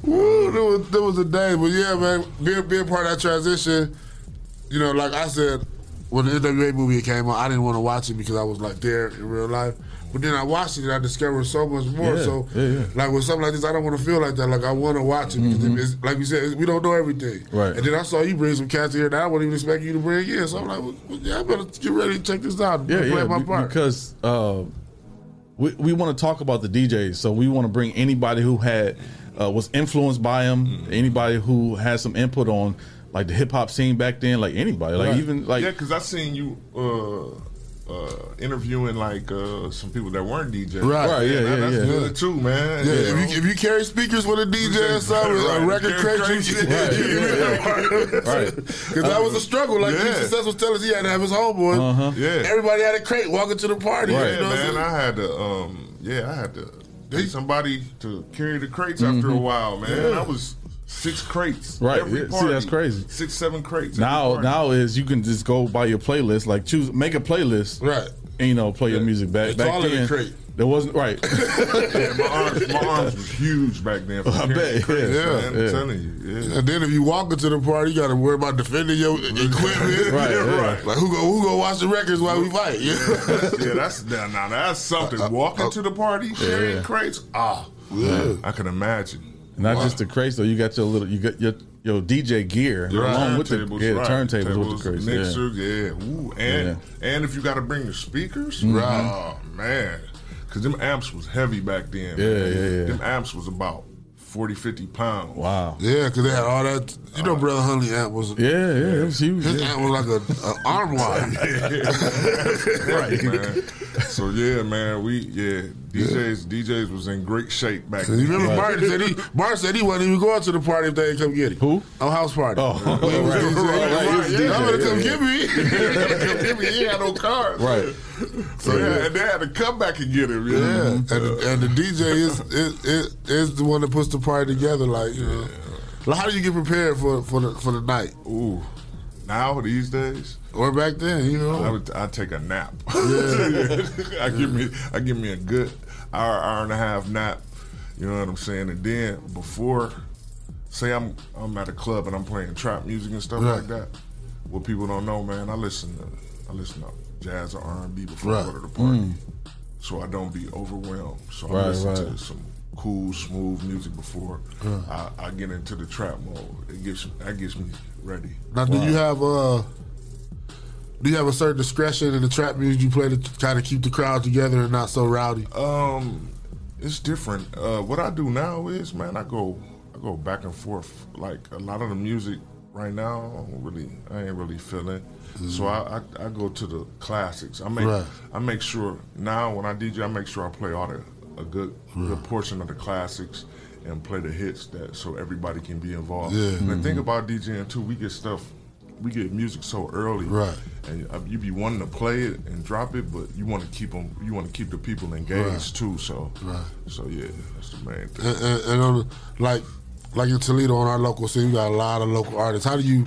[SPEAKER 12] Woo, there was, there was a day. But yeah, man, being, being part of that transition, you know, like I said, when the NWA movie came out, I didn't want to watch it because I was like there in real life. But then I watched it and I discovered so much more.
[SPEAKER 13] Yeah,
[SPEAKER 12] so,
[SPEAKER 13] yeah, yeah.
[SPEAKER 12] like with something like this, I don't want to feel like that. Like I want to watch it
[SPEAKER 13] Mm-hmm.
[SPEAKER 12] because it's, like you said, it's- we don't know everything.
[SPEAKER 13] Right.
[SPEAKER 12] And then I saw you bring some cats in here that I wouldn't even expect you to bring in. So I'm like, well, well, yeah, I better get ready to check this out. and
[SPEAKER 13] Yeah,
[SPEAKER 12] play
[SPEAKER 13] yeah.
[SPEAKER 12] my
[SPEAKER 13] be-
[SPEAKER 12] part.
[SPEAKER 13] Because uh, we we want to talk about the DJs, so we want to bring anybody who had uh, was influenced by him,
[SPEAKER 2] Mm-hmm.
[SPEAKER 13] anybody who had some input on like the hip hop scene back then, like anybody, like
[SPEAKER 2] Right.
[SPEAKER 13] even like
[SPEAKER 2] yeah, because I seen you. Uh, uh, interviewing like uh, some people that weren't DJs.
[SPEAKER 12] Right. Right, yeah,
[SPEAKER 2] That-
[SPEAKER 12] yeah,
[SPEAKER 2] That's
[SPEAKER 12] yeah.
[SPEAKER 2] good too, man.
[SPEAKER 12] Yeah, if you, if you carry speakers with a DJ inside with
[SPEAKER 2] Right,
[SPEAKER 12] a record
[SPEAKER 2] carry
[SPEAKER 12] crate, you
[SPEAKER 2] crate, yeah,
[SPEAKER 12] right? Because that was a struggle. Like
[SPEAKER 2] Yeah.
[SPEAKER 12] Keith Success was telling us, he had to have his homeboy.
[SPEAKER 2] Uh-huh. Yeah.
[SPEAKER 12] everybody had a crate walking to the party.
[SPEAKER 2] Right,
[SPEAKER 12] you know what I'm
[SPEAKER 2] man.
[SPEAKER 12] saying?
[SPEAKER 2] I had to. Um, yeah, I had to. Pay somebody to carry the crates after a
[SPEAKER 13] Mhm.
[SPEAKER 2] while, man.
[SPEAKER 13] Yeah.
[SPEAKER 2] I was six crates.
[SPEAKER 13] Right.
[SPEAKER 2] Every
[SPEAKER 13] Yeah, see,
[SPEAKER 2] party.
[SPEAKER 13] that's crazy.
[SPEAKER 2] Six, seven crates. every
[SPEAKER 13] Now,
[SPEAKER 2] party.
[SPEAKER 13] now is you can just go by your playlist, like choose, make a playlist,
[SPEAKER 12] right?
[SPEAKER 13] And you know, play your music back.
[SPEAKER 2] It's
[SPEAKER 13] back
[SPEAKER 2] all in the
[SPEAKER 13] then,
[SPEAKER 2] crate.
[SPEAKER 13] There wasn't right.
[SPEAKER 2] yeah, my arms, my arms was huge back then. For
[SPEAKER 13] I
[SPEAKER 2] carrying
[SPEAKER 13] bet,
[SPEAKER 2] Crates,
[SPEAKER 12] yeah,
[SPEAKER 2] man. I'm
[SPEAKER 12] yeah.
[SPEAKER 2] telling you. Yeah.
[SPEAKER 12] And then if you walk into the party, you got to worry about defending your equipment.
[SPEAKER 2] Right, yeah.
[SPEAKER 12] Like who go who go watch the records while we fight? Yeah,
[SPEAKER 2] yeah, that's now, now that's something. Walking to the party, carrying
[SPEAKER 13] Uh, yeah.
[SPEAKER 2] crates. Ah,
[SPEAKER 13] Yeah.
[SPEAKER 2] I can imagine.
[SPEAKER 13] Not
[SPEAKER 2] Wow.
[SPEAKER 13] just the crates though. You got your little, you got your your DJ gear
[SPEAKER 2] Your
[SPEAKER 13] along with the
[SPEAKER 2] turntables,
[SPEAKER 13] yeah,
[SPEAKER 2] right.
[SPEAKER 13] turntables with
[SPEAKER 2] Tables,
[SPEAKER 13] the crates.
[SPEAKER 2] mixer, yeah. Ooh, and and if you got to bring the speakers,
[SPEAKER 13] Mhm.
[SPEAKER 2] oh man, because them amps was heavy back then.
[SPEAKER 13] Yeah,
[SPEAKER 2] man.
[SPEAKER 13] yeah, yeah.
[SPEAKER 2] Them amps was about 40, 50 pounds.
[SPEAKER 13] Wow.
[SPEAKER 12] Yeah, because they had all that. You know, Brother Huntley amp was. Yeah,
[SPEAKER 13] yeah, it was huge.
[SPEAKER 12] His amp was like a, a armoire.
[SPEAKER 2] right, man. So yeah, man, we yeah DJs DJs was in great shape back.
[SPEAKER 12] You
[SPEAKER 2] then.
[SPEAKER 12] remember Martin said he Martin said he wasn't even going to the party if they didn't come get him. Who? On house party. Oh, he was
[SPEAKER 2] Right,
[SPEAKER 12] DJing.
[SPEAKER 2] right,
[SPEAKER 12] Right,
[SPEAKER 2] he was
[SPEAKER 12] yeah,
[SPEAKER 2] DJing,
[SPEAKER 12] I'm gonna
[SPEAKER 2] yeah,
[SPEAKER 12] come
[SPEAKER 2] yeah.
[SPEAKER 12] get me.
[SPEAKER 2] Come get me. He had no cars.
[SPEAKER 12] right.
[SPEAKER 2] So yeah, and they had to come back and get him.
[SPEAKER 12] Yeah,
[SPEAKER 2] you know?
[SPEAKER 12] and, the, and the DJ is, is is is the one that puts the party together. Like, you know, Like, how do you get prepared for for the for the night?
[SPEAKER 2] Ooh, now these days
[SPEAKER 12] or back then, you know,
[SPEAKER 2] I would I take a nap.
[SPEAKER 12] Yeah.
[SPEAKER 2] I give me I give me a good hour hour and a half nap. You know what I'm saying? And then before, say I'm I'm at a club and I'm playing trap music and stuff
[SPEAKER 12] Right.
[SPEAKER 2] like that. What people don't know, man, I listen to I listen to jazz or R&B before I go to the party,
[SPEAKER 13] Mm.
[SPEAKER 2] so I don't be overwhelmed. So
[SPEAKER 13] Right,
[SPEAKER 2] I listen to
[SPEAKER 13] right.
[SPEAKER 2] some cool, smooth music before
[SPEAKER 12] Right.
[SPEAKER 2] I, I get into the trap mode. It gets that gets me ready.
[SPEAKER 12] Now, do you have uh, do you have a certain discretion in the trap music you play to try to keep the crowd together and not so rowdy?
[SPEAKER 2] Um, it's different. Uh, what I do now is, man, I go, I go back and forth. Like a lot of the music right now, I don't really, I ain't really feeling. So I, I, I go to the classics. I make,
[SPEAKER 12] Mm. Right.
[SPEAKER 2] I make sure now when I DJ, I make sure I play all the a good, good portion of the classics and play the hits that so everybody can be involved.
[SPEAKER 12] Yeah. Mm-hmm.
[SPEAKER 2] And the thing about DJing too, we get stuff, we get music so early,
[SPEAKER 12] Right.
[SPEAKER 2] And uh, you be wanting to play it and drop it, but you want to keep them, you want to keep the people engaged
[SPEAKER 12] Right.
[SPEAKER 2] too. So,
[SPEAKER 12] Right.
[SPEAKER 2] so yeah, that's the main thing.
[SPEAKER 12] And, and, and on, the- like like in Toledo on our local scene, we got a lot of local artists. How do you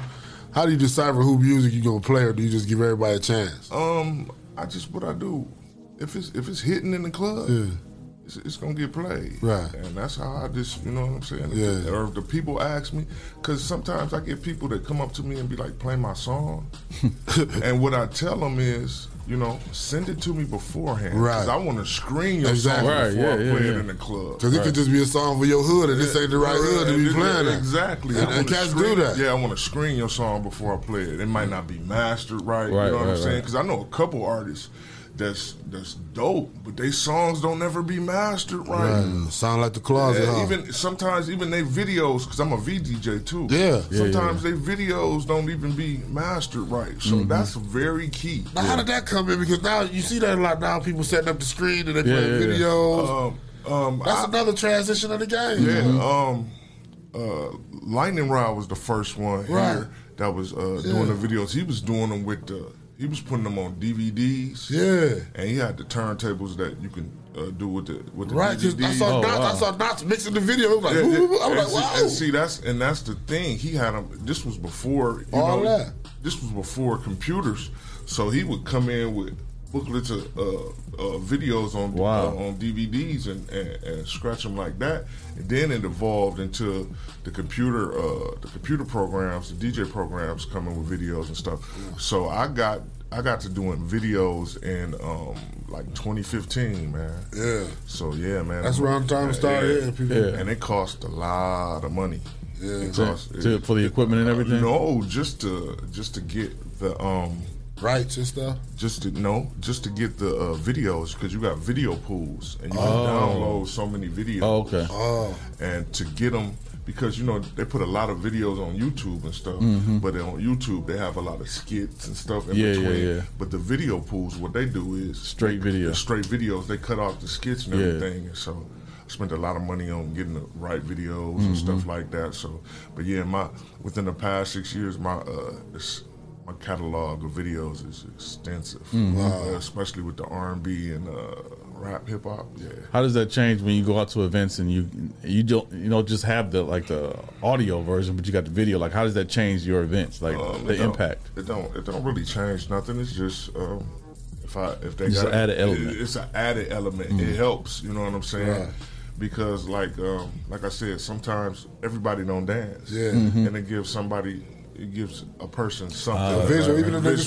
[SPEAKER 12] how do you decipher who music you gonna play, or do you just give everybody a chance?
[SPEAKER 2] Um, I just what I do. If it's if it's hitting in the club,
[SPEAKER 12] Yeah.
[SPEAKER 2] it's, it's gonna get played.
[SPEAKER 12] Right.
[SPEAKER 2] And that's how I just you know what I'm saying.
[SPEAKER 12] Yeah.
[SPEAKER 2] Or if the people ask me, because sometimes I get people that come up to me and be like, "Play my song," and what I tell them is, you know, send it to me beforehand. 'cause
[SPEAKER 12] Right.
[SPEAKER 2] I want to screen your
[SPEAKER 12] Exactly.
[SPEAKER 2] song before I play it in the club.
[SPEAKER 12] Because it could just be a song for your hood, and this ain't the right hood to be
[SPEAKER 2] Yeah,
[SPEAKER 12] playing. at.
[SPEAKER 2] Exactly. I
[SPEAKER 12] And,
[SPEAKER 2] wanna
[SPEAKER 12] and cats do
[SPEAKER 2] screen-
[SPEAKER 12] that.
[SPEAKER 2] Yeah, I want to screen your song before I play it. It might not be mastered right.
[SPEAKER 13] Right,
[SPEAKER 2] you know what I'm
[SPEAKER 13] right,
[SPEAKER 2] saying?
[SPEAKER 13] right.
[SPEAKER 2] Because I know a couple artists that's that's dope, but they songs don't ever be mastered right.
[SPEAKER 12] Right. Sound like the closet.
[SPEAKER 2] Yeah,
[SPEAKER 12] huh?
[SPEAKER 2] Even sometimes, even they videos, because I'm a VDJ too.
[SPEAKER 12] Yeah. Yeah,
[SPEAKER 2] Sometimes they videos don't even be mastered right, so
[SPEAKER 12] Mhm.
[SPEAKER 2] that's very key.
[SPEAKER 12] Now, how did that come in? Because now you see that a lot now. People setting up the screen and they playing videos.
[SPEAKER 2] Um, um,
[SPEAKER 12] That's another transition of the game.
[SPEAKER 2] Yeah. Um, uh, Lightning Rod was the first one
[SPEAKER 12] Right.
[SPEAKER 2] here that was uh,
[SPEAKER 12] Yeah.
[SPEAKER 2] doing the videos. He was doing them with the. He was putting them on DVDs.
[SPEAKER 12] Yeah.
[SPEAKER 2] And he had the turntables that you can uh, do with the with the
[SPEAKER 12] Right, 'cause
[SPEAKER 2] DVDs.
[SPEAKER 12] I saw Knots, I saw Knots mixing the video. It was like,
[SPEAKER 2] Yeah, yeah.
[SPEAKER 12] woo, woo, woo. I
[SPEAKER 2] and
[SPEAKER 12] was like,
[SPEAKER 2] see,
[SPEAKER 12] wow.
[SPEAKER 2] and see, that's and that's the thing. He had them. This was before you
[SPEAKER 12] All
[SPEAKER 2] know,
[SPEAKER 12] that.
[SPEAKER 2] This was before computers, so he would come in with booklets of uh, uh, videos on
[SPEAKER 13] Wow.
[SPEAKER 2] uh, on DVDs and, and, and scratch them like that. And then it evolved into the computer uh, the computer programs, the DJ programs coming with videos and stuff. So I got. I got to doing videos in um, like 2015, man.
[SPEAKER 12] Yeah.
[SPEAKER 2] So yeah, man.
[SPEAKER 12] That's around the time it started hitting people. Yeah.
[SPEAKER 2] And it cost a lot of money. Yeah. uh,
[SPEAKER 13] To- to- for the equipment and everything?
[SPEAKER 2] No, just to just to get the um
[SPEAKER 12] rights and stuff?
[SPEAKER 2] Just to no, just to get the uh, videos because you got video pools and you
[SPEAKER 12] Oh.
[SPEAKER 2] can download so many videos.
[SPEAKER 13] Oh, okay.
[SPEAKER 12] Oh.
[SPEAKER 2] And to get them because you know they put a lot of videos on YouTube and stuff,
[SPEAKER 13] Mhm.
[SPEAKER 2] but on YouTube they have a lot of skits and stuff in
[SPEAKER 13] Yeah, yeah,
[SPEAKER 2] between.
[SPEAKER 13] yeah.
[SPEAKER 2] But the video pools, what they do is
[SPEAKER 13] Straight video.
[SPEAKER 2] straight videos. They cut off the skits and
[SPEAKER 13] Yeah.
[SPEAKER 2] everything, and so I spent a lot of money on getting the right videos and
[SPEAKER 13] Mhm.
[SPEAKER 2] stuff like that. So, but yeah, my within the past six years, my uh, it's, my catalog of videos is extensive,
[SPEAKER 13] Mhm. Wow.
[SPEAKER 2] Uh, especially with the R and B and uh, rap, hip hop. Yeah,
[SPEAKER 13] How does that change when you go out to events and you you don't you know just have the like the audio version, but you got the video? Like, how does that change your events? Like
[SPEAKER 12] Oh,
[SPEAKER 2] Um, it
[SPEAKER 13] the
[SPEAKER 2] don't-
[SPEAKER 13] impact.
[SPEAKER 2] It don't. It don't really change nothing. It's just um, if I if they
[SPEAKER 13] It's
[SPEAKER 2] got
[SPEAKER 13] an added
[SPEAKER 2] it-
[SPEAKER 13] element.
[SPEAKER 2] it's an added element.
[SPEAKER 13] Mhm.
[SPEAKER 2] It helps. You know what I'm saying?
[SPEAKER 13] Right.
[SPEAKER 2] Because like um, like I said, sometimes everybody don't dance.
[SPEAKER 12] Yeah. Mhm.
[SPEAKER 2] and it gives somebody. It gives a person something.
[SPEAKER 13] Mm-hmm.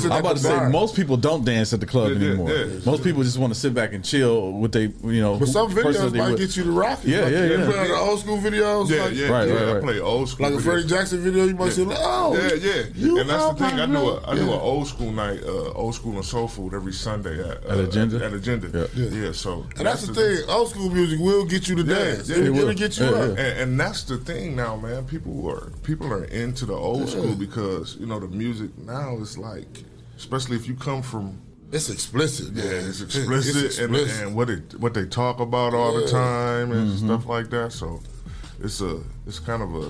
[SPEAKER 13] Uh, I'm about to say most people don't dance at the club
[SPEAKER 2] Yeah, yeah,
[SPEAKER 13] anymore.
[SPEAKER 2] yeah.
[SPEAKER 13] Most people just want to sit back and chill with they, you know.
[SPEAKER 12] But some
[SPEAKER 13] who- person
[SPEAKER 12] videos
[SPEAKER 13] they
[SPEAKER 12] might
[SPEAKER 13] with.
[SPEAKER 12] get you to rock it.
[SPEAKER 13] Yeah,
[SPEAKER 12] Like,
[SPEAKER 13] yeah,
[SPEAKER 12] they
[SPEAKER 13] yeah.
[SPEAKER 12] put out the old school videos.
[SPEAKER 2] Yeah,
[SPEAKER 12] like,
[SPEAKER 2] yeah,
[SPEAKER 13] Right,
[SPEAKER 2] yeah.
[SPEAKER 13] right,
[SPEAKER 2] I
[SPEAKER 13] right.
[SPEAKER 2] play old school.
[SPEAKER 12] Like a Freddie
[SPEAKER 2] videos.
[SPEAKER 12] Jackson video, you might say, oh.
[SPEAKER 2] yeah, yeah.
[SPEAKER 12] you
[SPEAKER 2] and that's the
[SPEAKER 12] know
[SPEAKER 2] thing. I
[SPEAKER 12] my
[SPEAKER 2] do a
[SPEAKER 12] brother.
[SPEAKER 2] I do
[SPEAKER 12] Yeah.
[SPEAKER 2] an old school night, uh, old school and soul food every Sunday at, uh,
[SPEAKER 13] At Agenda?
[SPEAKER 2] At, Agenda, yeah. so
[SPEAKER 12] And that's, the thing. Old school music will get you to dance.
[SPEAKER 2] yeah,
[SPEAKER 12] It'll,
[SPEAKER 2] it
[SPEAKER 12] it'll
[SPEAKER 2] will.
[SPEAKER 12] get you
[SPEAKER 2] Yeah,
[SPEAKER 12] up.
[SPEAKER 2] yeah. And, and that's the thing now, man. People are people are into the old
[SPEAKER 12] Yeah.
[SPEAKER 2] school because you know the music now is like, especially if you come from.
[SPEAKER 12] It's explicit.
[SPEAKER 2] Yeah,
[SPEAKER 12] man.
[SPEAKER 2] it's explicit,
[SPEAKER 12] It's
[SPEAKER 2] and,
[SPEAKER 12] explicit.
[SPEAKER 2] and what it what they talk about all the
[SPEAKER 12] Yeah.
[SPEAKER 2] time and
[SPEAKER 12] Mhm.
[SPEAKER 2] stuff like that. So it's a it's kind of a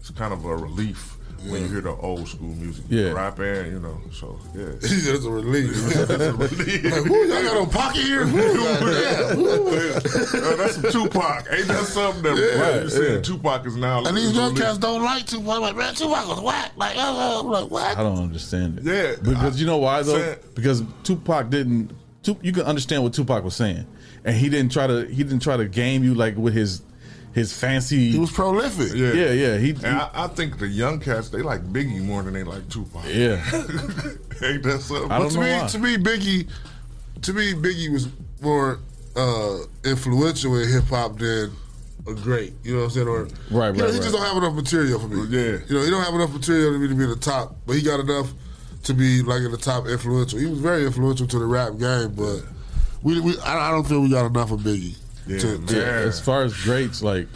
[SPEAKER 2] it's kind of a relief when you hear the old school music,
[SPEAKER 12] Yeah.
[SPEAKER 2] rap and you know. So yeah,
[SPEAKER 12] He said it's a relief. like, who y'all got on pocket here?
[SPEAKER 2] Uh, that's some Tupac. Ain't that something that
[SPEAKER 12] Yeah.
[SPEAKER 2] right, you said
[SPEAKER 13] Yeah.
[SPEAKER 2] Tupac is now?
[SPEAKER 12] And these young
[SPEAKER 2] released.
[SPEAKER 12] cats don't like Tupac. Like, man, Tupac was whack. Like, uh, uh, I'm like, what?
[SPEAKER 13] I don't understand it.
[SPEAKER 2] Yeah,
[SPEAKER 13] because you know why though?
[SPEAKER 12] Saying-
[SPEAKER 13] because Tupac didn't. Tu- you can understand what Tupac was saying, and he didn't try to. He didn't try to game you like with his his fancy. He was
[SPEAKER 12] prolific.
[SPEAKER 13] Yeah, yeah. He,
[SPEAKER 2] and I, I think the young cats they like Biggie more than they like Tupac.
[SPEAKER 13] yeah.
[SPEAKER 2] Ain't that something?
[SPEAKER 12] Well, to me, to me, Biggie, to me, Biggie was more uh, influential in hip hop than a great. You know what I'm saying? Or
[SPEAKER 13] Right,
[SPEAKER 12] you know,
[SPEAKER 13] right,
[SPEAKER 12] he just
[SPEAKER 13] right.
[SPEAKER 12] don't have enough material for me.
[SPEAKER 2] Yeah.
[SPEAKER 12] you know, he don't have enough material to me to be the top, but he got enough to be like in the top influential. He was very influential to the rap game, but we, we I, I don't think we got enough of Biggie. to,
[SPEAKER 13] To-
[SPEAKER 12] to-
[SPEAKER 13] to- as far as greats, like,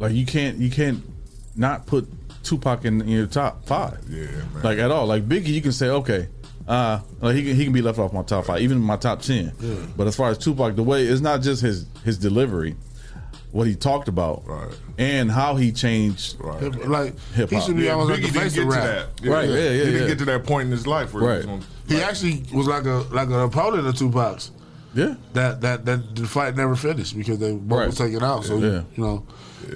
[SPEAKER 13] like you can't you can't not put Tupac in, your top five.
[SPEAKER 2] Yeah, man.
[SPEAKER 13] Like at all. Like Biggie, you can say okay, uh, like he can he can be left off my top five, even my top ten.
[SPEAKER 2] Yeah.
[SPEAKER 13] But as far as Tupac, the way it's not just his his delivery, what he talked about, right. and how he changed,
[SPEAKER 12] Hip- like,
[SPEAKER 13] hip
[SPEAKER 12] he
[SPEAKER 13] hop.
[SPEAKER 12] should be Yeah, almost like
[SPEAKER 2] Biggie
[SPEAKER 12] the
[SPEAKER 2] didn't
[SPEAKER 12] face
[SPEAKER 2] get
[SPEAKER 12] of
[SPEAKER 2] to that.
[SPEAKER 12] rap.
[SPEAKER 13] Right, yeah, yeah,
[SPEAKER 2] He
[SPEAKER 13] yeah.
[SPEAKER 2] didn't get to that point in his life where he was
[SPEAKER 13] Right.
[SPEAKER 2] gonna-
[SPEAKER 12] He actually was like a like an opponent of Tupac's.
[SPEAKER 13] Yeah.
[SPEAKER 12] That that that the fight never finished because they both
[SPEAKER 2] Right.
[SPEAKER 12] was taken out. So
[SPEAKER 2] Yeah.
[SPEAKER 12] you, you know,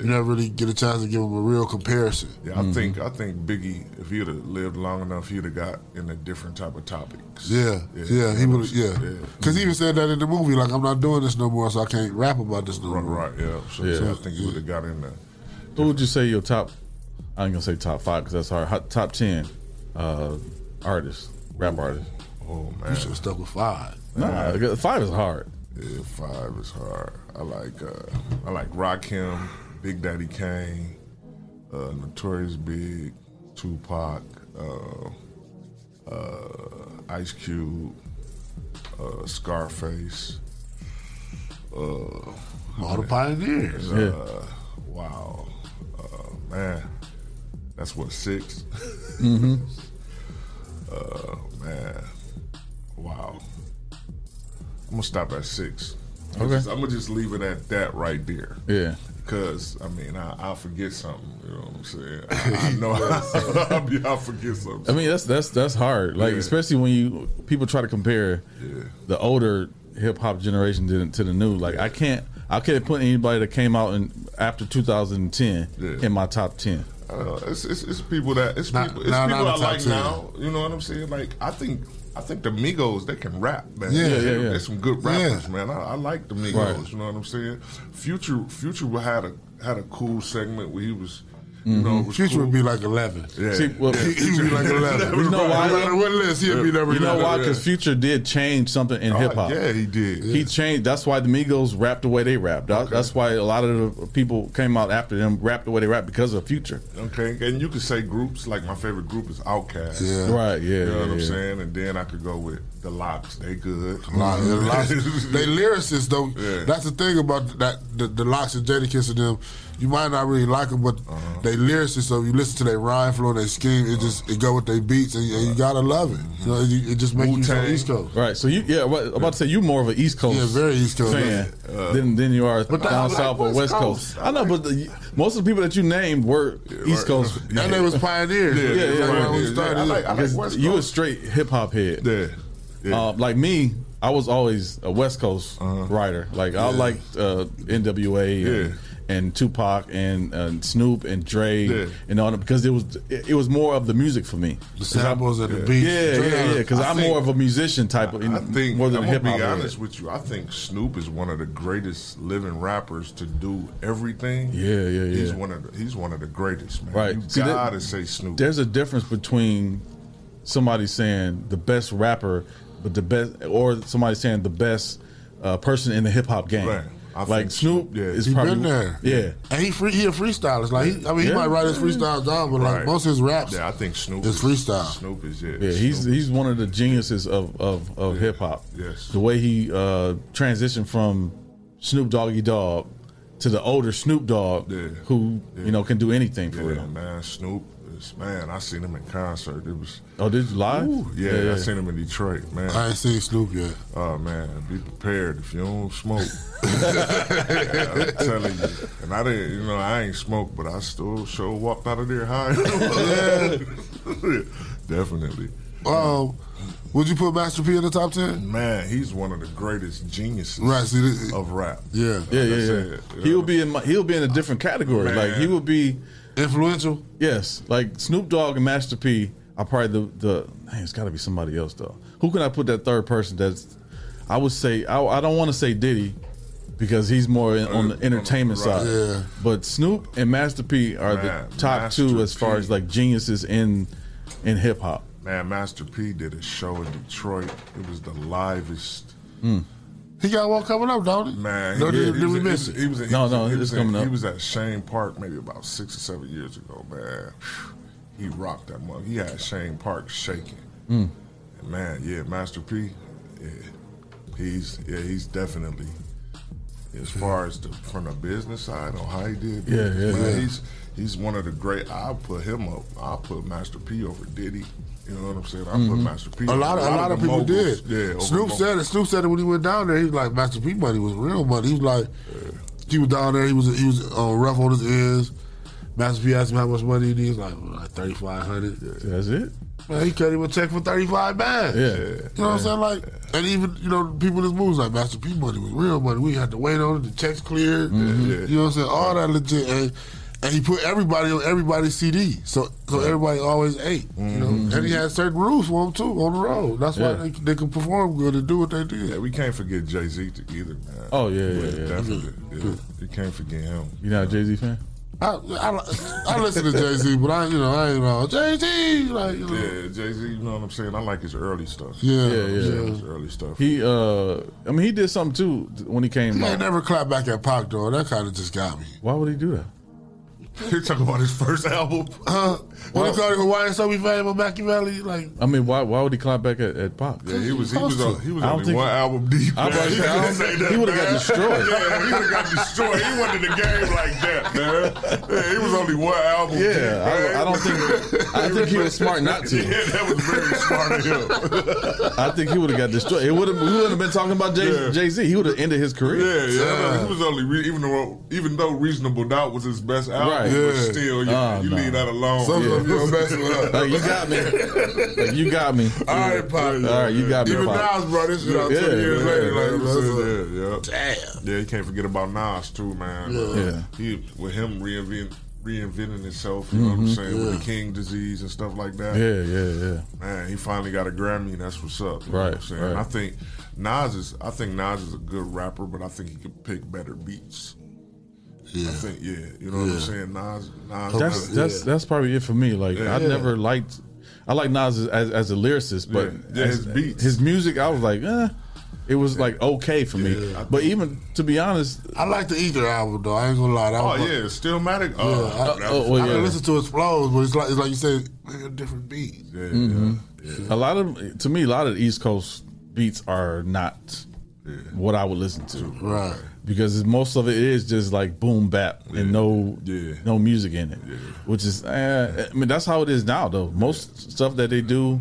[SPEAKER 12] you never really get a chance to give him a real comparison.
[SPEAKER 2] Yeah,
[SPEAKER 13] Mm-hmm.
[SPEAKER 2] I think
[SPEAKER 12] Mm-hmm.
[SPEAKER 2] I think Biggie, if he'd have lived long enough, he'd have got in a different type of topics.
[SPEAKER 12] Yeah, yeah, he would, yeah, because he even said that in the movie, like I'm not doing this no more, so I can't rap about this no more.
[SPEAKER 2] Right, yeah. So,
[SPEAKER 13] Yeah.
[SPEAKER 2] so I think he would have got in there.
[SPEAKER 13] Who would you say your top? I ain't gonna say top five because that's hard. Hot- Top ten uh, artists, rap artists.
[SPEAKER 2] Oh man,
[SPEAKER 12] You should have stuck with five.
[SPEAKER 13] Nah, I got- five is hard.
[SPEAKER 2] Yeah, five is hard. I like uh, I like Rakim, Big Daddy Kane, uh, Notorious Big, Tupac, uh, uh, Ice Cube, uh, Scarface. Uh,
[SPEAKER 12] All the pioneers.
[SPEAKER 2] Uh,
[SPEAKER 12] Yeah.
[SPEAKER 2] Wow, uh, man, that's what 6
[SPEAKER 13] Mhm.
[SPEAKER 2] Uh, man, wow. I'm gonna stop at six. I'm,
[SPEAKER 13] Okay.
[SPEAKER 2] gonna just, I'm gonna just leave it at that right there.
[SPEAKER 13] Yeah.
[SPEAKER 2] Because I mean, I I forget something. You know what I'm saying? I, I know I, I'll be- I'll forget something.
[SPEAKER 13] I mean, that's that's that's hard. Like
[SPEAKER 2] Yeah.
[SPEAKER 13] especially when you people try to compare the older hip hop generation to, the- to the new. Like I can't I can't put anybody that came out in after 2010 in my top ten.
[SPEAKER 2] Uh, it's, it's it's people that it's
[SPEAKER 13] Not-
[SPEAKER 2] people, it's
[SPEAKER 13] not-
[SPEAKER 2] people
[SPEAKER 13] not
[SPEAKER 2] I
[SPEAKER 13] a top
[SPEAKER 2] like
[SPEAKER 13] ten.
[SPEAKER 2] now. You know what I'm saying? Like I think I think the Migos they can rap, man.
[SPEAKER 13] Yeah. Yeah,
[SPEAKER 2] They-
[SPEAKER 13] yeah, yeah.
[SPEAKER 2] They're some good rappers, man. I, I like the Migos.
[SPEAKER 13] Right.
[SPEAKER 2] You know what I'm saying? Future Future had a had a cool segment where he was You know,
[SPEAKER 13] Mm-hmm.
[SPEAKER 2] it was
[SPEAKER 12] Future
[SPEAKER 2] cool.
[SPEAKER 12] would be like 11.
[SPEAKER 2] Yeah.
[SPEAKER 13] See, well,
[SPEAKER 12] he, he would be like 11.
[SPEAKER 13] You know why?
[SPEAKER 12] No matter what list, he'd be number
[SPEAKER 13] You know
[SPEAKER 12] 11.
[SPEAKER 13] why? Because Future did change something in
[SPEAKER 12] Oh,
[SPEAKER 13] hip hop.
[SPEAKER 12] yeah, he did.
[SPEAKER 13] He changed. That's why the Migos rapped the way they rapped. That- That's why a lot of the people came out after them rapped the way they rapped because of Future.
[SPEAKER 2] Okay, and you could say groups like my favorite group is Outkast.
[SPEAKER 13] Yeah. Right, yeah,
[SPEAKER 2] You know
[SPEAKER 13] yeah,
[SPEAKER 2] what I'm
[SPEAKER 13] yeah.
[SPEAKER 2] saying? And then I could go with the Locks. They good.
[SPEAKER 12] Lot- the Locks- they lyricists though.
[SPEAKER 2] Yeah.
[SPEAKER 12] That's the thing about that the, the locks and Jadakiss and them. You might not really like them, but
[SPEAKER 2] Uh-huh.
[SPEAKER 12] they lyricists. So you listen to their rhyme flow, their scheme. It just it go with their beats, and, and you gotta love it. You know, it, it just makes you from East Coast.
[SPEAKER 13] Right. So you, yeah, what- about to say you more of an East Coast,
[SPEAKER 12] Yeah, very East Coast.
[SPEAKER 13] fan
[SPEAKER 12] Uh,
[SPEAKER 13] than than you are
[SPEAKER 12] But I
[SPEAKER 13] down
[SPEAKER 12] like
[SPEAKER 13] south or
[SPEAKER 12] West
[SPEAKER 13] West Coast.
[SPEAKER 12] Coast.
[SPEAKER 13] I know, but the, most of the people that you named were East Coast,
[SPEAKER 12] And they was pioneers.
[SPEAKER 13] Yeah, yeah,
[SPEAKER 12] That's
[SPEAKER 13] yeah.
[SPEAKER 12] why we
[SPEAKER 13] yeah.
[SPEAKER 12] started. I like- I like
[SPEAKER 13] Because
[SPEAKER 12] West
[SPEAKER 13] You a
[SPEAKER 12] Coast.
[SPEAKER 13] straight hip hop head.
[SPEAKER 2] Yeah.
[SPEAKER 13] Uh, like me, I was always a West Coast
[SPEAKER 12] Uh-huh.
[SPEAKER 13] writer. Like I
[SPEAKER 2] Yeah.
[SPEAKER 13] liked uh, NWA. And,
[SPEAKER 2] Yeah.
[SPEAKER 13] and Tupac and uh, Snoop and Dre
[SPEAKER 2] Yeah.
[SPEAKER 13] and all that because it was it, it was more of the music for me.
[SPEAKER 12] The samples
[SPEAKER 13] of
[SPEAKER 12] and the beats.
[SPEAKER 13] Yeah, yeah, yeah. Because
[SPEAKER 2] I
[SPEAKER 13] I'm
[SPEAKER 2] think-
[SPEAKER 13] more of a musician type of
[SPEAKER 2] I think
[SPEAKER 13] more
[SPEAKER 2] I'm
[SPEAKER 13] than
[SPEAKER 2] gonna
[SPEAKER 13] hip hop.
[SPEAKER 2] Be honest with you, I think Snoop is one of the greatest living rappers to do everything.
[SPEAKER 13] Yeah, yeah, yeah.
[SPEAKER 2] He's one of the, he's one of the greatest, man.
[SPEAKER 13] Right.
[SPEAKER 2] You
[SPEAKER 13] See, that-
[SPEAKER 2] gotta say Snoop.
[SPEAKER 13] There's a difference between somebody saying the best rapper, but the best, or somebody saying the best uh, person in the hip hop game.
[SPEAKER 12] Right. I
[SPEAKER 13] like
[SPEAKER 12] think
[SPEAKER 13] Snoop is
[SPEAKER 12] he
[SPEAKER 13] probably
[SPEAKER 12] been there.
[SPEAKER 13] Yeah.
[SPEAKER 12] and he free, he a freestylist. Like he, I mean, he
[SPEAKER 13] Yeah.
[SPEAKER 12] might write his freestyle down, but like
[SPEAKER 13] Right.
[SPEAKER 12] most of his raps,
[SPEAKER 13] Yeah, I
[SPEAKER 2] think Snoop
[SPEAKER 12] is freestyle.
[SPEAKER 2] Snoop is it.
[SPEAKER 13] Yeah, he's he's one of the geniuses of of, of hip hop.
[SPEAKER 2] Yes.
[SPEAKER 13] the way he uh, transitioned from Snoop Doggy Dog to the older Snoop Dogg, who you know can do anything for
[SPEAKER 2] Yeah,
[SPEAKER 13] real.
[SPEAKER 2] man, Snoop is man. I seen him in concert. It was
[SPEAKER 13] Oh, did you live?
[SPEAKER 2] Ooh, yeah,
[SPEAKER 13] Yeah, yeah.
[SPEAKER 2] I seen him in Detroit, man.
[SPEAKER 12] I ain't seen Snoop yet.
[SPEAKER 2] Oh man, be prepared if you don't smoke. I'm telling you, and I didn't, you know, I ain't smoked, but I still sure walked out of there high. Definitely.
[SPEAKER 12] Um, would you put Master P in the top ten?
[SPEAKER 2] Man, he's one of the greatest geniuses
[SPEAKER 12] Right, see, this-
[SPEAKER 2] of rap.
[SPEAKER 12] Yeah,
[SPEAKER 13] Yeah, yeah,
[SPEAKER 2] That's
[SPEAKER 13] yeah.
[SPEAKER 2] it, you
[SPEAKER 13] He will be in. My, he'll be in a different category.
[SPEAKER 2] Man.
[SPEAKER 13] Like he will be
[SPEAKER 12] influential.
[SPEAKER 13] Yes, like Snoop Dogg and Master P are probably the the. Man, it's got to be somebody else though. Who can I put that third person? That's I would say I, I don't want to say Diddy because he's more in,
[SPEAKER 2] Uh,
[SPEAKER 13] on the entertainment
[SPEAKER 12] right.
[SPEAKER 13] side.
[SPEAKER 12] Yeah.
[SPEAKER 13] But Snoop and Master P are
[SPEAKER 2] Man,
[SPEAKER 13] the top two
[SPEAKER 2] Master
[SPEAKER 13] as far
[SPEAKER 2] P.
[SPEAKER 13] as like geniuses in in hip hop.
[SPEAKER 2] Man, Master P did a show in Detroit. It was the livest.
[SPEAKER 13] Hmm.
[SPEAKER 12] He got one coming up, don't he?
[SPEAKER 2] Man,
[SPEAKER 12] no,
[SPEAKER 2] he-
[SPEAKER 12] did,
[SPEAKER 2] he
[SPEAKER 12] did
[SPEAKER 2] was
[SPEAKER 12] we
[SPEAKER 2] in-
[SPEAKER 12] miss it?
[SPEAKER 2] He was, in- he
[SPEAKER 13] No,
[SPEAKER 2] was in-
[SPEAKER 13] no,
[SPEAKER 2] he
[SPEAKER 13] it's
[SPEAKER 2] was in-
[SPEAKER 13] coming up.
[SPEAKER 2] He was at Shane Park maybe about six or seven years ago, man. He rocked that mug. He had Shane Park shaking.
[SPEAKER 13] Mm.
[SPEAKER 2] And man, yeah, Master P, yeah, he's yeah, he's definitely as far as the from the business side on how he did.
[SPEAKER 13] Yeah,
[SPEAKER 2] business,
[SPEAKER 13] yeah,
[SPEAKER 2] man,
[SPEAKER 13] yeah.
[SPEAKER 2] He's he's one of the great. I'll put him up. I'll put Master P over Diddy. You know what I'm saying? I will
[SPEAKER 13] Mm-hmm.
[SPEAKER 2] put
[SPEAKER 12] Mhm.
[SPEAKER 2] Master P.
[SPEAKER 12] A
[SPEAKER 2] over
[SPEAKER 12] lot of a lot of
[SPEAKER 2] the
[SPEAKER 12] people
[SPEAKER 2] moguls.
[SPEAKER 12] did.
[SPEAKER 2] Yeah, over
[SPEAKER 12] Snoop
[SPEAKER 2] the
[SPEAKER 12] said it. Snoop said it when he went down there. He was like, Master P money was real money. He was like, he was down there. He was he was uh, rough on his ends. Master P asked him how much money he needs. Like, like thirty five hundred.
[SPEAKER 13] That's it.
[SPEAKER 12] Man, he cut him a check for thirty five bands.
[SPEAKER 13] Yeah.
[SPEAKER 12] you know what I'm saying? Like, and even you know people in this moves like Master P money was real money. We had to wait on it. The checks cleared.
[SPEAKER 13] Mhm.
[SPEAKER 12] You know what I'm saying? All that legit. And, and he put everybody on everybody's CD, so so everybody always ate. You know,
[SPEAKER 13] Mm-hmm.
[SPEAKER 2] Mhm.
[SPEAKER 12] and he had certain rules for them too on the road. That's why
[SPEAKER 2] Yeah.
[SPEAKER 12] they, they could perform good and do what they
[SPEAKER 2] moguls.
[SPEAKER 12] did.
[SPEAKER 2] Yeah, we can't forget Jay Z either, man.
[SPEAKER 13] Oh, yeah, yeah, yeah.
[SPEAKER 2] definitely. Yeah. You can't forget him.
[SPEAKER 13] You not a Jay Z fan?
[SPEAKER 12] I, I, I listen to Jay Z, but I you know I ain't know Jay Z like you know.
[SPEAKER 2] Yeah, Jay Z. You know what I'm saying? I like his early stuff.
[SPEAKER 12] Yeah,
[SPEAKER 13] yeah, yeah.
[SPEAKER 2] His early stuff.
[SPEAKER 13] He uh, I mean, he did something too th- when he came.
[SPEAKER 12] Man,
[SPEAKER 13] out.
[SPEAKER 12] never clap back at Pac though. That kind of just got me.
[SPEAKER 13] Why would he do that?
[SPEAKER 2] He talking about his first album.
[SPEAKER 12] Huh? What he called it, Hawaiian Soapy Fame or Machiavelli? Like,
[SPEAKER 13] I mean, why why would he clap back at, at Pop?
[SPEAKER 2] Yeah, he was he was on, he was
[SPEAKER 13] I don't
[SPEAKER 2] only
[SPEAKER 13] think-
[SPEAKER 2] one album deep.
[SPEAKER 13] I was about to
[SPEAKER 2] man.
[SPEAKER 13] say, I don't think-
[SPEAKER 2] that,
[SPEAKER 13] he would've got
[SPEAKER 2] man.
[SPEAKER 13] destroyed.
[SPEAKER 2] yeah, he would have got destroyed. He wasn't in the game like that, man. Yeah, he was only one album.
[SPEAKER 13] Yeah,
[SPEAKER 2] deep, man.
[SPEAKER 13] I, I don't think I think he was smart not to.
[SPEAKER 2] Yeah, that was very smart of him.
[SPEAKER 13] I think he would have got destroyed. It would have. We wouldn't have been talking about Jay
[SPEAKER 2] Yeah.
[SPEAKER 13] Jay Z. He would have ended his
[SPEAKER 2] Yeah,
[SPEAKER 13] career.
[SPEAKER 2] yeah. I know, He was only re- even though even though Reasonable Doubt was his best album,
[SPEAKER 13] Right.
[SPEAKER 2] but
[SPEAKER 13] Yeah.
[SPEAKER 2] still you,
[SPEAKER 13] Oh,
[SPEAKER 2] you
[SPEAKER 13] no.
[SPEAKER 2] leave that alone.
[SPEAKER 13] Some of
[SPEAKER 12] you don't mess with us.
[SPEAKER 13] Like, you got me. Like, you got me.
[SPEAKER 12] All right, Pop.
[SPEAKER 13] All right, you got me.
[SPEAKER 12] Even
[SPEAKER 13] Pop.
[SPEAKER 12] Nas brought this shit out 20 years
[SPEAKER 2] yeah,
[SPEAKER 12] later. Like,
[SPEAKER 2] yeah,
[SPEAKER 12] you know,
[SPEAKER 2] yeah, yeah. Yeah, you can't forget about Nas too, man.
[SPEAKER 12] Yeah.
[SPEAKER 2] Uh,
[SPEAKER 12] Yeah.
[SPEAKER 2] He with him reinvent, reinventing himself, you know what I'm
[SPEAKER 13] Mhm.
[SPEAKER 2] saying, with
[SPEAKER 13] Yeah.
[SPEAKER 2] the King disease and stuff like that.
[SPEAKER 13] Yeah, yeah, yeah.
[SPEAKER 2] Man, he finally got a Grammy. and That's what's up. you know
[SPEAKER 13] Right,
[SPEAKER 2] what I'm saying?
[SPEAKER 13] right.
[SPEAKER 2] I think Nas is. I think Nas is a good rapper, but I think he could pick better beats. I think, yeah, you know what
[SPEAKER 13] Yeah.
[SPEAKER 2] I'm saying. Nas, Nas,
[SPEAKER 13] that's that's that's probably it for me. Like I
[SPEAKER 2] Yeah.
[SPEAKER 13] never liked. I like Nas as, as, as a lyricist, but
[SPEAKER 2] Yeah. Yeah,
[SPEAKER 13] as-
[SPEAKER 2] his beats.
[SPEAKER 13] his music, I was like, eh. It was like okay for me, but even to be honest,
[SPEAKER 12] I like the Ether album though. I ain't gonna lie. That
[SPEAKER 13] Oh,
[SPEAKER 12] was
[SPEAKER 13] yeah,
[SPEAKER 2] Stillmatic.
[SPEAKER 12] Yeah,
[SPEAKER 13] Oh,
[SPEAKER 12] I,
[SPEAKER 13] that was- oh,
[SPEAKER 12] I
[SPEAKER 13] yeah.
[SPEAKER 12] didn't listen to it flows, but it's like it's like you said, like a different beat.
[SPEAKER 2] Mm-hmm.
[SPEAKER 13] Mhm. a lot of to me, a lot of the East Coast beats are not what I would listen to,
[SPEAKER 12] Right.
[SPEAKER 13] Because most of it is just like boom bap and no no music in it, which is eh, I mean that's how it is now though. Most stuff that they do,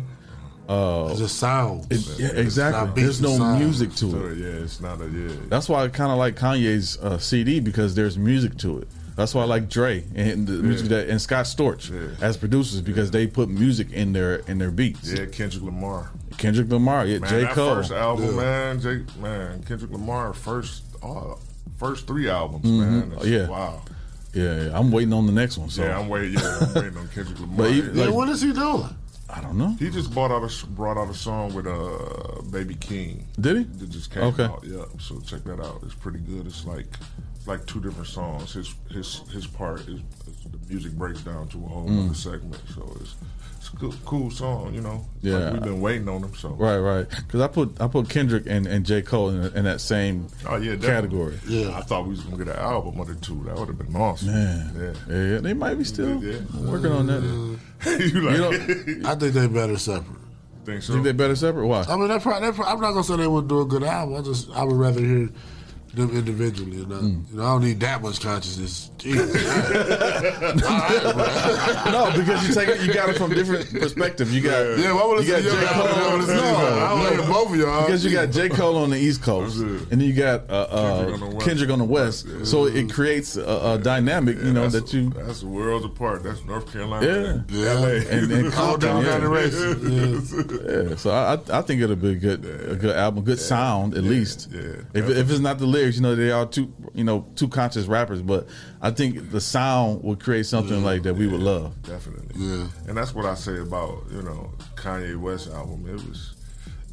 [SPEAKER 13] uh,
[SPEAKER 12] it's just sound.
[SPEAKER 13] yeah,
[SPEAKER 2] It's
[SPEAKER 13] exactly.
[SPEAKER 2] not beats,
[SPEAKER 13] There's no
[SPEAKER 2] it's sound.
[SPEAKER 13] music to
[SPEAKER 2] So,
[SPEAKER 13] it.
[SPEAKER 2] Yeah, it's not a yeah.
[SPEAKER 13] That's why I kind of like Kanye's uh, CD because there's music to it. That's why I like Dre and the music that and Scott Storch as producers because they put music in their in their beats.
[SPEAKER 2] Yeah, Kendrick Lamar.
[SPEAKER 13] Kendrick Lamar, yeah,
[SPEAKER 2] Man,
[SPEAKER 13] J
[SPEAKER 2] that
[SPEAKER 13] Cole.
[SPEAKER 2] first album, man. J, man, Kendrick Lamar first, uh, first three albums, man.
[SPEAKER 13] Mhm.
[SPEAKER 2] It's-
[SPEAKER 13] Yeah.
[SPEAKER 2] wow.
[SPEAKER 13] Yeah, yeah, I'm waiting on the next one. So
[SPEAKER 2] Yeah, I'm waiting. Yeah, I'm waiting on Kendrick Lamar.
[SPEAKER 13] But he- Yeah, like- what
[SPEAKER 12] is he doing?
[SPEAKER 13] I don't know.
[SPEAKER 2] He just bought out a s- brought out a song with uh Baby King.
[SPEAKER 13] Did he?
[SPEAKER 2] It just came
[SPEAKER 13] Okay.
[SPEAKER 2] out. Yeah, so check that out. It's pretty good. It's like it's like two different songs. His his his part is, is the music breaks down to a whole
[SPEAKER 13] Mm.
[SPEAKER 2] other segment. So it's it's a cool, cool song. You know. It's
[SPEAKER 13] Yeah.
[SPEAKER 2] like we've been waiting on him. So
[SPEAKER 13] Right, right. Because I put I put Kendrick and, and J Cole in, in that same
[SPEAKER 2] Oh yeah, definitely.
[SPEAKER 13] category.
[SPEAKER 2] I thought we was gonna get an album of the two. That would have been awesome.
[SPEAKER 13] Man,
[SPEAKER 2] Yeah.
[SPEAKER 13] yeah. they might be still working on that.
[SPEAKER 2] you
[SPEAKER 13] like-
[SPEAKER 12] I think they better separate.
[SPEAKER 2] Think
[SPEAKER 13] Think they better separate? Why?
[SPEAKER 12] I mean, that probably, that prob- I'm not gonna say they wouldn't do a good album. I just I would rather hear them individually. And I,
[SPEAKER 13] Hmm.
[SPEAKER 12] you know, I don't need that much consciousness.
[SPEAKER 13] no, because you take it, you got it from different perspective. You got
[SPEAKER 12] Yeah, why would I
[SPEAKER 13] you got
[SPEAKER 12] listen to
[SPEAKER 13] J
[SPEAKER 12] y'all?
[SPEAKER 13] Cole.
[SPEAKER 12] I would listen to
[SPEAKER 13] No,
[SPEAKER 12] y'all. I would
[SPEAKER 13] no.
[SPEAKER 12] hear both of y'all.
[SPEAKER 13] because you got J Cole on the East Coast, and then you got uh, uh,
[SPEAKER 2] Kendrick on the West.
[SPEAKER 13] Kendrick on the West. So it creates a, a dynamic, you know, that you
[SPEAKER 2] That's worlds apart. That's North
[SPEAKER 13] yeah,
[SPEAKER 2] Carolina.
[SPEAKER 13] yeah, and then Compton, yeah.
[SPEAKER 2] Yeah.
[SPEAKER 13] Yeah, so I I- I think it'll be a good a good album, good sound at least. Yeah, if, if it's not the lyrics, you know, they are two you know two conscious rappers, but I think the sound will create something like that we would love.
[SPEAKER 2] Definitely. Yeah. And that's what I say about, you know, Kanye West album. It was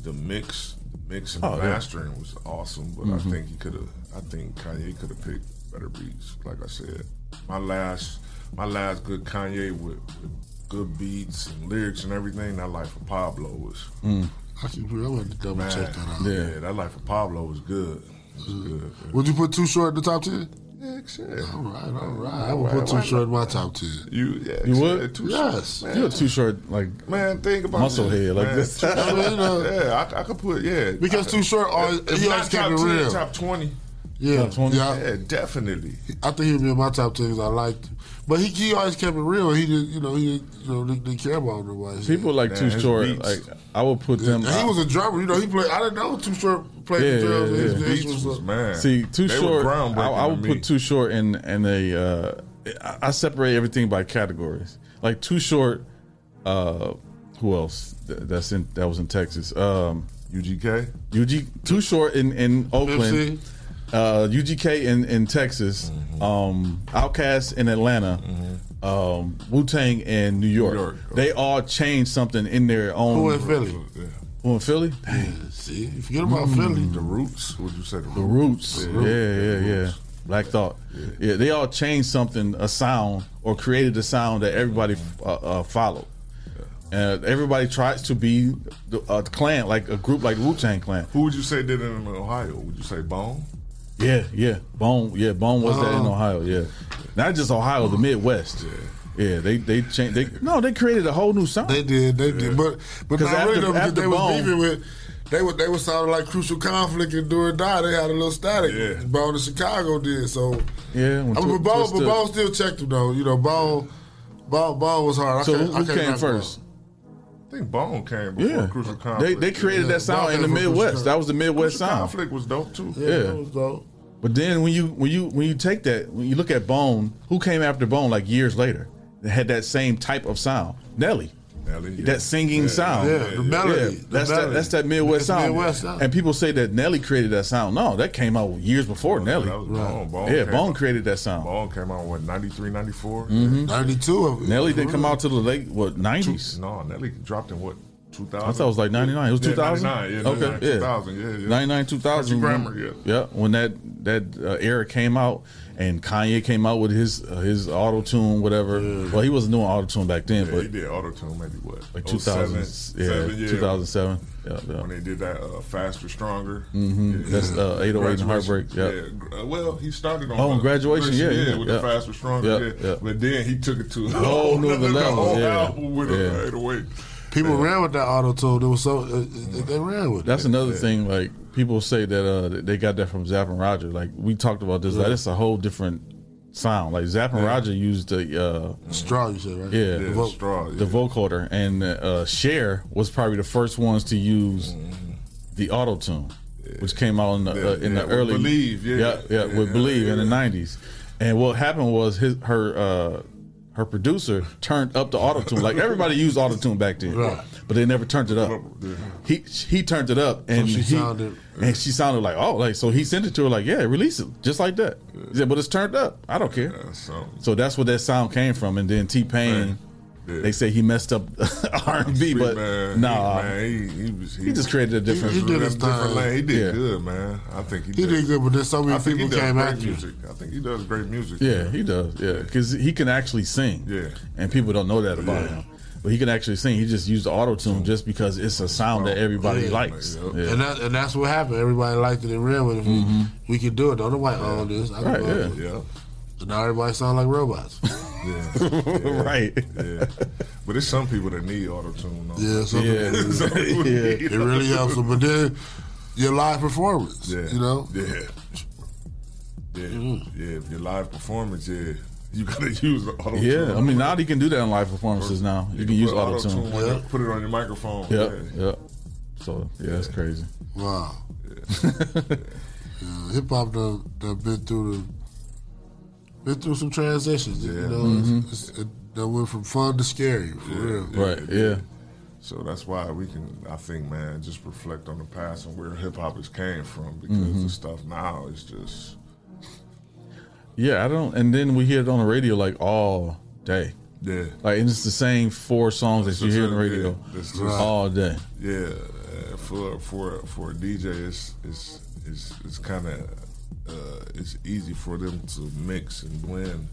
[SPEAKER 2] the mix, the mix and
[SPEAKER 13] Oh,
[SPEAKER 2] the
[SPEAKER 13] yeah.
[SPEAKER 2] mastering was awesome, but
[SPEAKER 13] Mhm.
[SPEAKER 12] Mm-hmm.
[SPEAKER 2] I think he could have I think Kanye could have picked better beats. Like I said, my last my last good Kanye with, with good beats and lyrics and everything, that Life of Pablo was
[SPEAKER 13] Mm.
[SPEAKER 12] I keep I went to double
[SPEAKER 2] man,
[SPEAKER 12] check that out.
[SPEAKER 2] Yeah. that Life of Pablo was good. It was good.
[SPEAKER 12] Would you put Too Short in the top ten?
[SPEAKER 2] Yeah, sure.
[SPEAKER 12] All right, all right. I would put Too Short in my top ten.
[SPEAKER 2] You, yeah,
[SPEAKER 13] You would?
[SPEAKER 2] Too
[SPEAKER 12] Yes.
[SPEAKER 2] Short, man.
[SPEAKER 13] You're too short, like
[SPEAKER 2] Man, think about
[SPEAKER 13] muscle
[SPEAKER 2] that,
[SPEAKER 13] head like
[SPEAKER 2] man.
[SPEAKER 13] this.
[SPEAKER 2] I mean, you know, yeah, I, I could put yeah
[SPEAKER 12] uh, Because
[SPEAKER 2] I-
[SPEAKER 12] Too Short always-
[SPEAKER 2] If
[SPEAKER 12] he
[SPEAKER 2] not
[SPEAKER 12] always kept
[SPEAKER 2] top
[SPEAKER 12] it
[SPEAKER 2] 10,
[SPEAKER 12] real.
[SPEAKER 2] top twenty.
[SPEAKER 12] Yeah, yeah.
[SPEAKER 2] yeah, definitely.
[SPEAKER 12] I think he'd be in my top ten 'cause I liked him. But he, he always kept it real. He didn't, you know, he didn't, you know, didn't, didn't care about nobody.
[SPEAKER 13] People like Too Short, like I would put them.
[SPEAKER 12] And he was a drummer. You know, he played. I didn't know Too Short played the drums. and his beats was, uh,
[SPEAKER 13] See, too
[SPEAKER 2] They were
[SPEAKER 13] short.
[SPEAKER 2] groundbreaking
[SPEAKER 13] I, I
[SPEAKER 2] to
[SPEAKER 13] would
[SPEAKER 2] me.
[SPEAKER 13] put too short in in a. Uh, I, I separate everything by categories. Like too short. Uh, who else? Th- That's in that was in Texas. Um,
[SPEAKER 2] UGK.
[SPEAKER 13] UG too short in in Oakland. Uh, UGK in in Texas.
[SPEAKER 2] Mm-hmm.
[SPEAKER 13] Um, Outcast in Atlanta. Um, Wu Tang in New York. They all changed something in their own.
[SPEAKER 12] Who in Philly?
[SPEAKER 13] Who in Philly? Dang.
[SPEAKER 12] See, forget about Philly.
[SPEAKER 2] The Roots. Would you say the,
[SPEAKER 13] Hmm. The Roots. Yeah, yeah, yeah.
[SPEAKER 2] Roots.
[SPEAKER 13] Black Thought. Yeah. they all changed something, a sound, or created a sound that everybody
[SPEAKER 12] Mm-hmm.
[SPEAKER 13] uh, uh, followed. And everybody tries to be the, a clan, like a group like Wu Tang Clan.
[SPEAKER 2] Who would you say did it in Ohio? Would you say Bone?
[SPEAKER 13] Yeah, yeah. Bone, yeah, Bone was that in
[SPEAKER 12] Uh-huh.
[SPEAKER 2] Oh.
[SPEAKER 13] Ohio. Yeah, not just Ohio, the Midwest. Yeah, they they changed. They no, they created a whole new sound. They
[SPEAKER 12] did, they did, but But not really though, because they was beefing with. They were they were sounding like crucial conflict and do or die. They had a little static. Yeah. Bone in Chicago did so.
[SPEAKER 13] yeah,
[SPEAKER 12] I
[SPEAKER 13] when
[SPEAKER 12] mean, but
[SPEAKER 13] Twi-
[SPEAKER 12] Bone, but
[SPEAKER 13] Twista-
[SPEAKER 12] Bone still checked him though. You know, Bone, Bone, Bone was hard. I
[SPEAKER 13] So
[SPEAKER 12] can't,
[SPEAKER 13] who-
[SPEAKER 12] I
[SPEAKER 13] who
[SPEAKER 12] can't
[SPEAKER 13] came
[SPEAKER 12] knock Bone.
[SPEAKER 13] first?
[SPEAKER 2] I think Bone came before
[SPEAKER 13] Yeah.
[SPEAKER 2] Crucial
[SPEAKER 13] They-
[SPEAKER 2] Conflict.
[SPEAKER 13] they created that sound
[SPEAKER 2] Bone
[SPEAKER 13] in the
[SPEAKER 2] came before
[SPEAKER 13] Midwest.
[SPEAKER 2] Crucial
[SPEAKER 13] That was the Midwest
[SPEAKER 2] Crucial
[SPEAKER 13] sound.
[SPEAKER 2] Conflict was dope too.
[SPEAKER 13] Yeah, that Yeah. was
[SPEAKER 12] dope.
[SPEAKER 13] But then when you when you when you take that when you look at Bone, who came after Bone like years later that had that same type of sound? Nelly.
[SPEAKER 2] Nelly,
[SPEAKER 13] That singing
[SPEAKER 12] Yeah,
[SPEAKER 13] sound.
[SPEAKER 12] yeah, the melody, the
[SPEAKER 13] that's that
[SPEAKER 12] melody.
[SPEAKER 13] that's that Midwest
[SPEAKER 12] That's
[SPEAKER 13] sound.
[SPEAKER 12] Midwest sound.
[SPEAKER 13] And people say that Nelly created that sound. No, that came out years
[SPEAKER 12] Oh,
[SPEAKER 13] before Nelly.
[SPEAKER 2] That was Bone. Bone
[SPEAKER 13] yeah,
[SPEAKER 2] came
[SPEAKER 13] Bone
[SPEAKER 2] out-
[SPEAKER 13] created that sound.
[SPEAKER 2] Bone came out what 93, 94?
[SPEAKER 13] Mhm.
[SPEAKER 2] Mm-hmm.
[SPEAKER 12] Ninety two.
[SPEAKER 13] Nelly didn't come out to the late what nineties.
[SPEAKER 2] No, Nelly dropped in what 2000.
[SPEAKER 13] I thought it was like 99. It was
[SPEAKER 2] Yeah,
[SPEAKER 13] 2000?
[SPEAKER 2] 99, yeah,
[SPEAKER 13] okay,
[SPEAKER 2] 99,
[SPEAKER 13] yeah.
[SPEAKER 2] 2000, yeah, yeah.
[SPEAKER 13] 99, 2000.
[SPEAKER 2] That's your grammar,
[SPEAKER 13] yeah. Yeah, when that that uh, era came out and Kanye came out with his uh, his auto tune, whatever. Well, he wasn't doing auto tune back then,
[SPEAKER 2] Yeah,
[SPEAKER 13] but
[SPEAKER 2] he did auto tune maybe what
[SPEAKER 13] like
[SPEAKER 2] 07,
[SPEAKER 13] 2000, yeah,
[SPEAKER 2] seven,
[SPEAKER 13] 2007. Yeah, yeah.
[SPEAKER 2] When they did that uh, faster, stronger.
[SPEAKER 13] Mhm. That's, uh, 808 and Heartbreak,
[SPEAKER 2] Graduation.
[SPEAKER 13] yeah.
[SPEAKER 2] gr- uh, Well, he started on
[SPEAKER 13] Oh, on
[SPEAKER 2] the-
[SPEAKER 13] Graduation, yeah, yeah,
[SPEAKER 2] with
[SPEAKER 13] yeah.
[SPEAKER 2] the faster, stronger.
[SPEAKER 13] Yeah,
[SPEAKER 2] Yeah,
[SPEAKER 13] yeah.
[SPEAKER 2] But then he took it to a
[SPEAKER 13] Whole
[SPEAKER 2] whole
[SPEAKER 13] nother
[SPEAKER 2] nother
[SPEAKER 13] level,
[SPEAKER 2] whole
[SPEAKER 13] yeah.
[SPEAKER 2] album with
[SPEAKER 13] Yeah.
[SPEAKER 2] a 808.
[SPEAKER 12] People ran with that auto tune. It was so uh, uh, they ran with.
[SPEAKER 13] That's
[SPEAKER 12] it.
[SPEAKER 13] another thing. Like people say that uh, they got that from Zapp and Roger. Like we talked about this. Like
[SPEAKER 12] Yeah.
[SPEAKER 13] it's a whole different sound. Like Zapp and
[SPEAKER 12] Yeah.
[SPEAKER 13] Roger used the uh,
[SPEAKER 12] straw. You said right.
[SPEAKER 13] Yeah,
[SPEAKER 12] The vote.
[SPEAKER 13] the vocoder, and uh, Cher was probably the first ones to use
[SPEAKER 12] Mm-hmm.
[SPEAKER 13] the auto tune, which came out in the uh, in
[SPEAKER 2] yeah,
[SPEAKER 13] the
[SPEAKER 2] with
[SPEAKER 13] early
[SPEAKER 2] Believe, yeah,
[SPEAKER 13] yeah, yeah, with
[SPEAKER 2] yeah,
[SPEAKER 13] believe in the nineties. And what happened was his her uh, her producer turned up the auto tune. Like everybody used auto tune back then,
[SPEAKER 12] Right.
[SPEAKER 13] but they never turned it up. He he turned it up, and
[SPEAKER 12] she
[SPEAKER 13] he,
[SPEAKER 12] sounded-
[SPEAKER 13] and she sounded like oh, like so he sent it to her like yeah, release it just like that. He said, but it's turned up. I don't care.
[SPEAKER 2] so
[SPEAKER 13] So that's where that sound came from, and then T Pain. They say he messed up R and B, but
[SPEAKER 2] man,
[SPEAKER 13] nah,
[SPEAKER 2] he, man, he, he, was,
[SPEAKER 13] He just created a different-
[SPEAKER 2] He,
[SPEAKER 13] He
[SPEAKER 2] did
[SPEAKER 13] did his
[SPEAKER 2] different
[SPEAKER 13] time.
[SPEAKER 2] lane. He did
[SPEAKER 13] Yeah.
[SPEAKER 2] good, man. I think he,
[SPEAKER 12] He did good, but then so many
[SPEAKER 2] I think he
[SPEAKER 12] people
[SPEAKER 2] does
[SPEAKER 12] came
[SPEAKER 2] great
[SPEAKER 12] after him.
[SPEAKER 2] music. I think he does great music.
[SPEAKER 13] yeah, he does, yeah, because he can actually sing,
[SPEAKER 2] Yeah.
[SPEAKER 13] and people don't know that about him, but he can actually sing. He just used auto tune just because it's a sound
[SPEAKER 2] Oh,
[SPEAKER 13] that everybody
[SPEAKER 12] Yeah.
[SPEAKER 13] likes. Yeah.
[SPEAKER 12] And that, and that's what happened. Everybody liked it and ran with it. We-
[SPEAKER 13] Mhm.
[SPEAKER 12] We, could do it. Don't nobody own this. I
[SPEAKER 13] Right,
[SPEAKER 12] can do it.
[SPEAKER 13] yeah.
[SPEAKER 12] So now everybody sound like robots.
[SPEAKER 13] right.
[SPEAKER 2] Yeah. But it's some people that need auto tune.
[SPEAKER 12] Yeah, some
[SPEAKER 2] yeah.
[SPEAKER 12] people- it really helps them. But then your live performance,
[SPEAKER 2] Yeah.
[SPEAKER 12] you know, Mm.
[SPEAKER 2] Yeah. Yeah. Yeah. If your live performance, yeah, you gotta use the auto.
[SPEAKER 13] Yeah, I mean now he can do that in live performances. Now you can use auto tune.
[SPEAKER 2] Yeah. Put it on your microphone.
[SPEAKER 13] Yep, yep. So yeah, that's crazy.
[SPEAKER 12] wow. Yeah, Hip hop done, done been through the been through some transitions. You know,
[SPEAKER 13] Mhm.
[SPEAKER 12] it's, it's, it, that went from fun to scary for real.
[SPEAKER 13] yeah.
[SPEAKER 2] So that's why we can, I think, man, just reflect on the past and where hip hop has came from because
[SPEAKER 13] Mhm.
[SPEAKER 2] the stuff now is just
[SPEAKER 13] Yeah, I don't. And then we hear it on the radio like all day.
[SPEAKER 2] Yeah.
[SPEAKER 13] Like and it's the same four songs that you hear on the radio
[SPEAKER 2] Yeah, it's just-
[SPEAKER 13] all day.
[SPEAKER 2] Yeah, uh, for for for a DJ, it's it's it's, it's kind of uh, it's easy for them to mix and blend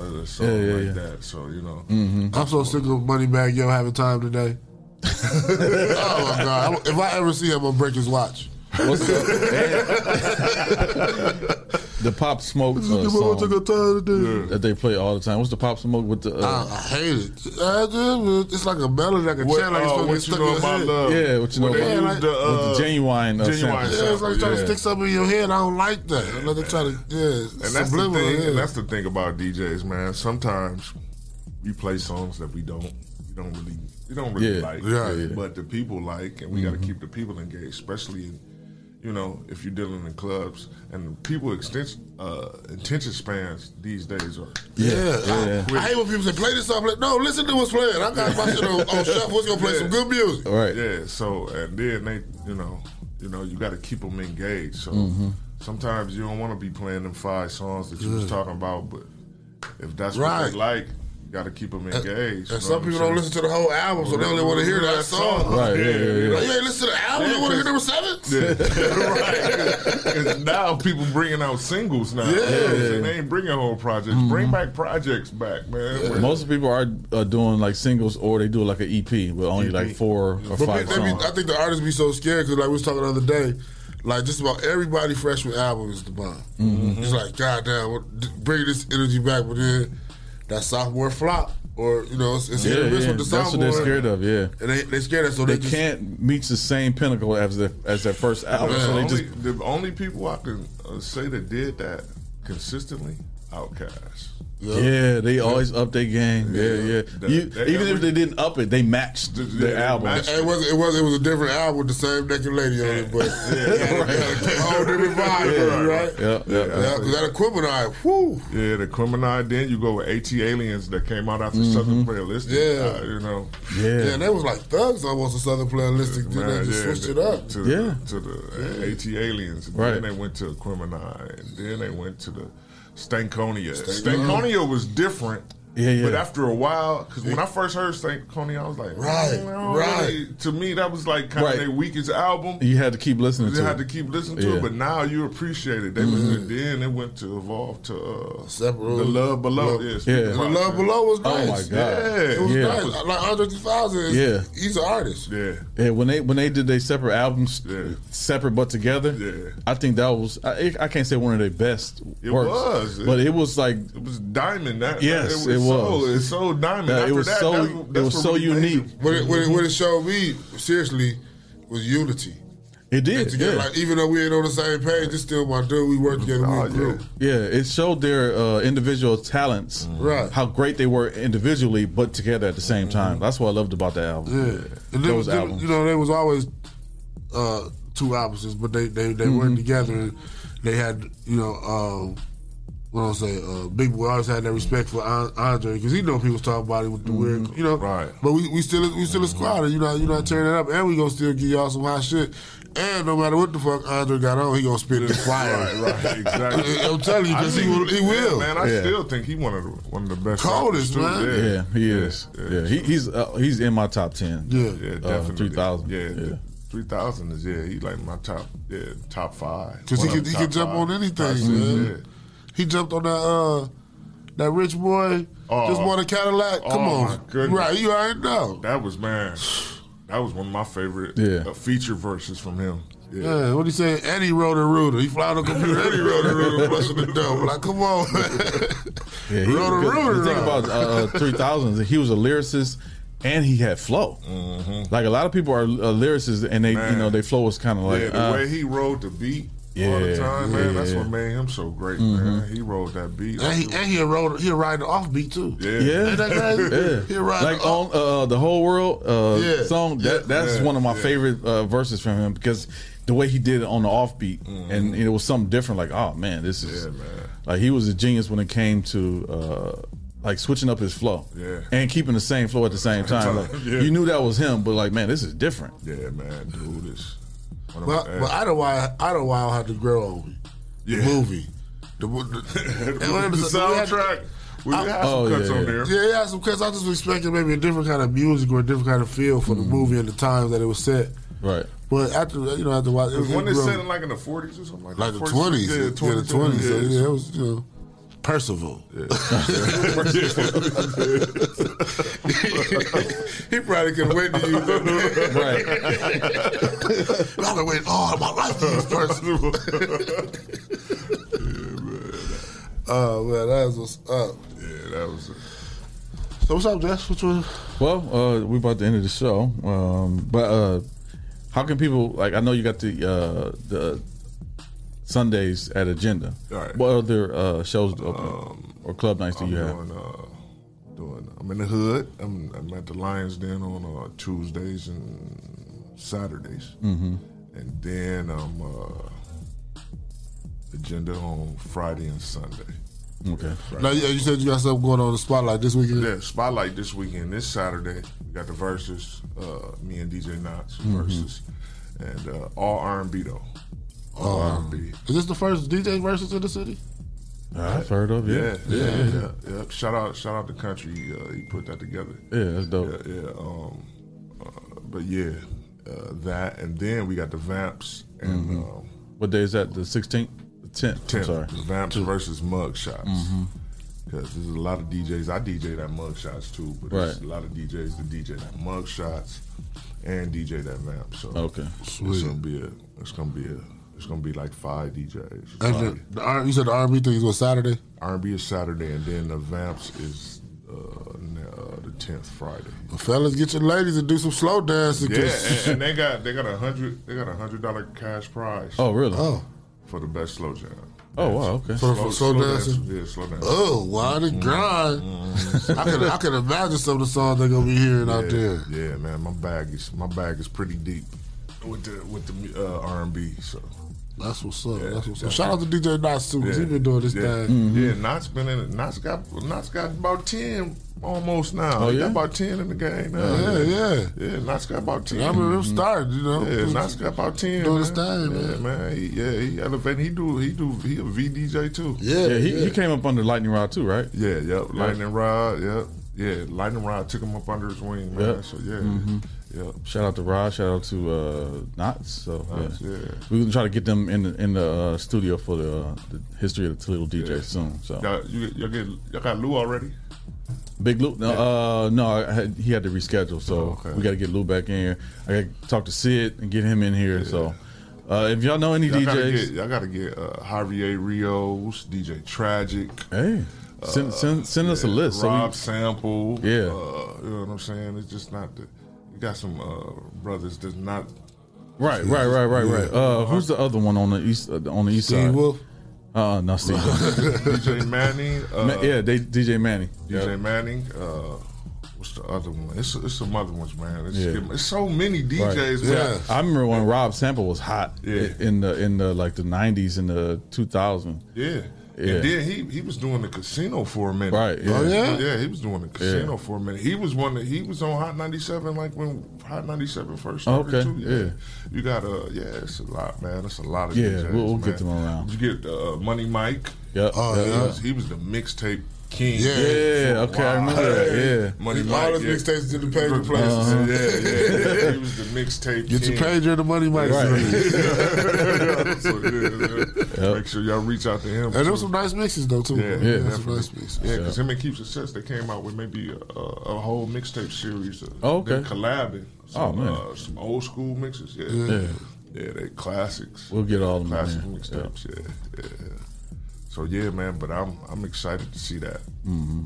[SPEAKER 2] other songs
[SPEAKER 12] Yeah, yeah,
[SPEAKER 2] like
[SPEAKER 12] yeah.
[SPEAKER 2] that. So you know,
[SPEAKER 13] Mm-hmm.
[SPEAKER 12] I'm so sick of Moneybag Yo having time today. oh my god! I'm- If I ever see him, I'm gonna break his watch.
[SPEAKER 13] What's up? The pop smoke uh,
[SPEAKER 12] This is the
[SPEAKER 13] song
[SPEAKER 12] moment I got time today.
[SPEAKER 13] that they play all the time. What's the pop smoke with the? Uh,
[SPEAKER 12] I, I hate it. I do. It's like a melody, like a
[SPEAKER 13] What-
[SPEAKER 12] chant, like it's
[SPEAKER 13] oh,
[SPEAKER 12] supposed to
[SPEAKER 13] what
[SPEAKER 12] get
[SPEAKER 13] you
[SPEAKER 12] stuck
[SPEAKER 13] know
[SPEAKER 12] in your
[SPEAKER 13] about
[SPEAKER 12] head.
[SPEAKER 13] love? Yeah, what you know
[SPEAKER 12] Well,
[SPEAKER 13] about-
[SPEAKER 12] yeah,
[SPEAKER 13] with
[SPEAKER 12] like,
[SPEAKER 13] the, uh, With the genuine, uh, genuine sample.
[SPEAKER 12] Yeah, it's like trying
[SPEAKER 13] sample,
[SPEAKER 12] to
[SPEAKER 13] yeah.
[SPEAKER 12] stick something in your head. I don't like that. I know they try to, yeah,
[SPEAKER 2] and
[SPEAKER 12] it's
[SPEAKER 2] that's the
[SPEAKER 12] subliminal.
[SPEAKER 2] thing.
[SPEAKER 12] yeah.
[SPEAKER 2] And that's the thing about DJs, man. Sometimes we play songs that we don't we don't really we don't really
[SPEAKER 13] Yeah.
[SPEAKER 2] like,
[SPEAKER 13] Yeah, yeah.
[SPEAKER 2] but the people like, and we got
[SPEAKER 12] Mm-hmm.
[SPEAKER 2] to keep the people engaged, especially in. You know, if you're dealing in clubs and people extension uh, attention spans these days are
[SPEAKER 12] Yeah, I,
[SPEAKER 2] quick.
[SPEAKER 12] I hate when people say play this song. I'm like, no, listen to what's playing. I got my shit on, on shuffle. It's gonna play some good music.
[SPEAKER 13] Right.
[SPEAKER 2] Yeah. So and then they, you know, you know, you got to keep them engaged. So
[SPEAKER 12] Mhm.
[SPEAKER 2] sometimes you don't want to be playing them five songs that you was
[SPEAKER 12] Yeah.
[SPEAKER 2] talking about, but if that's what
[SPEAKER 12] Right.
[SPEAKER 2] they like, you got to keep them engaged.
[SPEAKER 12] And some people don't listen to the whole album, so they only want to hear that song.
[SPEAKER 2] Right. Yeah.
[SPEAKER 12] yeah,
[SPEAKER 2] yeah, yeah.
[SPEAKER 12] Like, you ain't listen to the album. you want to hear number seven?
[SPEAKER 2] right. 'Cause now people bringing out singles now.
[SPEAKER 12] Yeah. Mm-hmm.
[SPEAKER 2] And they ain't bringing whole projects. Bring back projects back, man. Where-
[SPEAKER 13] Most people are uh, doing like singles or they do like an EP with only like four or
[SPEAKER 12] E But
[SPEAKER 13] five
[SPEAKER 12] they be-
[SPEAKER 13] songs.
[SPEAKER 12] I think the artists be so scared because like we was talking the other day, like just about everybody freshman album is the bomb.
[SPEAKER 13] Mhm.
[SPEAKER 12] It's like goddamn, what- d- bring this energy back, but then that sophomore flop or you know it's, it's hit or miss with the
[SPEAKER 13] That's what
[SPEAKER 12] sophomore.
[SPEAKER 13] they're scared of. Yeah,
[SPEAKER 12] and they they scared of so
[SPEAKER 13] they,
[SPEAKER 12] they, just,
[SPEAKER 13] can't reach the same pinnacle as their as their first album.
[SPEAKER 2] the,
[SPEAKER 13] So they
[SPEAKER 2] only,
[SPEAKER 13] just
[SPEAKER 2] the only people I can uh, say that did that consistently, Outkast.
[SPEAKER 13] yeah, they always
[SPEAKER 2] uh,
[SPEAKER 13] up their game. Yeah, yeah.
[SPEAKER 2] That-
[SPEAKER 13] You-
[SPEAKER 2] that-
[SPEAKER 13] even
[SPEAKER 2] that
[SPEAKER 13] if they didn't up it, they matched their album.
[SPEAKER 12] It was it was it was a different album with the same naked lady on it, but a whole different vibe, right?
[SPEAKER 13] Yeah, yeah.
[SPEAKER 12] Yeah, 'cause that equipment eye, whoo.
[SPEAKER 2] Yeah, the Equimini. Then you go with AT Aliens that came out after
[SPEAKER 12] Mhm.
[SPEAKER 2] Southern Playlist.
[SPEAKER 12] Yeah.
[SPEAKER 2] you know.
[SPEAKER 12] Yeah, and they was like thugs almost a Southern Playalistic. Then
[SPEAKER 2] Man,
[SPEAKER 12] they just
[SPEAKER 2] yeah,
[SPEAKER 12] switched it up.
[SPEAKER 2] To, the, to the
[SPEAKER 12] Yeah.
[SPEAKER 2] AT Aliens. And
[SPEAKER 12] Right.
[SPEAKER 2] Then they went to Equimini. And then they went to the Stankonia.
[SPEAKER 12] Stankonia.
[SPEAKER 2] Stankonia was different.
[SPEAKER 13] Yeah, yeah.
[SPEAKER 2] But after a while, because when I first heard Saint Coney, I was like,
[SPEAKER 13] Right,
[SPEAKER 2] "Mm, I don't
[SPEAKER 13] right.
[SPEAKER 2] really-" To me, that was like kind
[SPEAKER 13] Right.
[SPEAKER 2] of their weakest album.
[SPEAKER 13] You had to keep listening
[SPEAKER 2] You
[SPEAKER 13] to
[SPEAKER 2] had
[SPEAKER 13] it.
[SPEAKER 2] to keep listening to
[SPEAKER 13] Yeah.
[SPEAKER 2] it, but now you appreciate it. They was then they went to evolve to uh,
[SPEAKER 12] Mm-hmm. Separate.
[SPEAKER 2] the love below.
[SPEAKER 12] Love-
[SPEAKER 2] Yeah,
[SPEAKER 12] Yeah.
[SPEAKER 2] speaking
[SPEAKER 12] The
[SPEAKER 2] about
[SPEAKER 12] Love
[SPEAKER 2] that.
[SPEAKER 12] Below was
[SPEAKER 13] Oh
[SPEAKER 12] nice.
[SPEAKER 13] my god!
[SPEAKER 2] Yeah,
[SPEAKER 12] it was nice. Like Andre 3000 is,
[SPEAKER 13] Yeah.
[SPEAKER 12] he's an artist.
[SPEAKER 2] Yeah.
[SPEAKER 13] Yeah, when they when they did their separate albums, separate but together, I think that was I, I can't say one of their best
[SPEAKER 2] It
[SPEAKER 13] works,
[SPEAKER 2] was.
[SPEAKER 13] but it was like
[SPEAKER 2] It was diamond. That
[SPEAKER 13] Yes, it
[SPEAKER 2] So,
[SPEAKER 13] was.
[SPEAKER 2] it's so diamond.
[SPEAKER 13] Yeah, it
[SPEAKER 2] After
[SPEAKER 13] was
[SPEAKER 2] that,
[SPEAKER 13] so-
[SPEAKER 2] that's-
[SPEAKER 13] it
[SPEAKER 2] that's
[SPEAKER 13] was
[SPEAKER 2] what
[SPEAKER 13] so
[SPEAKER 2] really made
[SPEAKER 13] unique.
[SPEAKER 2] it.
[SPEAKER 12] What it, what, it, what it showed me, seriously, was unity.
[SPEAKER 13] it
[SPEAKER 12] Like,
[SPEAKER 13] did.
[SPEAKER 12] together,
[SPEAKER 13] yeah.
[SPEAKER 12] like, even though we ain't on the same page, it's still my dude. We work together. We a group.
[SPEAKER 13] Yeah, it showed their uh, individual talents,
[SPEAKER 12] Right.
[SPEAKER 13] How great they were individually, but together at the same time. That's what I loved about that album.
[SPEAKER 12] Yeah, and there
[SPEAKER 13] those
[SPEAKER 12] was, there-
[SPEAKER 13] albums.
[SPEAKER 12] you know, they was always uh, two opposites, but they they, they worked
[SPEAKER 2] Mm-hmm.
[SPEAKER 13] Mhm.
[SPEAKER 12] together. And they had you know um, what I'm say, uh, Big Boy always had that respect for An- Andre because he know people talk about him with the
[SPEAKER 2] Mm-hmm.
[SPEAKER 12] weird, you know. Right. But we, we still we still a squad, and you know you not tearing it up, and we gonna still give y'all some hot shit. And no matter what the fuck Andre got on, he gonna spit in the fire.
[SPEAKER 2] Right, right, exactly.
[SPEAKER 12] I'm telling you,
[SPEAKER 2] I
[SPEAKER 12] because he
[SPEAKER 2] think-
[SPEAKER 12] will. He
[SPEAKER 2] yeah,
[SPEAKER 12] will.
[SPEAKER 2] man, I still think he one of the one of the best.
[SPEAKER 12] Coldest,
[SPEAKER 2] rappers, too.
[SPEAKER 13] Yeah, he is. Yeah, He, he's uh, he's in my top ten.
[SPEAKER 12] Yeah,
[SPEAKER 2] Yeah,
[SPEAKER 13] Uh,
[SPEAKER 2] definitely.
[SPEAKER 13] Three thousand.
[SPEAKER 2] Yeah, three thousand is yeah. He like my top, yeah, top five.
[SPEAKER 12] Cause he could
[SPEAKER 2] One of the
[SPEAKER 12] he
[SPEAKER 2] top
[SPEAKER 12] could jump
[SPEAKER 2] five.
[SPEAKER 12] on anything,
[SPEAKER 2] Top six,
[SPEAKER 12] man.
[SPEAKER 2] yeah.
[SPEAKER 12] He jumped on that uh that rich boy
[SPEAKER 2] Oh.
[SPEAKER 12] just bought a Cadillac. Come
[SPEAKER 2] Oh, my
[SPEAKER 12] on,
[SPEAKER 2] goodness.
[SPEAKER 12] right? You already know.
[SPEAKER 2] That was man. That was one of my favorite
[SPEAKER 12] Yeah.
[SPEAKER 2] uh, feature verses from him.
[SPEAKER 12] Yeah. what he say? Eddie rode a rooter. He fly on the computer. Eddie rode a rooter, busting the door. Like, come on,
[SPEAKER 13] Yeah, he,
[SPEAKER 12] Rhoda
[SPEAKER 13] because
[SPEAKER 12] Rhoda
[SPEAKER 13] The thing
[SPEAKER 12] Rhoda.
[SPEAKER 13] about uh, three thousands, he was a lyricist and he had flow.
[SPEAKER 2] Mm-hmm.
[SPEAKER 13] Like a lot of people are uh, lyricists and they you know their flow is kind of like
[SPEAKER 2] yeah, the
[SPEAKER 13] uh,
[SPEAKER 2] way he rode the beat all
[SPEAKER 13] Yeah,
[SPEAKER 2] the time, man. That's
[SPEAKER 13] yeah.
[SPEAKER 2] what made him so great,
[SPEAKER 12] Mm-hmm.
[SPEAKER 2] man. He rode that beat.
[SPEAKER 12] and he and he a rode he a rider offbeat too.
[SPEAKER 2] Yeah,
[SPEAKER 13] Yeah,
[SPEAKER 12] Ain't that crazy? He
[SPEAKER 13] yeah.
[SPEAKER 12] a rider
[SPEAKER 13] Like on uh, the whole world uh,
[SPEAKER 12] Yeah.
[SPEAKER 13] song. That
[SPEAKER 12] Yeah.
[SPEAKER 13] that's
[SPEAKER 12] Yeah.
[SPEAKER 13] one of my
[SPEAKER 12] Yeah.
[SPEAKER 13] favorite uh, verses from him because the way he did it on the offbeat and it was something different. Like, oh man, this is like he was a genius when it came to uh, like switching up his flow
[SPEAKER 2] Yeah.
[SPEAKER 13] and keeping the same flow at the same time. Like,
[SPEAKER 2] Yeah.
[SPEAKER 13] You knew that was him, but like, man, this is different.
[SPEAKER 2] Yeah, man, dude, this.
[SPEAKER 12] But but I don't why I don't why I had to grow on me. The movie, the, the,
[SPEAKER 2] The soundtrack. We had some cuts on there.
[SPEAKER 12] Oh, Yeah, yeah, some cuts. I just was expecting maybe a different kind of music or a different kind of feel for the movie and the times that it was set.
[SPEAKER 13] Right.
[SPEAKER 12] But after you know after watching,
[SPEAKER 2] Because when they set it like in the forties or something like,
[SPEAKER 12] like the
[SPEAKER 2] that.
[SPEAKER 12] twenties, yeah, the
[SPEAKER 2] 20s,
[SPEAKER 12] twenties. Yeah,
[SPEAKER 2] yeah.
[SPEAKER 12] yeah, it was you know, Percival. he probably couldn't wait to use it. right. I've been waiting all my life to use Percival. Oh man, that's what's up.
[SPEAKER 2] Yeah, that was.
[SPEAKER 12] So what's up, Jess? What's up?
[SPEAKER 13] Well, uh, we about to end of the show, um, but uh, how can people like? I know you got the uh, the Sundays at Agenda.
[SPEAKER 2] Right. Um,
[SPEAKER 13] What other uh, shows open or club nights do you have?
[SPEAKER 2] doing, uh, doing. I'm in the hood. I'm, I'm at the Lions Den on uh, Tuesdays and Saturdays,
[SPEAKER 13] Mhm.
[SPEAKER 2] and then I'm uh, agenda on Friday and Sunday.
[SPEAKER 13] Okay.
[SPEAKER 12] Now you, you said you got something going on in the spotlight this weekend.
[SPEAKER 2] Yeah, spotlight this weekend. This Saturday, we got the verses. Uh, me and DJ Knox
[SPEAKER 12] Mhm.
[SPEAKER 2] verses, and uh, all R&B though. All
[SPEAKER 12] Oh.
[SPEAKER 2] R&B.
[SPEAKER 12] Is this the first DJ versus in the city?
[SPEAKER 13] I've heard of it.
[SPEAKER 2] Yeah, yeah,
[SPEAKER 13] Yeah,
[SPEAKER 2] yeah.
[SPEAKER 13] yeah.
[SPEAKER 2] yeah. Shout out, shout out to Country. Uh, he put that together.
[SPEAKER 13] Yeah, that's dope.
[SPEAKER 2] Yeah, yeah. Um, uh, but yeah, uh, that and then we got the Vamps and
[SPEAKER 13] Mhm.
[SPEAKER 2] um,
[SPEAKER 13] What day is that? The sixteenth, the tenth.
[SPEAKER 2] Tenth,
[SPEAKER 13] Sorry.
[SPEAKER 2] the Vamps versus Mug Shots.
[SPEAKER 13] Mhm.
[SPEAKER 2] Because there's a lot of DJs. I DJ that Mug Shots too, but there's
[SPEAKER 13] Right.
[SPEAKER 2] a lot of DJs that DJ that Mug Shots and DJ that Vamp. So
[SPEAKER 13] Okay.
[SPEAKER 2] it's
[SPEAKER 12] Sweet.
[SPEAKER 2] gonna be a, it's gonna be a, it's gonna be like five DJs.
[SPEAKER 12] And
[SPEAKER 2] Five.
[SPEAKER 12] the, the R, you said the R&B thing is what Saturday.
[SPEAKER 2] R&B is Saturday, and then the Vamps is uh, n- uh, the tenth Friday.
[SPEAKER 12] Well, fellas, get your ladies and do some slow dancing.
[SPEAKER 2] Yeah,
[SPEAKER 12] 'cause-
[SPEAKER 2] and, and they got they got a hundred they got a hundred dollar cash prize.
[SPEAKER 12] Oh, really? Oh.
[SPEAKER 2] for the best slow jam.
[SPEAKER 13] Oh, wow, okay.
[SPEAKER 12] For- for slow dancing?
[SPEAKER 2] yeah, slow dancing.
[SPEAKER 12] Oh, why
[SPEAKER 2] Mm-hmm.
[SPEAKER 12] the grind? I could I could imagine some of the songs they're gonna be hearing
[SPEAKER 2] yeah,
[SPEAKER 12] out there.
[SPEAKER 2] Yeah, man, my bag is my bag is pretty deep with the with the uh, R and B. So
[SPEAKER 12] that's what's up.
[SPEAKER 2] Yeah,
[SPEAKER 12] that's what's up.
[SPEAKER 2] that's
[SPEAKER 12] Shout out to DJ Knox too, because he been doing this
[SPEAKER 2] yeah. Mm-hmm.
[SPEAKER 12] thing.
[SPEAKER 2] Yeah, Knox been in it. Knox got Knox got about ten almost now.
[SPEAKER 12] Oh,
[SPEAKER 2] They got
[SPEAKER 12] yeah?
[SPEAKER 2] about ten in the game now.
[SPEAKER 12] Yeah, yeah.
[SPEAKER 2] yeah. Knox got about ten.
[SPEAKER 12] I remember them started, you know.
[SPEAKER 2] Yeah, Knox got about ten.
[SPEAKER 12] Doing
[SPEAKER 2] man.
[SPEAKER 12] his thing, man.
[SPEAKER 2] Yeah, man. He, yeah, he elevating. He do. He do. He a VDJ too.
[SPEAKER 13] he, he came up under Lightning Rod too, right?
[SPEAKER 2] Yeah, yep. Lightning Rod. Yep. Yeah, Lightning Rod took him up under his wing, man. So yeah,
[SPEAKER 13] Mhm.
[SPEAKER 2] yep.
[SPEAKER 13] Shout out to Rod. Shout out to uh, Knots. So
[SPEAKER 2] Knots,
[SPEAKER 13] yeah.
[SPEAKER 2] yeah.
[SPEAKER 13] we're gonna try to get them in the, in the uh, studio for the, uh, the history of the Toledo DJ
[SPEAKER 2] Yeah.
[SPEAKER 13] soon. So
[SPEAKER 2] Y'all, you, y'all get y'all got Lou already.
[SPEAKER 13] Big Lou, no, uh, no, I had, he had to reschedule,
[SPEAKER 2] Oh,
[SPEAKER 13] so we got to get Lou back in here. I got to talk to Sid and get him in here. So, uh, if y'all know any
[SPEAKER 2] Y'all
[SPEAKER 13] DJs,
[SPEAKER 2] gotta get, y'all gotta get uh, Javier Rios, DJ Tragic.
[SPEAKER 13] Hey, send- send- send us a list so we-
[SPEAKER 2] uh, Rob Sample.
[SPEAKER 13] Yeah.
[SPEAKER 2] uh, you know what I'm saying. It's just not the. You got some uh, brothers that's not.
[SPEAKER 13] right, right, right, right, right.
[SPEAKER 2] Yeah.
[SPEAKER 13] Uh, who's the other one on the east uh, on the east
[SPEAKER 2] Steve
[SPEAKER 13] side?
[SPEAKER 2] Wolf?
[SPEAKER 13] Uh, no, Steve. Wolf.
[SPEAKER 2] DJ Manny. Uh,
[SPEAKER 13] Ma- yeah, they, DJ Manny.
[SPEAKER 2] DJ
[SPEAKER 13] Yeah.
[SPEAKER 2] Manning. Uh, what's the other one? It's it's some other ones, man. It's,
[SPEAKER 13] Yeah.
[SPEAKER 2] it's so many DJs,
[SPEAKER 13] Right.
[SPEAKER 2] man.
[SPEAKER 13] I remember when Rob Sample was hot
[SPEAKER 2] Yeah.
[SPEAKER 13] in the in the like the '90s and the 2000s.
[SPEAKER 2] Yeah.
[SPEAKER 13] Yeah.
[SPEAKER 2] And then he he was doing the casino for a minute.
[SPEAKER 13] Right, yeah. Oh, yeah?
[SPEAKER 2] Yeah, he was doing the casino
[SPEAKER 13] Yeah.
[SPEAKER 2] for a minute. He was one that he was on Hot 97 like when Hot 97 first
[SPEAKER 13] Oh,
[SPEAKER 2] started
[SPEAKER 13] okay,
[SPEAKER 2] too.
[SPEAKER 13] yeah.
[SPEAKER 2] You got a yeah, it's a lot, man. It's a lot of
[SPEAKER 13] Yeah,
[SPEAKER 2] DJs,
[SPEAKER 13] we'll- we'll get
[SPEAKER 2] man.
[SPEAKER 13] them around.
[SPEAKER 2] You get uh, Money Mike.
[SPEAKER 13] Yep. Oh,
[SPEAKER 2] He
[SPEAKER 13] yeah.
[SPEAKER 2] was- He was the mixtape king.
[SPEAKER 12] Yeah. Yeah,
[SPEAKER 2] For a
[SPEAKER 13] okay, I remember
[SPEAKER 2] while.
[SPEAKER 13] that, yeah.
[SPEAKER 2] Money
[SPEAKER 12] All
[SPEAKER 2] Mike.
[SPEAKER 12] his
[SPEAKER 2] yeah.
[SPEAKER 12] mixtapes did the paper
[SPEAKER 2] Uh-huh.
[SPEAKER 12] places.
[SPEAKER 2] Yeah, yeah. He was the mixtape
[SPEAKER 12] Get your
[SPEAKER 2] king.
[SPEAKER 12] pager and the money, Mike.
[SPEAKER 2] So, yeah, yeah. Make sure y'all reach out to him.
[SPEAKER 12] And there
[SPEAKER 2] too.
[SPEAKER 12] was some nice mixes though too.
[SPEAKER 2] Yeah,
[SPEAKER 12] yeah,
[SPEAKER 2] yeah,
[SPEAKER 12] some nice mixes.
[SPEAKER 2] Yeah, because him and Keep Success, they came out with maybe a, a, a whole mixtape series. Of
[SPEAKER 13] Oh, okay.
[SPEAKER 2] them collabing. Some,
[SPEAKER 13] Oh, man.
[SPEAKER 2] Uh, some old school mixes. Yeah.
[SPEAKER 13] Yeah.
[SPEAKER 2] Yeah, they classics.
[SPEAKER 13] We'll get all of them
[SPEAKER 2] Classic
[SPEAKER 13] in here.
[SPEAKER 2] mixtapes, yeah. yeah. So, yeah, man, but I'm I'm excited to see that.
[SPEAKER 13] hmm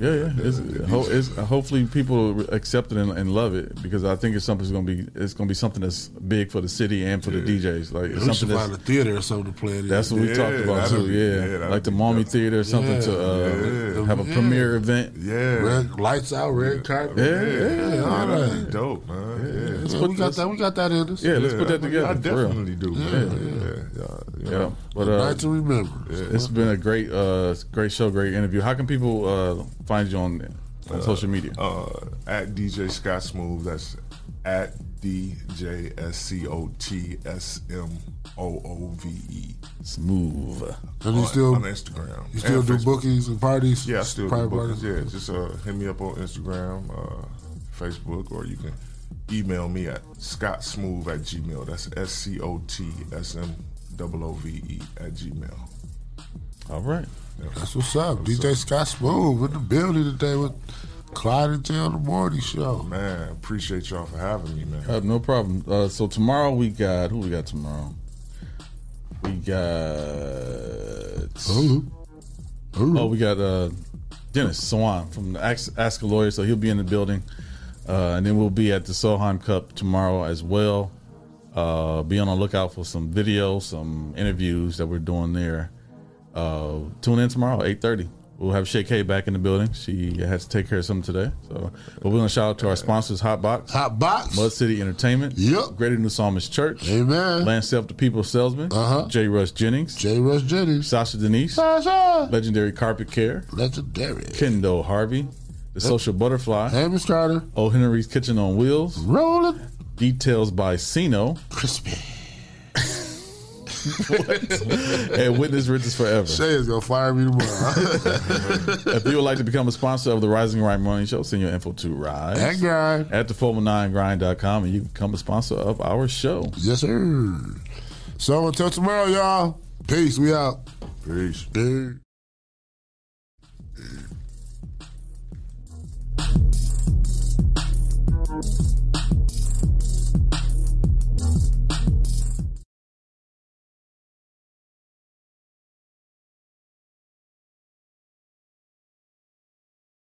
[SPEAKER 13] Yeah, yeah. It's, ho- it's, hopefully, people accept it and, and love it because I think it's something that's gonna be it's gonna be something that's big for the city and for the DJs. Like it's
[SPEAKER 12] we
[SPEAKER 13] something
[SPEAKER 12] should
[SPEAKER 13] that's
[SPEAKER 12] find a theater or something to play it in.
[SPEAKER 13] that's what we talked about too. yeah, like the Mommy Theater or something to uh,
[SPEAKER 12] Yeah.
[SPEAKER 13] have a
[SPEAKER 12] Yeah.
[SPEAKER 13] premiere event.
[SPEAKER 12] Red, lights out, red carpet.
[SPEAKER 13] Yeah, yeah,
[SPEAKER 12] yeah, all
[SPEAKER 2] that'd
[SPEAKER 12] right.
[SPEAKER 2] be dope, man. Yeah,
[SPEAKER 12] Let's put- we got that. We got that in us.
[SPEAKER 13] Yeah, let's put that
[SPEAKER 2] I-
[SPEAKER 13] together.
[SPEAKER 2] I
[SPEAKER 13] for real.
[SPEAKER 2] definitely do,
[SPEAKER 13] Yeah,
[SPEAKER 2] man. Yeah, yeah,
[SPEAKER 13] yeah.
[SPEAKER 2] yeah.
[SPEAKER 13] But
[SPEAKER 12] A
[SPEAKER 13] uh,
[SPEAKER 12] night to remember.
[SPEAKER 13] It's been a great, uh, great show, great interview. How can people uh, find you on, on
[SPEAKER 2] Uh,
[SPEAKER 13] social media?
[SPEAKER 2] uh, at DJ Scott Smooth. That's at DJ S C O T S M O O V E.
[SPEAKER 13] Smooth.
[SPEAKER 12] And you
[SPEAKER 2] on,
[SPEAKER 12] still
[SPEAKER 2] on Instagram.
[SPEAKER 12] You still
[SPEAKER 2] and
[SPEAKER 12] do
[SPEAKER 2] Facebook.
[SPEAKER 12] bookies and parties.
[SPEAKER 2] Yeah, I still do
[SPEAKER 12] Private
[SPEAKER 2] bookings.
[SPEAKER 12] parties?
[SPEAKER 2] Yeah, just uh, hit me up on Instagram, uh, Facebook, or you can email me at scottsmooth at gmail. That's S C O T S M O O V E at gmail.
[SPEAKER 13] All right.
[SPEAKER 12] That's what's up. DJ Scott Smooth in the building today with Clyde and Tail the Morning Show.
[SPEAKER 2] Man, appreciate y'all for having me, man.
[SPEAKER 13] Uh, no problem. Uh, so tomorrow we got who we got tomorrow? We got oh we got uh, Dennis Swan from the Ask, Ask a Lawyer, so he'll be in the building, uh, and then we'll be at the Sohan Cup tomorrow as well. Uh, be on the lookout for some videos, some interviews that we're doing there. Uh, tune in tomorrow, eight thirty. We'll have Shay K back in the building. She has to take care of something today, so but we're gonna shout out to our sponsors, Hot Box,
[SPEAKER 12] Hot Box,
[SPEAKER 13] Mud City Entertainment,
[SPEAKER 12] Yep,
[SPEAKER 13] Greater New Psalmist Church,
[SPEAKER 12] Amen, Uh-huh.
[SPEAKER 13] Lance Self, the People Salesman, uh huh, J. Rush Jennings,
[SPEAKER 12] J. Rush Jennings,
[SPEAKER 13] Sasha Denise,
[SPEAKER 12] Sasha,
[SPEAKER 13] Legendary Carpet Care,
[SPEAKER 12] Legendary,
[SPEAKER 13] Kendo Harvey, The Social Butterfly,
[SPEAKER 12] Amos Carter,
[SPEAKER 13] O. Henry's Kitchen on Wheels,
[SPEAKER 12] Rolling,
[SPEAKER 13] Details by Sino,
[SPEAKER 12] Crispy.
[SPEAKER 13] and Witness Riches Forever.
[SPEAKER 12] Shay is gonna fire me tomorrow.
[SPEAKER 13] if you would like to become a sponsor of the Rising Grind Morning Show, send your info to Rise
[SPEAKER 12] And Grind.
[SPEAKER 13] at the 419grind.com and you can become a sponsor of our show.
[SPEAKER 12] yes, sir. So until tomorrow, y'all. Peace. We out.
[SPEAKER 2] Peace.
[SPEAKER 12] Peace.